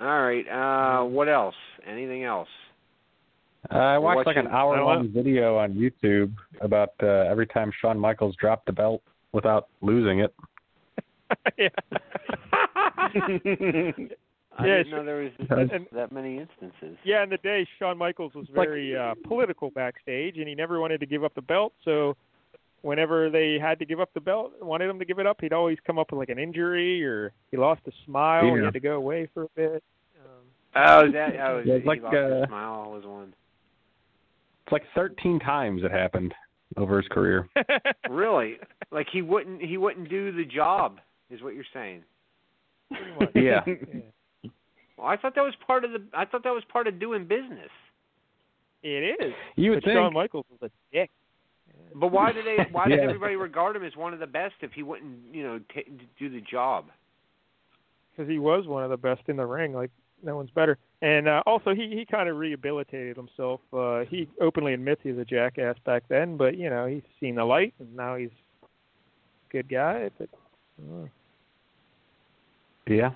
All right. Uh, what else? Anything else? Uh, I watched like watching- an hour long video on YouTube about uh, every time Shawn Michaels dropped the belt without losing it. yeah. I Yeah, didn't sure. know there was And- that, that many instances. Yeah, in the day, Shawn Michaels was Like- very uh, political backstage, and he never wanted to give up the belt. So, whenever they had to give up the belt, wanted him to give it up, he'd always come up with like an injury or he lost a smile. He Yeah. had to go away for a bit. Oh, that. Oh, Yeah, he like, lost his uh, smile was one. It's like 13 times it happened over his career. really? Like he wouldn't? He wouldn't do the job? Is what you're saying? yeah. Well, I thought that was part of the. I thought that was part of doing business. It is. You would but Shawn think. Michaels was a dick. But why do they? Why did Yeah. everybody regard him as one of the best if he wouldn't, you know, t- do the job? because he was one of the best in the ring. Like no one's better. And uh, also, he he kind of rehabilitated himself. Uh, he openly admits he's a jackass back then, but you know he's seen the light and now he's a good guy. But uh, Yeah.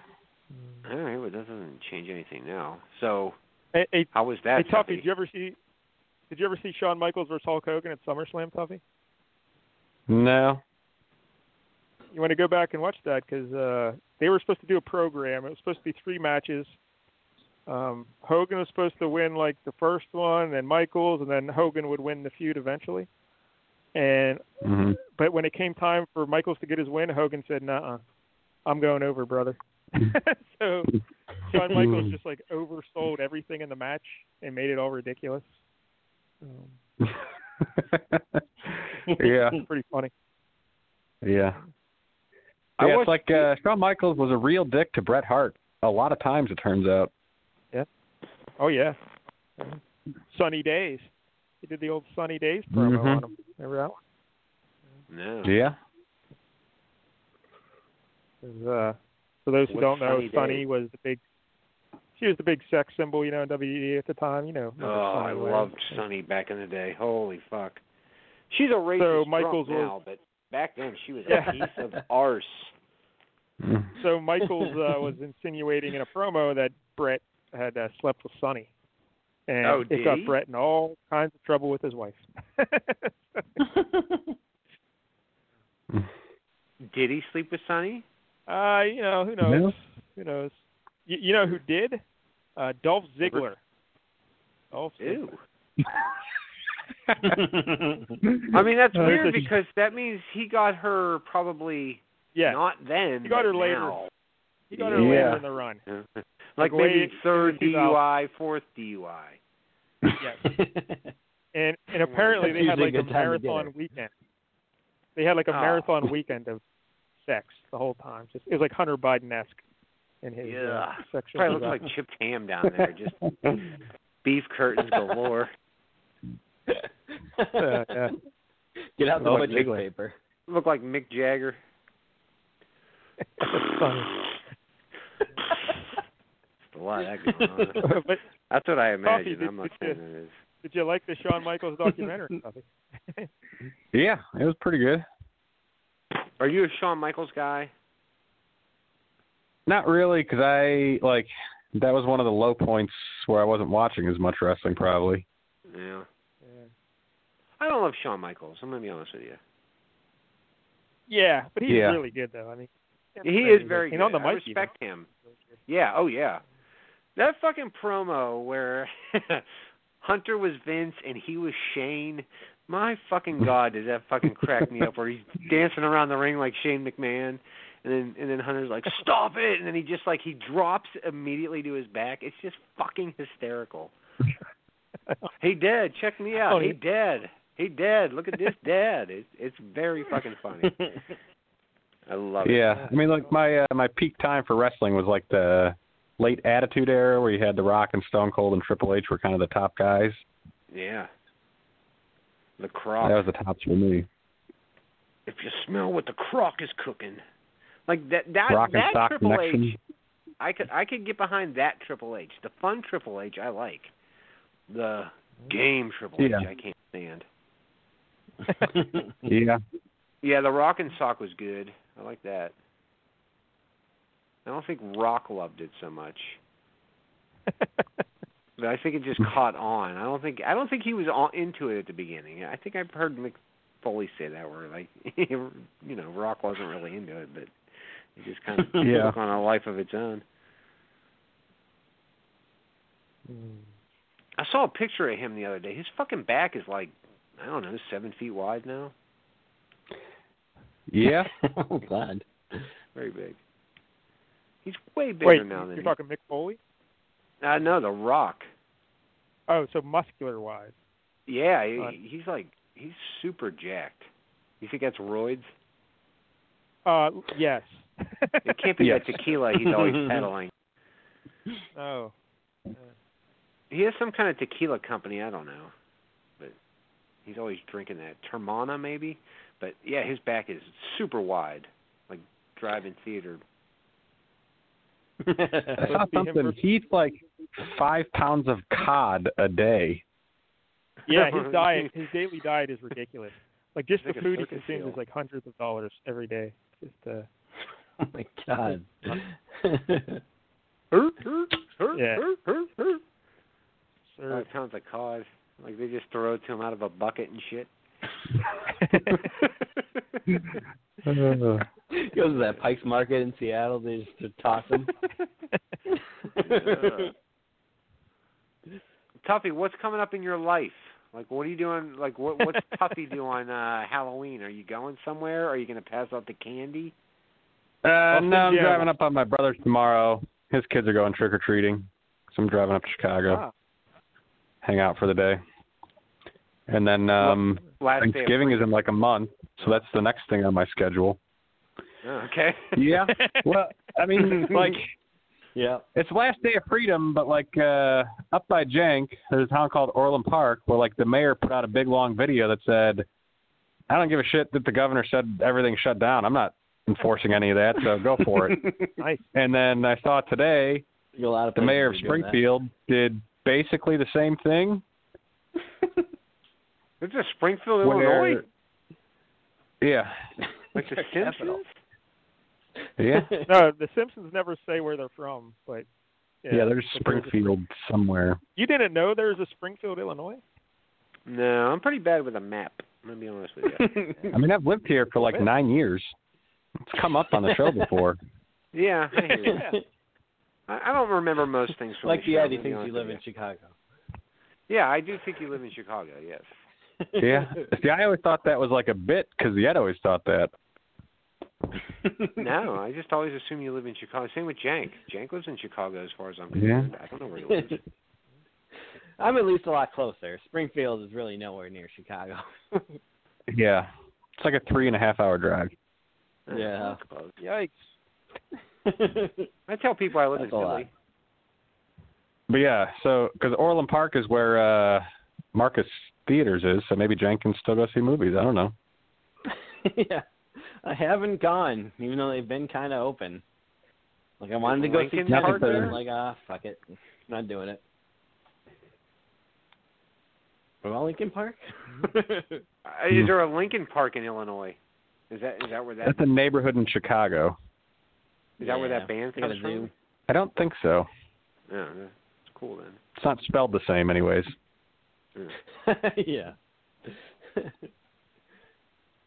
All right, well, that doesn't change anything now. So hey, hey, how was hey that? Tuffy, Tuffy? did you ever see? Did you ever see Shawn Michaels versus Hulk Hogan at SummerSlam, Tuffy? No. You want to go back and watch that because uh, they were supposed to do a program. It was supposed to be three matches. Um, Hogan was supposed to win like the first one, and Michaels, and then Hogan would win the feud eventually. And Mm-hmm. hmm But when it came time for Michaels to get his win, Hogan said, "Nah, I'm going over, brother." so Shawn Michaels just like oversold everything in the match and made it all ridiculous. Um, yeah. it's pretty funny. Yeah. I yeah, watched- it's like uh, Shawn Michaels was a real dick to Bret Hart a lot of times, it turns out. Oh yeah, Sunny Days. He did the old Sunny Days promo Mhm. on him. Remember that one? No. Yeah. 'Cause, Uh, for those who What's don't know, Sunny Sunny Days? was the big. She was the big sex symbol, you know, in WWE at the time. You know. Oh, remember I Sunny Wade? loved Sunny back in the day. Holy fuck. She's a racist So drunk Michaels was- now, but back then she was Yeah. a piece of arse. So Michaels uh, was insinuating in a promo that Brett had uh, slept with Sonny. And Oh, it did got he? Brett in all kinds of trouble with his wife. Uh, Did he sleep with Sunny? uh, you know, who knows? Who knows? You, you know who did? Uh, Dolph Ziggler. Dolph Ziggler. Ew. I mean, that's Uh, weird it's a- because that means he got her probably Yeah. not then. He got her but later. now. he got her Yeah. later in the run. like, Like maybe way- third he's DUI, fourth DUI. And and apparently they had usually a like a good time to get marathon it. weekend. They had like a Oh. marathon weekend of sex the whole time. Just it was like Hunter Biden esque in his Yeah. uh, sexual. Probably looks desire. like chipped ham down there. Just beef curtains galore. Uh, yeah. Get out the Oh, budget Jiggly. paper. Look like Mick Jagger. That's funny. There's a lot of that going on. but That's what I imagine. did I'm not you- saying that is. did you like the Shawn Michaels documentary? Tuffy? Yeah, it was pretty good. Are you a Shawn Michaels guy? Not really, because I like that was one of the low points where I wasn't watching as much wrestling. Probably. Yeah. I don't love Shawn Michaels. I'm gonna be honest with you. yeah, but he's Yeah. really good though. I mean, He is very and good. on the I mic. even. respect him. Yeah. Oh yeah. That fucking promo where Hunter was Vince and he was Shane. My fucking god, does that fucking crack me up? Where he's dancing around the ring like Shane McMahon, and then and then Hunter's like, "Stop it!" and then he just like he drops immediately to his back. It's just fucking hysterical. Hey dad, check me out. Oh, hey yeah. dad, hey dad, look at this dad. It's it's very fucking funny. I love it. Yeah, I mean, like my uh, my peak time for wrestling was like the late Attitude Era, where you had The Rock and Stone Cold and Triple H were kind of the top guys. Yeah. The That croc. was the tops for me. if you smell what the croc is cooking, like that that Rock and that Sock Triple Connection. H, I could I could get behind that Triple H. The fun Triple H I like. The game Triple H Yeah. I can't stand. Yeah. Yeah, the Rock and Sock was good. I like that. I don't think Rock loved it so much. but I think it just caught on. I don't think I don't think he was all into it at the beginning. I think I've heard Mick Foley say that where like you know Rock wasn't really into it, but it just kind of Yeah. took on a life of its own. Hmm. I saw a picture of him the other day. His fucking back is like I don't know seven feet wide now. Yeah. oh God. Very big. He's way bigger Wait, now than you're he- talking Mick Foley? I know the Rock. Oh, so muscular wise. Yeah, he, Uh, he's like he's super jacked. You think that's roids? Uh, yes. It can't be Yes. that tequila he's always peddling. Oh, He has some kind of tequila company. I don't know, but he's always drinking that Termana maybe. But yeah, his back is super wide, like drive-in theater. I saw Let's see him something. versus- He eats like five pounds of cod a day. yeah. His diet, his daily diet is ridiculous. Like just the Like a food he circus consumes heel. is like hundreds of dollars every day. Just uh, Oh my God. Yeah. Five sir. pounds of cod. Like they just throw it to him out of a bucket and shit. Goes to that Pike's Market in Seattle. They just they're tossing. Tuffy, what's coming up in your life? Like, what are you doing? Like, what what's Tuffy do on uh, Halloween? Are you going somewhere? Are you going to pass out the candy? Uh, Austin, no, I'm yeah. driving up on my brother's tomorrow. His kids are going trick or treating, so I'm driving up to Chicago, Ah. hang out for the day, and then um Last day. Of- Thanksgiving is in like a month, so that's the next thing on my schedule. Oh, okay. Yeah. well, I mean, like yeah. it's last day of freedom, but like uh up by Jank, there's a town called Orland Park where like the mayor put out a big long video that said, "I don't give a shit that the governor said everything shut down. I'm not enforcing any of that, so go for it." Nice. and then I saw today A lot of the mayor of places are doing that. Springfield did basically the same thing. It's just Springfield, Where- Illinois. Yeah, Like the Capital. Simpsons. yeah, No, the Simpsons never say where they're from, but yeah, yeah. There's but a- Springfield somewhere. you didn't know there's a Springfield, Illinois? No, I'm pretty bad with a map. I'm gonna be honest with you. I mean, I've lived here for like nine years. It's come up on the show before. yeah, I, hear you. I, I don't remember most things from like the the show, I'm Eddie gonna be thinks you honest live with in Chicago. you. Yeah, I do think you live in Chicago. Yes. Yeah. See, I always thought that was like a bit because the Ed always thought that. No, I just always assume you live in Chicago. Same with Jank. Jank lives in Chicago, as far as I'm Yeah. concerned. I don't know where he lives. I'm at least a lot closer. Springfield is really nowhere near Chicago. Yeah. It's like a three and a half hour drive. Yeah. Ah, Close. Yikes! I tell people I live That's in a Philly. lot. But yeah, so because Orland Park is where uh Marcus Theaters is, so maybe Jenkins still go see movies. I don't know. yeah. I haven't gone, even though they've been kind of open. Like I wanted to go Lincoln see Tenet, Park but there? I'm like, ah, fuck it, not doing it. What about Lincoln Park? Uh, Is there a Lincoln Park in Illinois? Is that is that where that That's a neighborhood in Chicago. is that where Yeah, that band they got comes a from? zoo. I don't think so. Yeah, it's cool then. It's not spelled the same, anyways. yeah.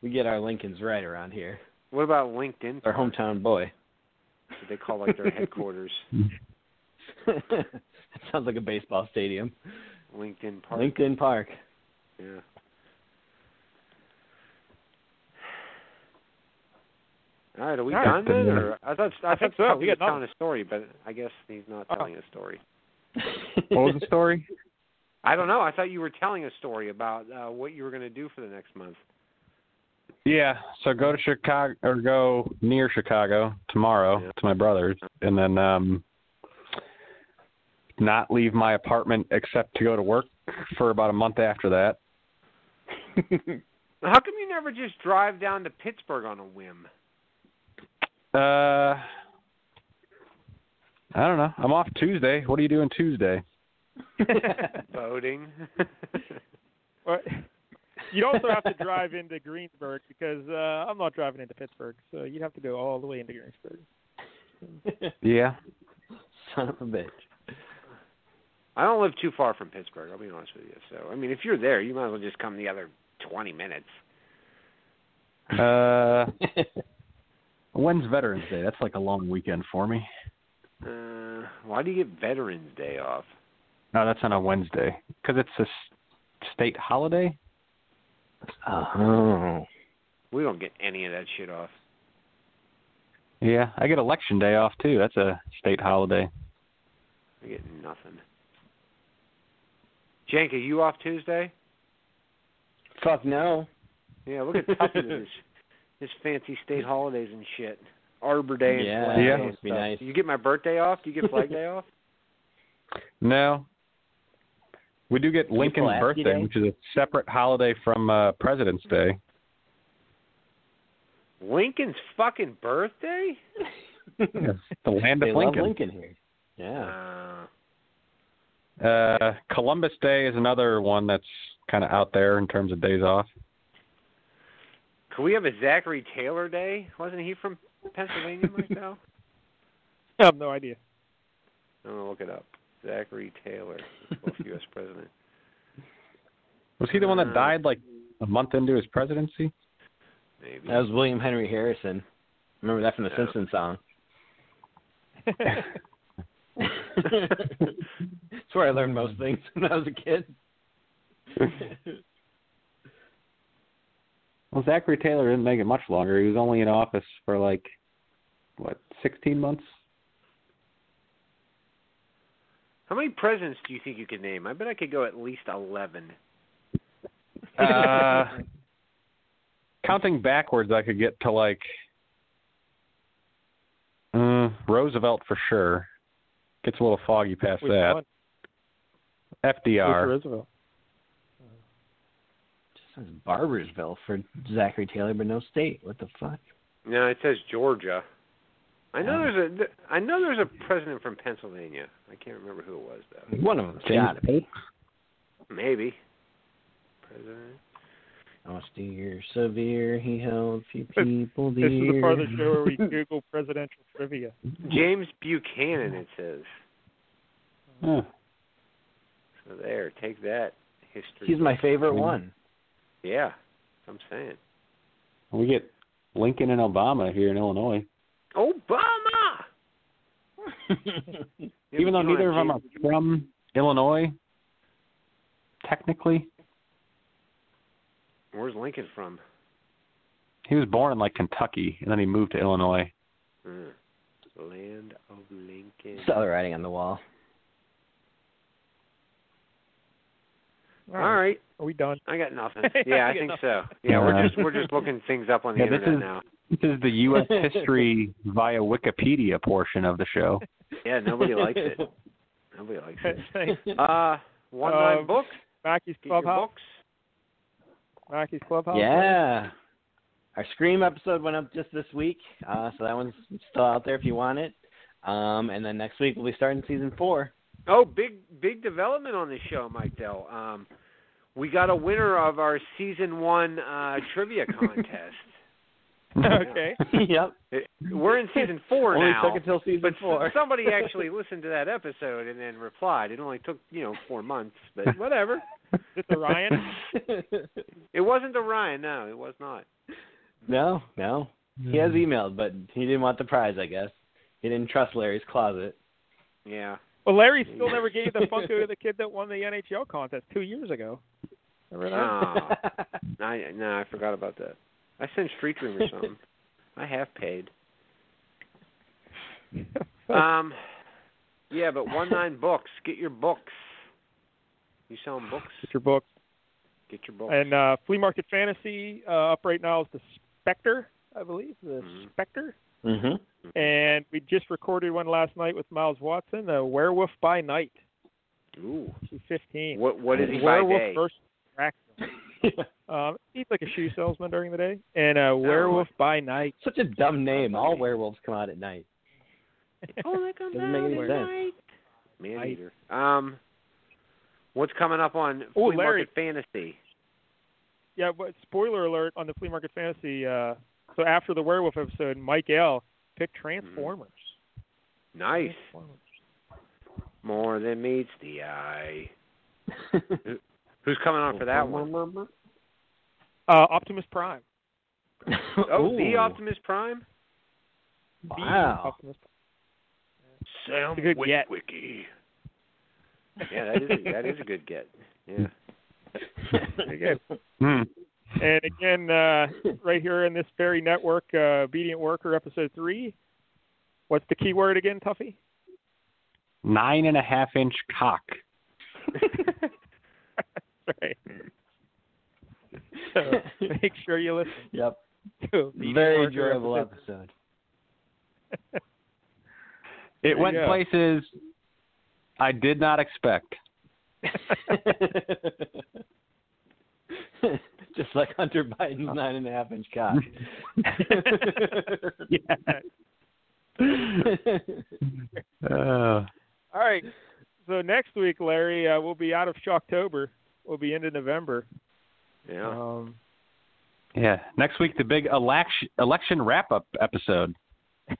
we get our Lincolns right around here. What about LinkedIn? Our hometown boy. What they call like their headquarters that sounds like a baseball stadium. LinkedIn Park. Lincoln Park. Yeah. All right, are we All done right, then? then, Or I thought I, I think thought so. We Tuffy was got telling a story, but I guess he's not Oh. telling a story. What was the story? I don't know. I thought you were telling a story about uh, what you were going to do for the next month. Yeah, so go to Chicago or go near Chicago tomorrow Yeah. to my brother's, and then um not leave my apartment except to go to work for about a month after that. How come you never just drive down to Pittsburgh on a whim? Uh, I don't know. I'm off Tuesday. What are you doing Tuesday? Boating. Well, you'd also have to drive into Greensburg because uh, I'm not driving into Pittsburgh, so you'd have to go all the way into Greensburg. yeah. Son of a bitch. I don't live too far from Pittsburgh. I'll be honest with you. So I mean, if you're there, you might as well just come the other twenty minutes. Uh, when's Veterans Day? That's like a long weekend for me. Uh, why do you get Veterans Day off? No, that's on a Wednesday because it's a s- state holiday. Oh. We don't get any of that shit off. Yeah, I get Election Day off too. That's a state holiday. We get nothing. Jank, are you off Tuesday? Fuck no. Yeah, look at Tuffy with his, his fancy state holidays and shit. Arbor Day and Yeah, Flag Day yeah. and Must be stuff. nice. Do you get my birthday off? Do you get Flag Day off? No. We do get Lincoln's Pulaski birthday, Day? which is a separate holiday from uh, President's Day. Lincoln's fucking birthday? It's the land of they Lincoln. love Lincoln here. Yeah. Uh, Uh, Columbus Day is another one that's kind of out there in terms of days off. could we have a Zachary Taylor Day? Wasn't he from Pennsylvania myself? I have no idea. I'm gonna look it up. Zachary Taylor, the 12th U.S. president. Was he the one Uh, that died like a month into his presidency? Maybe. That was William Henry Harrison. Remember that from the Yeah. Simpsons song. That's where I learned most things when I was a kid. Well, Zachary Taylor didn't make it much longer. He was only in office for like what, 16 months? How many presidents do you think you could name? I bet I could go at least 11. Uh, counting backwards, I could get to like uh, Roosevelt for sure. Gets a little foggy past Which that. one? Mr. FDR. Roosevelt. This is Barbersville for Zachary Taylor, but no state. What the fuck? No, it says Georgia. I know Oh. there's a th- I know there's a president from Pennsylvania. I can't remember who it was though. One of them. James Got it. Maybe. President. I must do your severe. He held few This- people This is the part of the dear. show where we Google presidential trivia. James Buchanan it says. Huh. So there, take that history. He's my favorite Mhm. one. Yeah. That's what I'm saying. We get Lincoln and Obama here in Illinois, Obama. Yeah, even but though you don't neither of have them are from Illinois. Technically, James- Where's Lincoln from? he was born in like Kentucky, and then he moved to Illinois. Hmm. Land of Lincoln. Saw the writing on the wall. All right. Are we done? I got nothing. Yeah, I I got think so. Yeah, we're Uh, just we're just looking things up on the yeah, this internet is- now. This is the U.S. history via Wikipedia portion of the show. Yeah, nobody likes it. Nobody likes it. Thanks. Uh, one nine Um, books. Mackey's Get your Clubhouse. books. Mackey's Clubhouse. Yeah. Our Scream episode went up just this week, uh, so that one's still out there if you want it. Um, and then next week we'll be starting season four. Oh, big big development on this show, Mike Dell. Um, we got a winner of our season one uh, trivia contest. okay. yep. It- We're in season four Only now. took until season but s- four. somebody actually listened to that episode and then replied. It only took you know four months, but whatever. Is it Ryan? It wasn't Orion. No, it was not. no, no. He has emailed, but he didn't want the prize, I guess. He didn't trust Larry's closet. Yeah. Well, Larry still never gave the Funko to the kid that won the NHL contest two years ago. Remember that? Oh, Ah. I, no, I forgot about that. I sent Street Dream or something. I have paid. Um, yeah, but one nine books. Get your books. You selling books? Get your book. Get your books. And uh, Flea Market Fantasy uh, up right now is the Spectre, I believe. The Mhm. Spectre. Mhm. And we just recorded one last night with Miles Watson, uh, Werewolf by Night. Ooh, She's 15. what what is he by werewolf day? versus Dracula. um, he's like a shoe salesman during the day. And Oh. uh, Werewolf by Night. Such a dumb name. All werewolves come out at night. Oh, they come Doesn't make down any at sense. night. Man Night. eater. Um, what's coming up on Oh, Flea Larry. Market Fantasy? Yeah, but spoiler alert on the flea market fantasy. Uh, so after the werewolf episode, Mike L picked Transformers. Mm. Nice. More than meets the eye. Who- Who's coming on for that one? Uh, Optimus Prime. Oh, the Ooh. Optimus Prime? The Wow. Optimus Sam It's a good get. Witwicky. Yeah, that is a, that is a good get. Yeah. Prime. Hmm. And again, uh, right here in this very network, uh, Obedient Worker, episode three. What's the key word again, Tuffy? Nine and a half inch cock. Sorry. So make sure you listen. Yep. to Obedient Very Worker enjoyable episode. episode. It There went you go. places I did not expect. Just like Hunter Oh. Biden's nine and a half inch cock. Uh, All right. So next week, Larry, uh, we'll be out of Shocktober. We'll be into November. Yeah. Um, yeah. Next week, the big election election wrap up episode.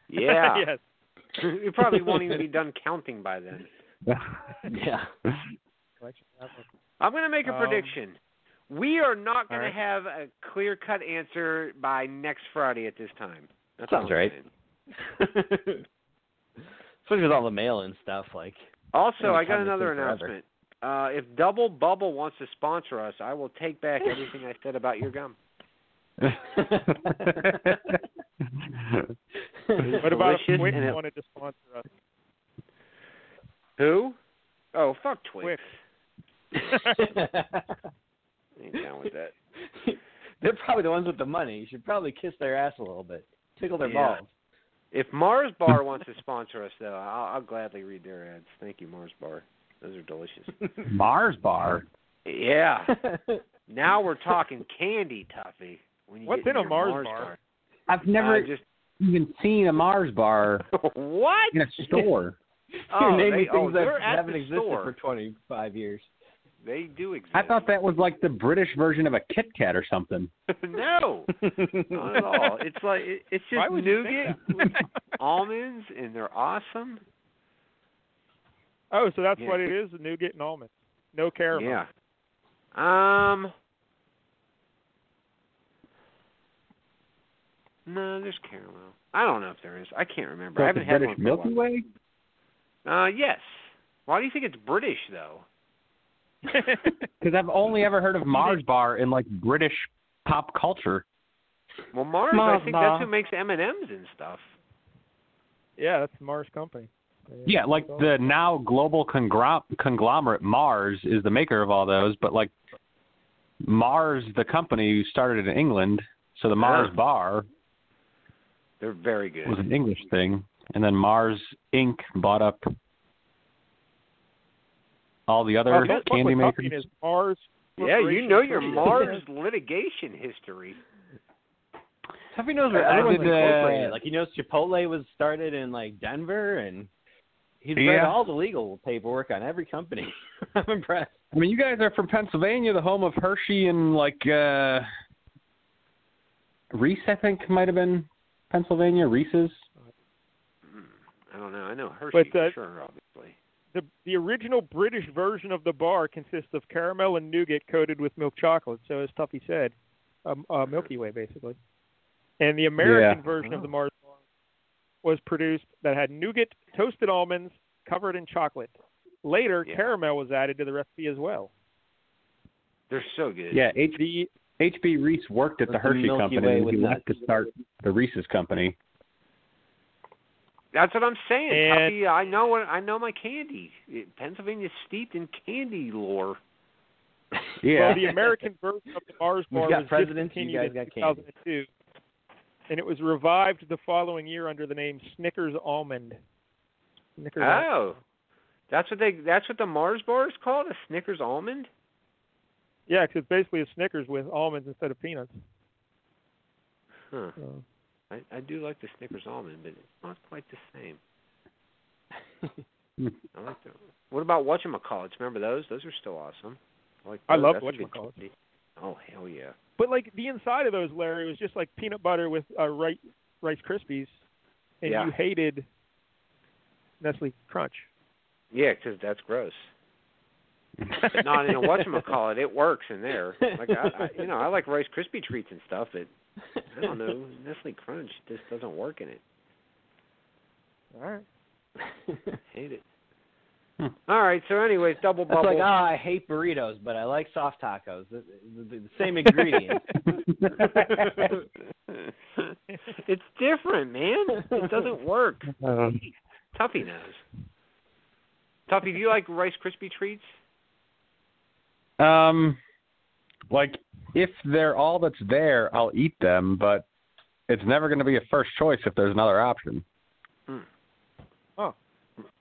Yeah. yes. you probably won't even be done counting by then. yeah. I'm going to make a Um, prediction. We are not going alright. to have a clear cut answer by next Friday at this time. That's Sounds all I'm right. saying. Especially with all the mail and stuff, like Also, It'll I got come to another think forever. announcement. Uh, if Double Bubble wants to sponsor us, I will take back everything I said about your gum. What about if Delicious Twix and it- wanted to sponsor us? Who? Oh, fuck Twix. Twix. Ain't down with that. They're probably the ones with the money. You should probably kiss their ass a little bit. Tickle their Yeah. balls. If Mars Bar wants to sponsor us, though, I'll, I'll gladly read their ads. Thank you, Mars Bar. Those are delicious. Mars bar. Yeah. Now we're talking candy, Tuffy. When you What's get in a your Mars Mars bar? I've I never just even seen a Mars bar what? in a store. Oh, You're naming they, things oh, that they're at haven't the existed store. for 25 years. They do exist. I thought that was like the British version of a Kit Kat or something. no, Uh, not at all. It's like it, it's Why just would you think nougat that? with almonds, and they're awesome. oh, so that's Yeah. what it is, nougat and almonds. No caramel. Yeah. Um. No, there's caramel. I don't know if there is. I can't remember. So I haven't it's a had one British for a Milky Way? while. Uh, yes. Why do you think it's British though? Because I've only ever heard of Mars bar in like British pop culture. Well, Mars. Mars I think bar. that's who makes M and M's and stuff. Yeah, that's Mars Company. Yeah, like the now global congrom- conglomerate Mars is the maker of all those, but like Mars, the company started in England, so the Mars Yeah. bar They're very good. was an English thing, and then Mars Inc. bought up all the other Our notebook candy with makers. Tuffy is Mars. Yeah, you know your Corporation. Mars litigation history. Tuffy knows where I everyone's did, uh, incorporated. Like he knows Chipotle was started in like Denver, and he's read Yeah. all the legal paperwork on every company. I'm impressed. I mean, you guys are from Pennsylvania, the home of Hershey and like uh Reese, I think might have been Pennsylvania Reese's. Hmm, I don't know. I know Hershey But, for uh, sure, obviously. The, the original British version of the bar consists of caramel and nougat coated with milk chocolate. So as Tuffy said, um, uh, Milky Way basically. And the American Yeah. version of Oh. the Mars bar was produced that had nougat, toasted almonds covered in chocolate. Later, Yeah. caramel was added to the recipe as well. They're so good. Yeah, H The H B Reese worked at With the the Hershey Milky company Way and he with left to start the Reese's company. That's what I'm saying. And- Tuffy, I know what I know my candy. It- Pennsylvania's steeped in candy lore. Yeah. Well, the American version of the Mars We've bar got was presidents, you discontinued guys in got candy. 2002, and it was revived the following year under the name Snickers Almond. Snickers Almond. Ah. Oh. That's what they that's what the Mars bar is called, a Snickers almond? Yeah, 'cause it's basically a Snickers with almonds instead of peanuts. Huh. So. I, I do like the Snickers almond, but it's not quite the same. I like the What about whatchamacallits? Remember those? Those are still awesome. I, like I those. love That's a good whatchamacallits. candy. Oh hell yeah. But like the inside of those, Larry, was just like peanut butter with uh, rice Rice Krispies, and Yeah. you hated Nestle Crunch. Yeah, 'cause that's gross. Not in a whatchamacallit, it works in there. Like I, I you know, I like Rice Krispie treats and stuff, but I don't know, Nestle Crunch just doesn't work in it. All right. Hate it. Hmm. All right. So, anyways, double That's bubble. like, ah, I hate burritos, but I like soft tacos. The, the, the same ingredients. oh. it's different, man. It doesn't work. Um, Tuffy knows. Tuffy, do you like Rice Krispie treats? Um, like if they're all that's there, I'll eat them, but it's never going to be a first choice if there's another option.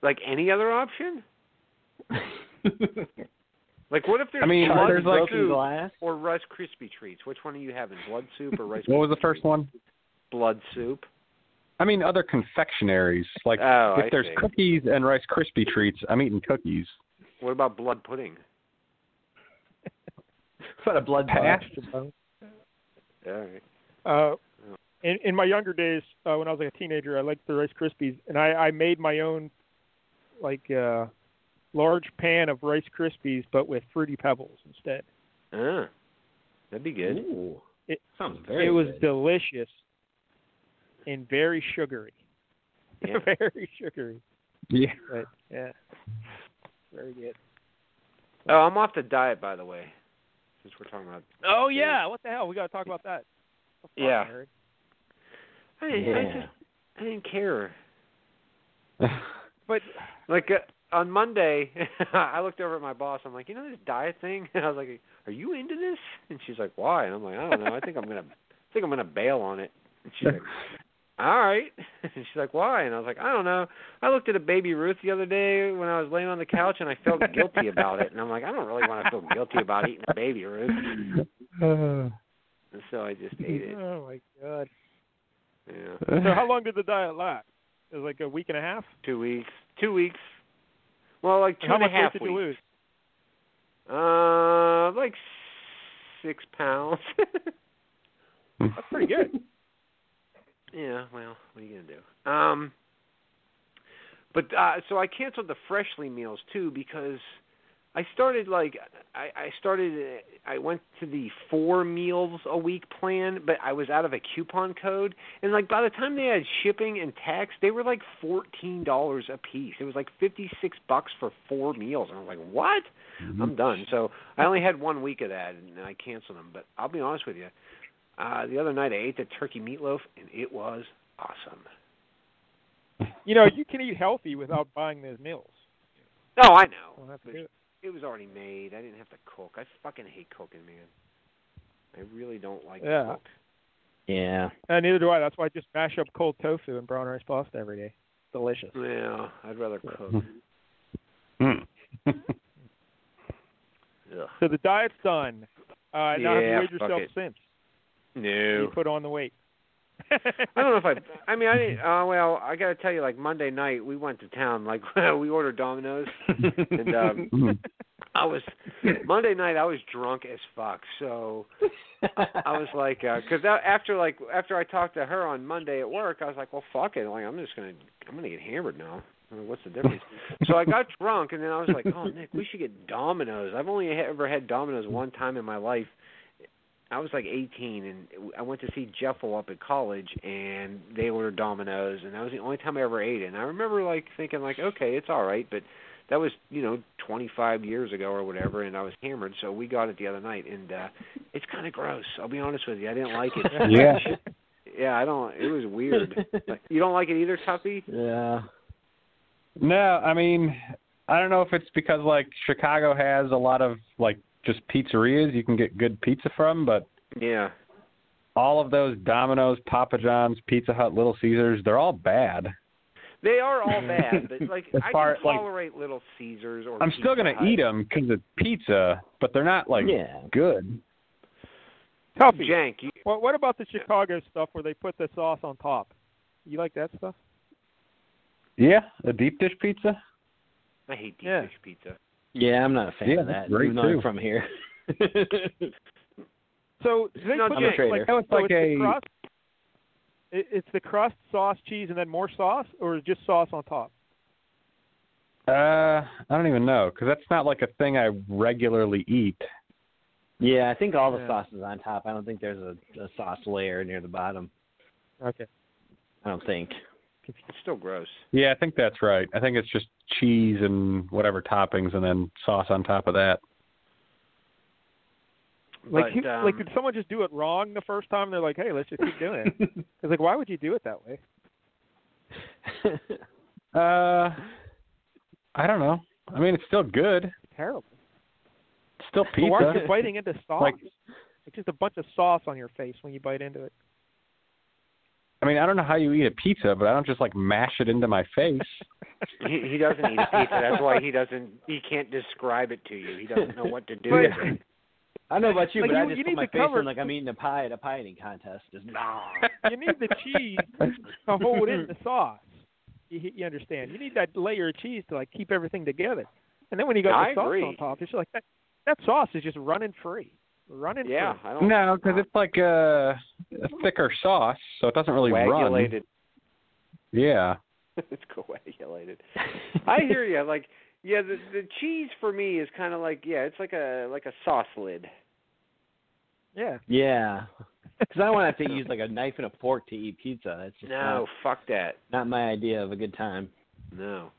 Like any other option? Like, what if there's I mean, blood there's like- soup glass. or Rice Krispie treats? Which one are you having? Blood soup or Rice? What was Krispie the first treats? one? Blood soup. I mean, other confectionaries. Like Oh, if I there's see. cookies and Rice Krispie treats, I'm eating cookies. What about blood pudding? what a blood Pass. bath. All right. Uh, in, in my younger days, uh, when I was like a teenager, I liked the Rice Krispies, and I, I made my own, like, uh, large pan of Rice Krispies, but with fruity pebbles instead. Ah, that'd be good. Ooh, It- sounds very. it was good. delicious and very sugary. Yeah. very sugary. Yeah. But yeah, very good. Oh, I'm off the diet, by the way. Since we're talking about. Oh yeah, what the hell? We got to talk about that. Oh, fuck, Yeah. Eric. I, I Yeah. just I didn't care. But Like uh, on Monday, I looked over at my boss. I'm like, you know this diet thing? And I was like, are you into this? And she's like, why? And I'm like, I don't know. I think I'm gonna, I think I'm gonna bail on it. And she's like, all right. And she's like, why? And I was like, I don't know. I looked at a baby Ruth the other day when I was laying on the couch, and I felt guilty about it. And I'm like, I don't really want to feel guilty about eating a baby Ruth. And so I just ate it. Uh, oh my god. Yeah. So how long did the diet last? It was like a week and a half. Two weeks. Two weeks. Well, like two how and a much half weight did weeks. you lose? Uh, like six pounds. That's pretty good. yeah. Well, what are you gonna do? Um. But uh so I canceled the freshly meals too because I started like I, I started I went to the four meals a week plan, but I was out of a coupon code, and like by the time they had shipping and tax, they were like fourteen dollars a piece. It was like fifty six bucks for four meals, and I was like, what? Mm-hmm. I'm done. So I only had one week of that, and I canceled them. But I'll be honest with you, uh, the other night I ate the turkey meatloaf, and it was awesome. You know, you can eat healthy without buying those meals. No, I know. We'll have to But do it. it was already made. I didn't have to cook. I fucking hate cooking, man. I really don't like Yeah. to cook. Yeah. Uh, neither do I. That's why I just mash up cold tofu and brown rice pasta every day. Delicious. Yeah, I'd rather cook. Hmm. Mm. Ugh. So the diet's done. Uh, now have Yeah, you weighed fuck yourself it. since? You No. put on the weight. I don't know if I. I mean, I didn't. Uh, well, I gotta tell you, like Monday night, we went to town. Like we ordered Domino's, and um, I was Monday night. I was drunk as fuck. So I was like, because after like after I talked to her on Monday at work, I was like, well, fuck it. Like I'm just gonna I'm gonna get hammered now. I mean, what's the difference? so I got drunk, and then I was like, oh Nick, we should get Domino's. I've only ha- ever had Domino's one time in my life. I was like 18, and I went to see Jeffel up at college, and they ordered Domino's, and that was the only time I ever ate it. And I remember like thinking like, okay, it's all right, but that was you know 25 years ago or whatever, and I was hammered, so we got it the other night, and uh it's kind of gross. I'll be honest with you, I didn't like it. Yeah. yeah, I don't. It was weird. Like, you don't like it either, Tuppy? yeah. No, I mean, I don't know if it's because like Chicago has a lot of like just pizzerias you can get good pizza from, but Yeah. all of those Domino's, Papa John's, Pizza Hut, Little Caesars, they're all bad. They are all bad, but like As I far- can like- tolerate Little Caesars or. I'm still Pizza gonna Hut. eat them because it's pizza, but they're not like yeah. good. Tuffy. Jank, you, What, what about the Chicago stuff where they put the sauce on top? You like that stuff? Yeah, a deep dish pizza. I hate deep Yeah. dish pizza. Yeah, I'm not a fan Yeah, of that's that. great, even though I'm too. from here. So do they No, put I'm a it, traitor. like, No, it's so like it's a- the crust. It, it's the crust, sauce, cheese, and then more sauce, or is it just sauce on top? Uh, I don't even know because that's not like a thing I regularly eat. Yeah, I think all the sauce is on top. I don't think there's a, a sauce layer near the bottom. Okay. I don't think. It's still gross. Yeah, I think that's right. I think it's just cheese and whatever toppings, and then sauce on top of that. But, Like, who- um, like, did someone just do it wrong the first time? They're like, "Hey, let's just keep doing it." It's like, why would you do it that way? Uh, I don't know. I mean, it's still good. Terrible. It's still But pizza. why are you biting into sauce? Like- It's just a bunch of sauce on your face when you bite into it. I mean, I don't know how you eat a pizza, but I don't just like mash it into my face. He he doesn't eat a pizza. That's why he doesn't. He can't describe it to you. He doesn't know what to do. Right. with it. I don't know about you, Like, but you- I you just need put my to face cover- in like I'm eating a pie at a pie eating contest. Just, nah. You need the cheese to hold in the sauce. You, you understand? You need that layer of cheese to like keep everything together. And then when you got I the sauce agree. on top, it's like that. That sauce is just running free, running Yeah, free. I don't. no, because it's like a, a thicker sauce, so it doesn't really run. coagulated. Yeah. it's coagulated. I hear you. Like, yeah, the the cheese for me is kind of like yeah, it's like a like a sauce lid. Yeah. Yeah. Because I don't want to have to use like a knife and a fork to eat pizza. That's just No, fuck that. not, not my idea of a good time. No.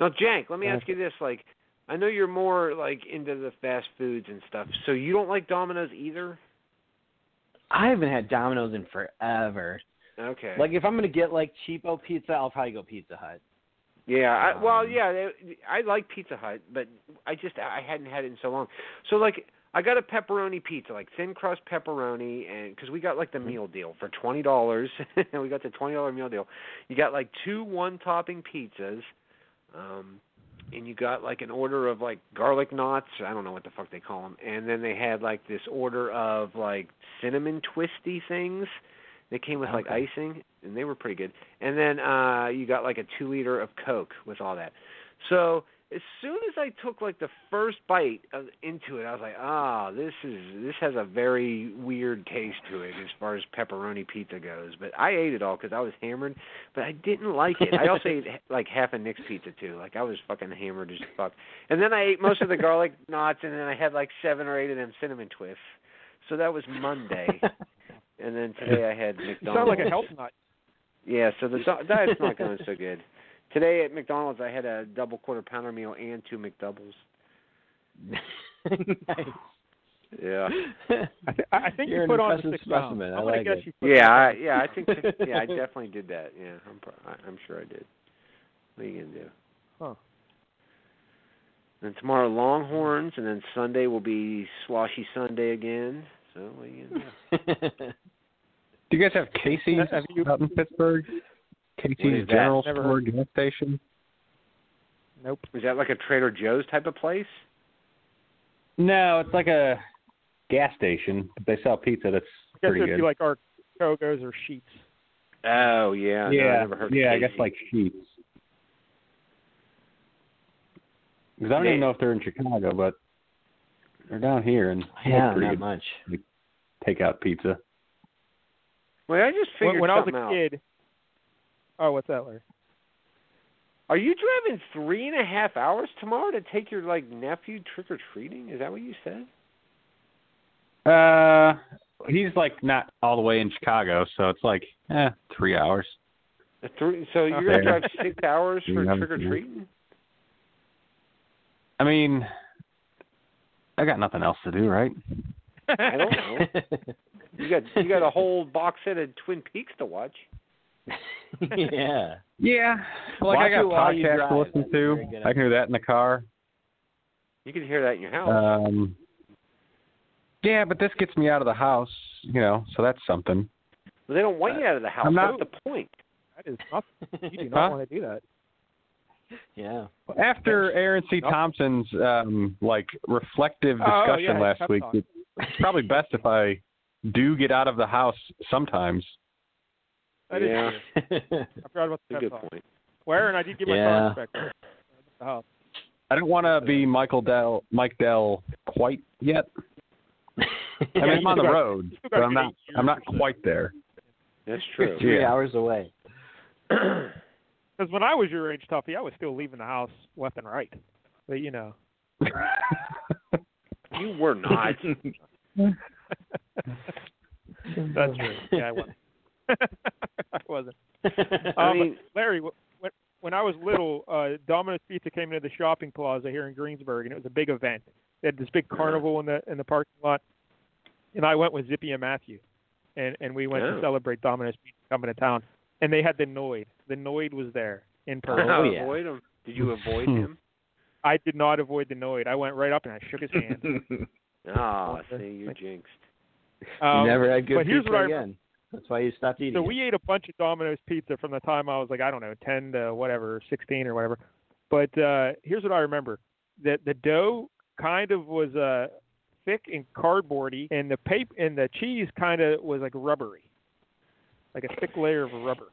Now, Jank, let me Yeah. ask you this: like, I know you're more like into the fast foods and stuff, so you don't like Domino's either. I haven't had Domino's in forever. Okay. Like if I'm gonna get like cheapo pizza, I'll probably go Pizza Hut. yeah. I, well, um, yeah. they- I like Pizza Hut, but I just I hadn't had it in so long. So like, I got a pepperoni pizza, like thin crust pepperoni, and because we got like Mm-hmm. the meal deal for twenty dollars, and we got the twenty dollar meal deal. You got like two one topping pizzas. Um, and you got like an order of like garlic knots. I don't know what the fuck they call them. And then they had like this order of like cinnamon twisty things. They came with like Okay. icing, and they were pretty good. And then uh you got like a two liter of Coke with all that. So as soon as I took like the first bite of, into it, I was like, ah, this is this has a very weird taste to it as far as pepperoni pizza goes. But I ate it all because I was hammered but I didn't like it. I also ate like half a Nick's pizza too. Like I was fucking hammered as fuck. And then I ate most of the garlic knots, and then I had like seven or eight of them cinnamon twists. So that was Monday, and then today I had You sound McDonald's. like a health nut. Yeah, so the di- diet's not going so good. Today at McDonald's, I had a double quarter pounder meal and two McDoubles. Yeah. I, th- I think You're you an put on impressive six pounds. specimen. I I'm gonna like guess it. you put Yeah, on- I, yeah, I think yeah, I definitely did that. Yeah, I'm pro- I- I'm sure I did. What are you gonna do? Huh. And tomorrow Longhorns, and then Sunday will be Sloshy Sunday again. So what are you gonna do? Do you guys have Casey's Have you- out in Pittsburgh? Casey's that? General Never Store gas station? Nope. Is that like a Trader Joe's type of place? No, it's like a gas station. They sell pizza that's I guess pretty it'd good. be like our Kogos or sheets. Oh yeah, yeah, No, I never heard. of yeah, I Casey's. guess like sheets. Because I don't They- even know if they're in Chicago, but they're down here and they have yeah, pretty not good much. takeout pizza. Wait, I just figured When, when I was something a out. kid. Oh, what's that, Larry? Are you driving three and a half hours tomorrow to take your like nephew trick or treating? Is that what you said? Uh, he's like not all the way in Chicago, so it's like eh, three hours. A Three, so you're gonna Okay. drive six hours for Yeah, I'm- trick or treating? I mean, I got nothing else to do, right? I don't know. You got you got a whole box set of Twin Peaks to watch. yeah. Yeah, like Watch I got it while you podcasts to drive. listen That's to. a very good I can do that in the car. You can hear that in your house. Um, yeah, but this gets me out of the house, you know, so that's something. But they don't want you out of the house. I'm not- What's the point? That is not. You do Huh? not want to do that. Yeah. After Aaron C. Nope. Thompson's um, like reflective Oh, yeah, discussion last tough week, talk. it's probably best if I do get out of the house sometimes. That is Yeah. true. I forgot about That's a the pep good talk. point. Where and I did give my Yeah. car inspector. Oh, I don't want to be Michael Dell, Mike Dell, quite yet. I mean, Yeah, I'm on the you still got- road, you still but got I'm not. eight I'm not years or so. quite there. That's true. Three Yeah. hours away. Because when I was your age, Tuffy, I was still leaving the house left and right. But you know, you were not. that's true. Yeah, I wasn't. I wasn't. I Um, mean- Larry, wh- when- when I was little, uh, Domino's Pizza came into the shopping plaza here in Greensburg, and it was a big event. They had this big carnival in the in the parking lot, and I went with Zippy and Matthew, and and we went Oh. to celebrate Domino's Pizza coming to town. And they had the Noid. The Noid was there in person. Oh, yeah. Avoid him. Did you avoid him? I did not avoid the Noid. I went right up and I shook his hand. Ah, see, you jinxed. Um, Never had good but here's pizza what I again. That's why you stopped eating. So it. we ate a bunch of Domino's pizza from the time I was like I don't know ten to whatever sixteen or whatever. But uh, here's what I remember: that the dough kind of was uh, thick and cardboardy, and the paper and the cheese kind of was like rubbery, like a thick layer of rubber.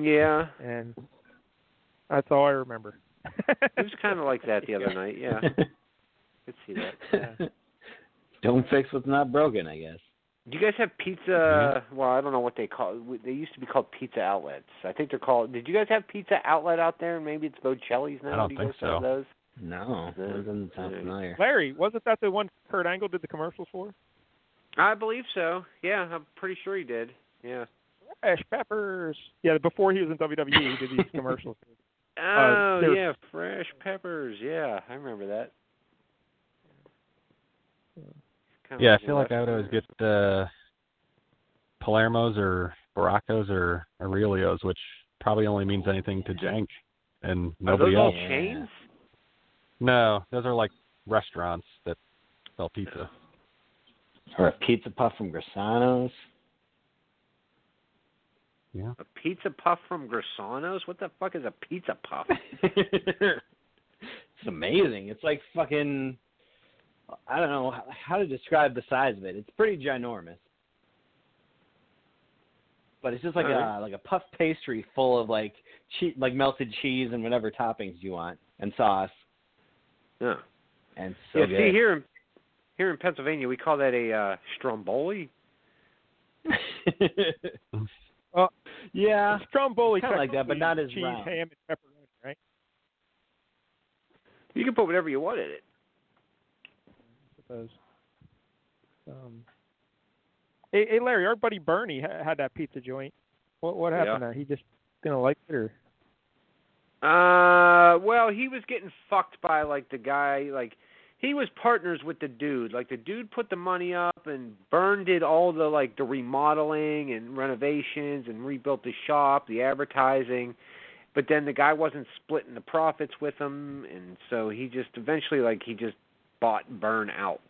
Yeah, And that's all I remember. it was kind of like that the other night. Yeah, I could see that. Don't fix what's not broken, I guess. Do you guys have pizza? Mm-hmm. Well, I don't know what they call. They used to be called pizza outlets. I think they're called. Did you guys have pizza outlet out there? And maybe it's Bocelli's now. I don't Do you think guys have so. those? No, Yeah. that doesn't sound Yeah. familiar. Larry, wasn't that the one Kurt Angle did the commercials for? I believe so. Yeah, I'm pretty sure he did. Yeah. Fresh peppers. Yeah, before he was in WWE, he did these commercials. Uh, Oh there- yeah, fresh peppers. Yeah, I remember that. Kinda Yeah, I feel like I left- would always get uh, Palermos or Baracos or Aurelios, which probably only means anything to Jank and Are those nobody all else. Yeah. chains? No, those are like restaurants that sell pizza. Or a pizza puff from Grisano's. Yeah. A pizza puff from Grisano's? What the fuck is a pizza puff? it's amazing. It's like fucking. I don't know h- how to describe the size of it. It's pretty ginormous, but it's just like Alright. a like a puff pastry full of like che- like melted cheese and whatever toppings you want and sauce Yeah. and so yeah, good. see here in here in Pennsylvania we call that a uh stromboli. Oh. Uh, yeah, Stromboli Kinda like that, but technically not as cheese, round. ham, and pepperoni, right? You can put whatever you want in it. suppose. Um, hey, hey, Larry, our buddy Bernie ha- had that pizza joint. What what happened Yeah. there? He just didn't like it, or Uh, well, he was getting fucked by like the guy, like he was partners with the dude. Like the dude put the money up, and Burn did all the like the remodeling and renovations, and rebuilt the shop, the advertising. But then the guy wasn't splitting the profits with him, and so he just eventually like he just bought Burn out.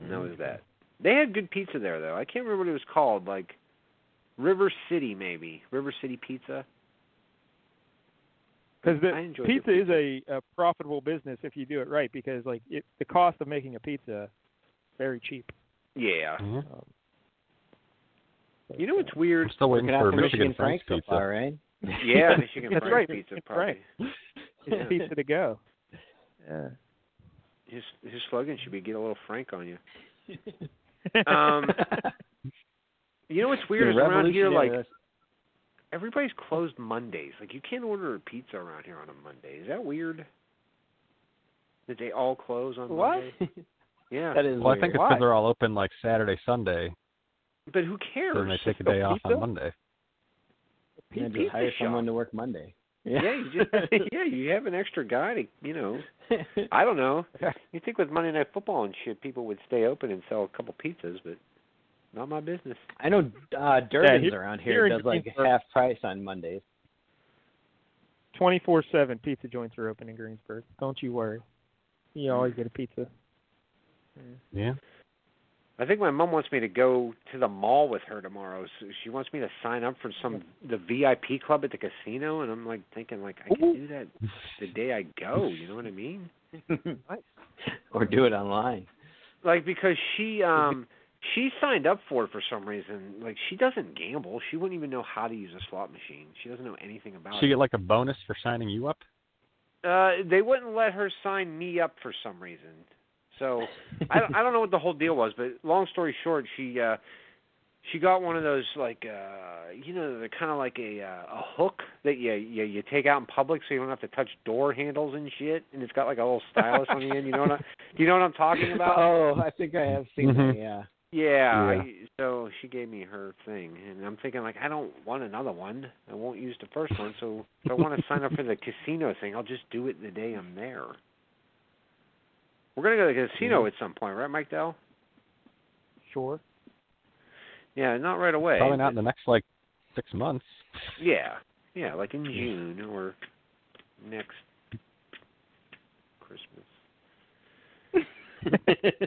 And that was that. They had good pizza there though. I can't remember what it was called, like River City maybe River City Pizza. because I the enjoyed pizza your is a, a profitable business if you do it right, because like it, the cost of making a pizza very cheap. Yeah. Mhm. Um, but, You know what's uh, weird? I'm still waiting looking out for for Michigan, Michigan Frank so pizza. far, right? Yeah, Michigan That's Frank's right, pizza Michigan probably. it's pizza to go. Yeah. His his slogan should be "Get a little Frank on you." Um, You know what's weird is around here, like everybody's closed Mondays. Like you can't order a pizza around here on a Monday. Is that weird? That they all close on What? Monday? Yeah. that is Well, I weird. think it's Why? because they're all open like Saturday, Sunday, but who cares? and they take a day off pizza? on Monday. Yeah, just pizza hire shop. someone to work Monday. Yeah, you just yeah, you have an extra guy to you know. I don't know. You think with Monday Night Football and shit, people would stay open and sell a couple pizzas, but not my business. I know uh Durbin's here- around here here, in does like Greensburg- half price on Mondays. Twenty four seven pizza joints are open in Greensburg. Don't you worry. You always get a pizza. Yeah. I think my mom wants me to go to the mall with her tomorrow. So she wants me to sign up for some the VIP club at the casino, and I'm like thinking like I can do that the day I go. You know what I mean? or do it online. Like because she um she signed up for it for some reason. Like she doesn't gamble. She wouldn't even know how to use a slot machine. She doesn't know anything about So you it. get like a bonus for signing you up. Uh, they wouldn't let her sign me up for some reason. So I, don't- I don't know what the whole deal was, but long story short, she uh she got one of those like uh you know they're kind of like a uh, a hook that you, you you take out in public so you don't have to touch door handles and shit and it's got like a little stylus on the end you know what I, you know what I'm talking about Oh, I think I have seen Mhm. that. Yeah. yeah, Yeah. I, so she gave me her thing and I'm thinking like I don't want another one I won't use the first one so if I want to sign up for the casino thing I'll just do it the day I'm there we're gonna go to the casino Mm-hmm. at some point right Mike Dell Sure. yeah not right away Probably not but- in the next like six months. Yeah, yeah, like in June or next Christmas.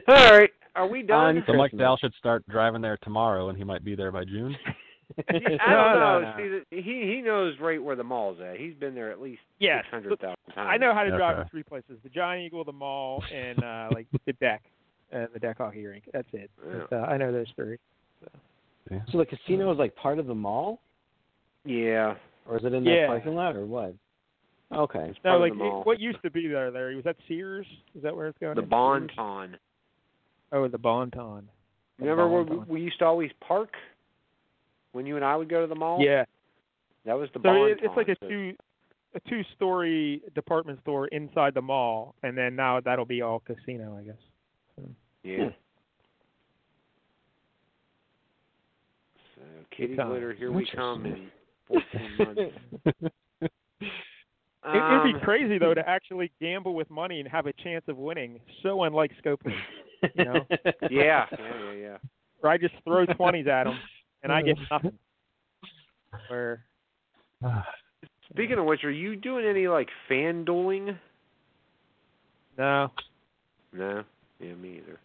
All right, are we done? So Mike Dal should start driving there tomorrow, and he might be there by June. Yeah, I don't know. See, the- he he knows right where the mall's at. He's been there at least Yes, six hundred thousand times. I know how to drive Okay. to three places: the Giant Eagle, the mall, and uh like the deck, and the deck hockey rink. That's it. Yeah. But, uh, I know those three. So the casino is like part of the mall, Yeah, or is it in Yeah. that parking lot, or what? Okay. part No, of like the it- mall. what used to be there, Larry? Was that Sears? Is that where it's going? the in? Bon Sears? Ton. Oh, the Bonton. The Remember where we, Bonton. we used to always park when you and I would go to the mall? Yeah. that was the So Bon it, it's like Ton, a so- two a two story department store inside the mall, and then now that'll be all casino, I guess. Yeah. Hmm. So kitty times. glitter, here we come in Interesting. 14 months. it, it'd Um, be crazy though to actually gamble with money and have a chance of winning. So unlike Scopely, You know? Yeah, yeah, yeah, yeah. where I just throw twenties at them and I get nothing. Where Speaking of which, are you doing any like fan dueling? no, No, yeah, me either.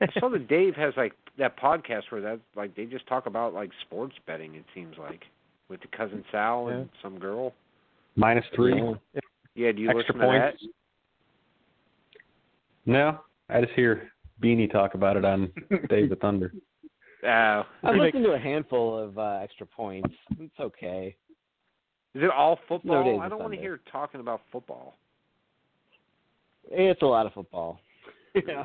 I saw that Dave has like that podcast where that like they just talk about like sports betting. It seems like with the cousin Sal and some girl. Minus three Yeah. Yeah, do you extra listen points. to No, I just hear Beanie talk about it on Dave the Thunder. that? Oh, I've listened to a handful of uh, extra points. It's okay. is it all football? Days I of don't want to Thunder. hear talking about football. It's a lot of football. Yeah.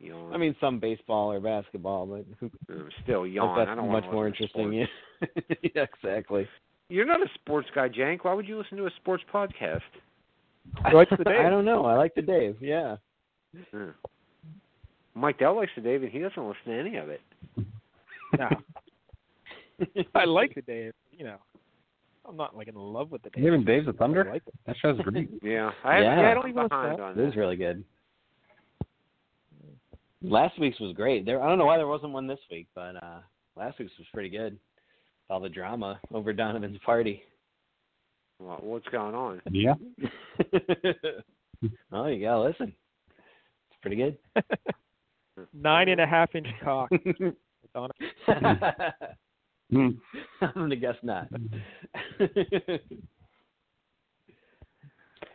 Yawn. I mean, some baseball or basketball, but who- Um, still but yawn. that's I don't much want to more listen to interesting. Yeah. yeah, exactly. sports. You're not a sports guy, Jank. Why would you listen to a sports podcast? What's the Dave? I don't know. I like the Dave. Yeah. Huh. Hmm. Mike Dell likes to Dave, and he doesn't listen to any of it. no. I like the Dave. You know, I'm not like in love with the Dave. Even Dave's the I Thunder. like it. That show's great. Yeah, I have, Yeah. I don't even behind on It is that. really good. Last week's was great. There, I don't know why there wasn't one this week, but uh, last week's was pretty good. All the drama over Donovan's party. What- What's going on? Yeah. oh, you gotta listen. It's pretty good. Nine and a half inch cock. Donna. I'm Hmm. Mm. gonna guess not.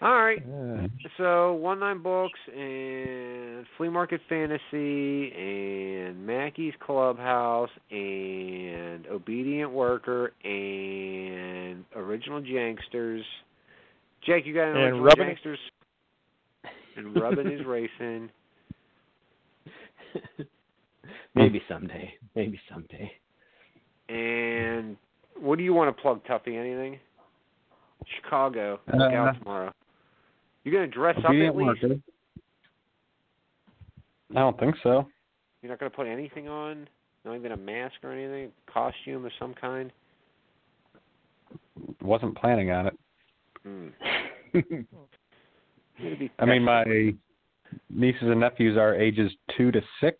All right, Uh, so one nine books and flea market fantasy and Mackey's clubhouse and obedient worker and original janksters. Jake, you got an And original Rubbin' Is- janksters and rubbing is racing. Maybe someday. Maybe someday. And what do you want to plug, Tuffy? Anything? Chicago. Look Uh, out tomorrow. You're gonna dress up Obedient at least. worker. I don't think so. You're not gonna put anything on, not even a mask or anything, costume of some kind. Wasn't planning on it. Hmm. I mean, my nieces and nephews are ages two to six,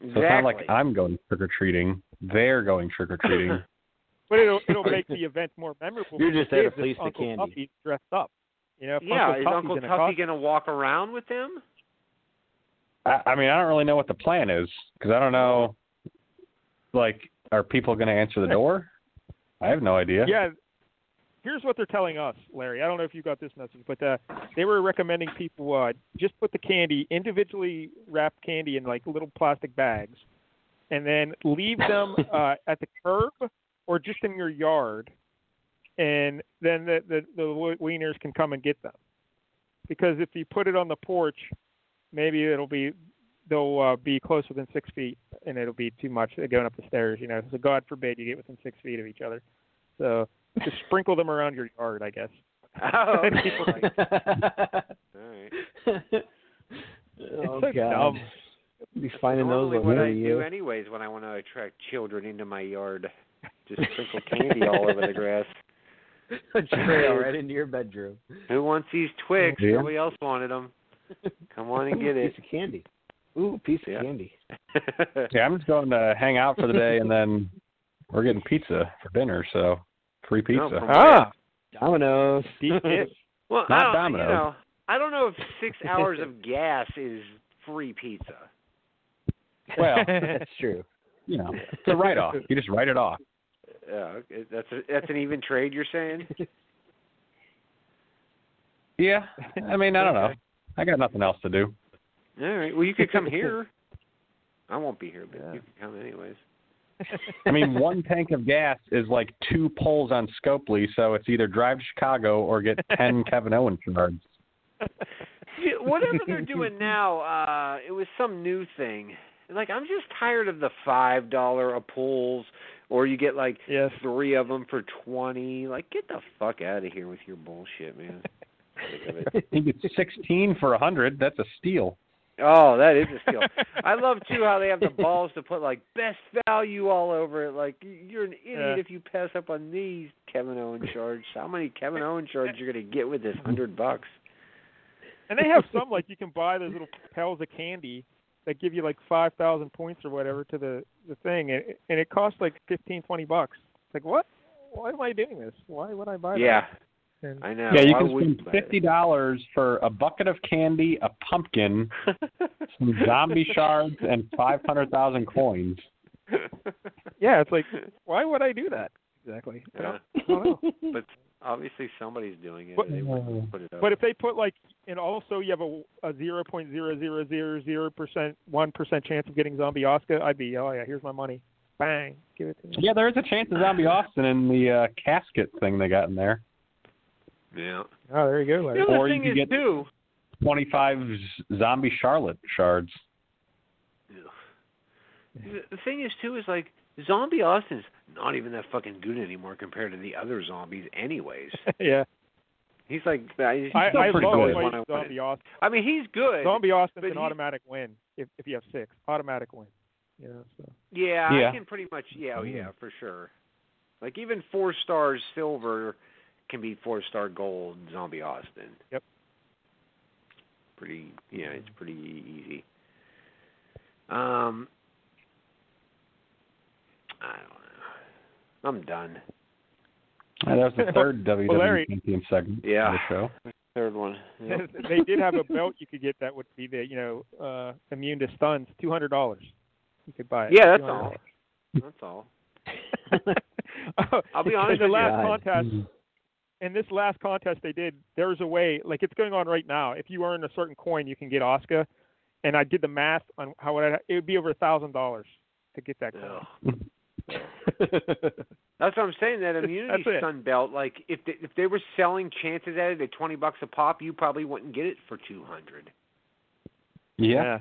so exactly. it's not like I'm going trick or treating. They're going trick or treating. but it'll it'll make the event more memorable. You're for just the there to kids if fleece the Uncle candy. Tuffy's dressed up. You know, if yeah, is Uncle Tuffy's Uncle in a Tuffy costume, gonna walk around with them? I, I mean, I don't really know what the plan is because I don't know. Like, are people going to answer the door? I have no idea. Yeah. Here's what they're telling us, Larry. I don't know if you got this message, but uh, they were recommending people uh, just put the candy individually wrapped candy in like little plastic bags, and then leave them uh, at the curb or just in your yard, and then the, the the wieners can come and get them. Because if you put it on the porch, maybe it'll be they'll uh, be closer than six feet, and it'll be too much uh, going up the stairs. You know, so God forbid you get within six feet of each other. So just sprinkle them around your yard, I guess. Oh, okay. People like- All right. It's oh so God. dumb. Be finding Normally, those what I on do, you. anyways, when I want to attract children into my yard, just sprinkle candy all over the grass. A trail right into your bedroom. Who wants these twigs? Yeah. Nobody else wanted them. Come on and get Ooh, it. Piece of candy. Ooh, piece Yeah. of candy. Yeah, I'm just going to hang out for the day, and then we're getting pizza for dinner. So free No, pizza. from Ah, Dominoes. deep dish. Well, Not I don't, Domino's. You know, I don't know if six hours of gas is free pizza. Well, That's true. you know, it's a write-off. You just write it off. Uh, okay, that's a, that's an even trade. You're saying? Yeah, I mean, I don't know. I got nothing else to do. All right. Well, you could come here. I won't be here, but you can come anyways. I mean, one tank of gas is like two poles on Scopely, so it's either drive to Chicago or get ten Kevin Owen cards. Dude, whatever they're doing now, uh, it was some new thing. Like I'm just tired of the five dollar a pulls, or you get like Yes. three of them for twenty. Like get the fuck out of here with your bullshit, man. Sick of it. You get sixteen for a hundred. That's a steal. Oh, that is a steal. I love too how they have the balls to put like best value all over it. Like you're an idiot Yeah. if you pass up on these Kevin Owen charge. How many Kevin Owen charge you're gonna get with this hundred bucks? And they have some like you can buy those little pals of candy that give you like five thousand points or whatever to the the thing, and, and it costs like fifteen twenty bucks. It's like what? Why am I doing this? Why would I buy Yeah, that? And, I know. Yeah, you Why would can buy spend it? fifty dollars for a bucket of candy, a pumpkin, some zombie shards, and five hundred thousand coins. yeah, it's like why would I do that? Exactly. I Yeah. don't- I don't know. But obviously somebody's doing it. But- they wouldn't put it up. But if they put like, and also you have a a zero point zero zero zero zero percent one percent chance of getting zombie Oscar, I'd be oh yeah, here's my money, bang, give it to me. Yeah, there is a chance of Zombie Austin in the uh, casket thing they got in there. yeah. Oh, there you go, The Larry. other Or you thing could is get- too. Twenty-five z- Zombie Charlotte shards. The the thing is too is like Zombie Austin's not even that fucking good anymore compared to the other zombies, anyways. yeah, He's like he's I, still I pretty love good. playing when I win it. zombie Austin. I mean, he's good. Zombie Austin's but an he- automatic win if if you have six, automatic win. You know, so Yeah, Yeah. I can pretty much. Yeah, oh, Mm. yeah, for sure. Like even four stars silver can be four star gold. Zombie Austin. Yep. Pretty. Yeah, it's pretty e-, easy. Um. I don't know. I'm done. Yeah, that was the third WWE Well, Larry- champion segment Yeah. of the show. Third one. Yep. they did have a belt you could get that would be the you know uh immune to stuns, two hundred dollars. You could buy it. Yeah, that's $200. all. That's all. I'll be In honest the with you. last contest, in this last contest they did, there's a way. Like it's going on right now. If you earn a certain coin, you can get Oscar. And I did the math on how would I, it would be over a thousand dollars to get that coin. Ugh. That's what I'm saying. That immunity That's it. sun belt, like if they, if they were selling chances at it at twenty bucks a pop, you probably wouldn't get it for two hundred. Yeah.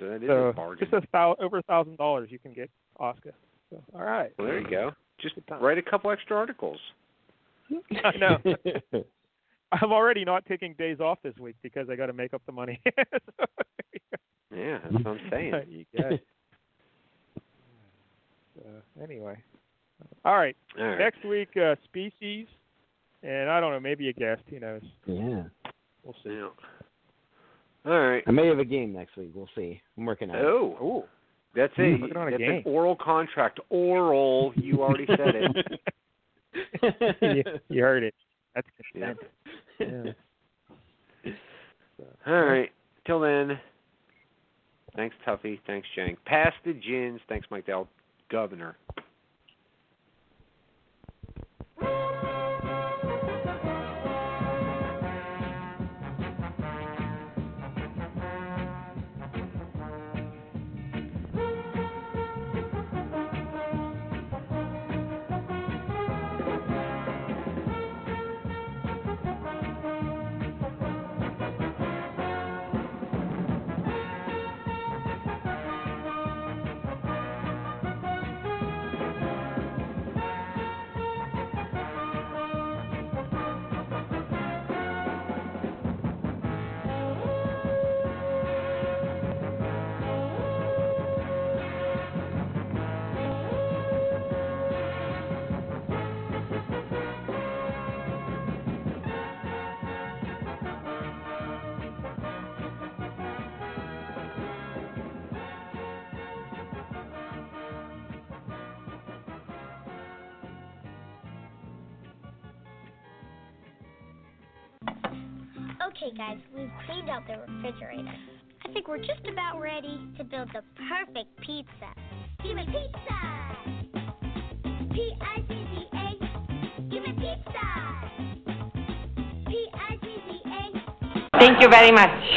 So that is a So bargain. just a thou, over a thousand dollars you can get Oscar. So, all right. well, there you go. Just time. write a couple extra articles. I know. I'm already not taking days off this week because I got to make up the money. So, Yeah, that's what I'm saying. you got it. So, anyway, all right. All right. Next week, uh, species, and I don't know, maybe a guest. Who knows? yeah. We'll see. Yeah. All right. I may have a game next week. We'll see. I'm working on it. Oh, that's it. Working on a that's game. an oral contract. Oral. You already said it. Oh. you, you heard it. That's Yeah. consent. Yeah. All right. Till then. Thanks, Tuffy. Thanks, Jank. Pass the gins. Thanks, Mike Dell. Governor. Thank Okay, guys, we've cleaned out the refrigerator. I think we're just about ready to build the perfect pizza. Give me pizza! P I Z Z A. Give me pizza! P I Z Z A. Thank you very much.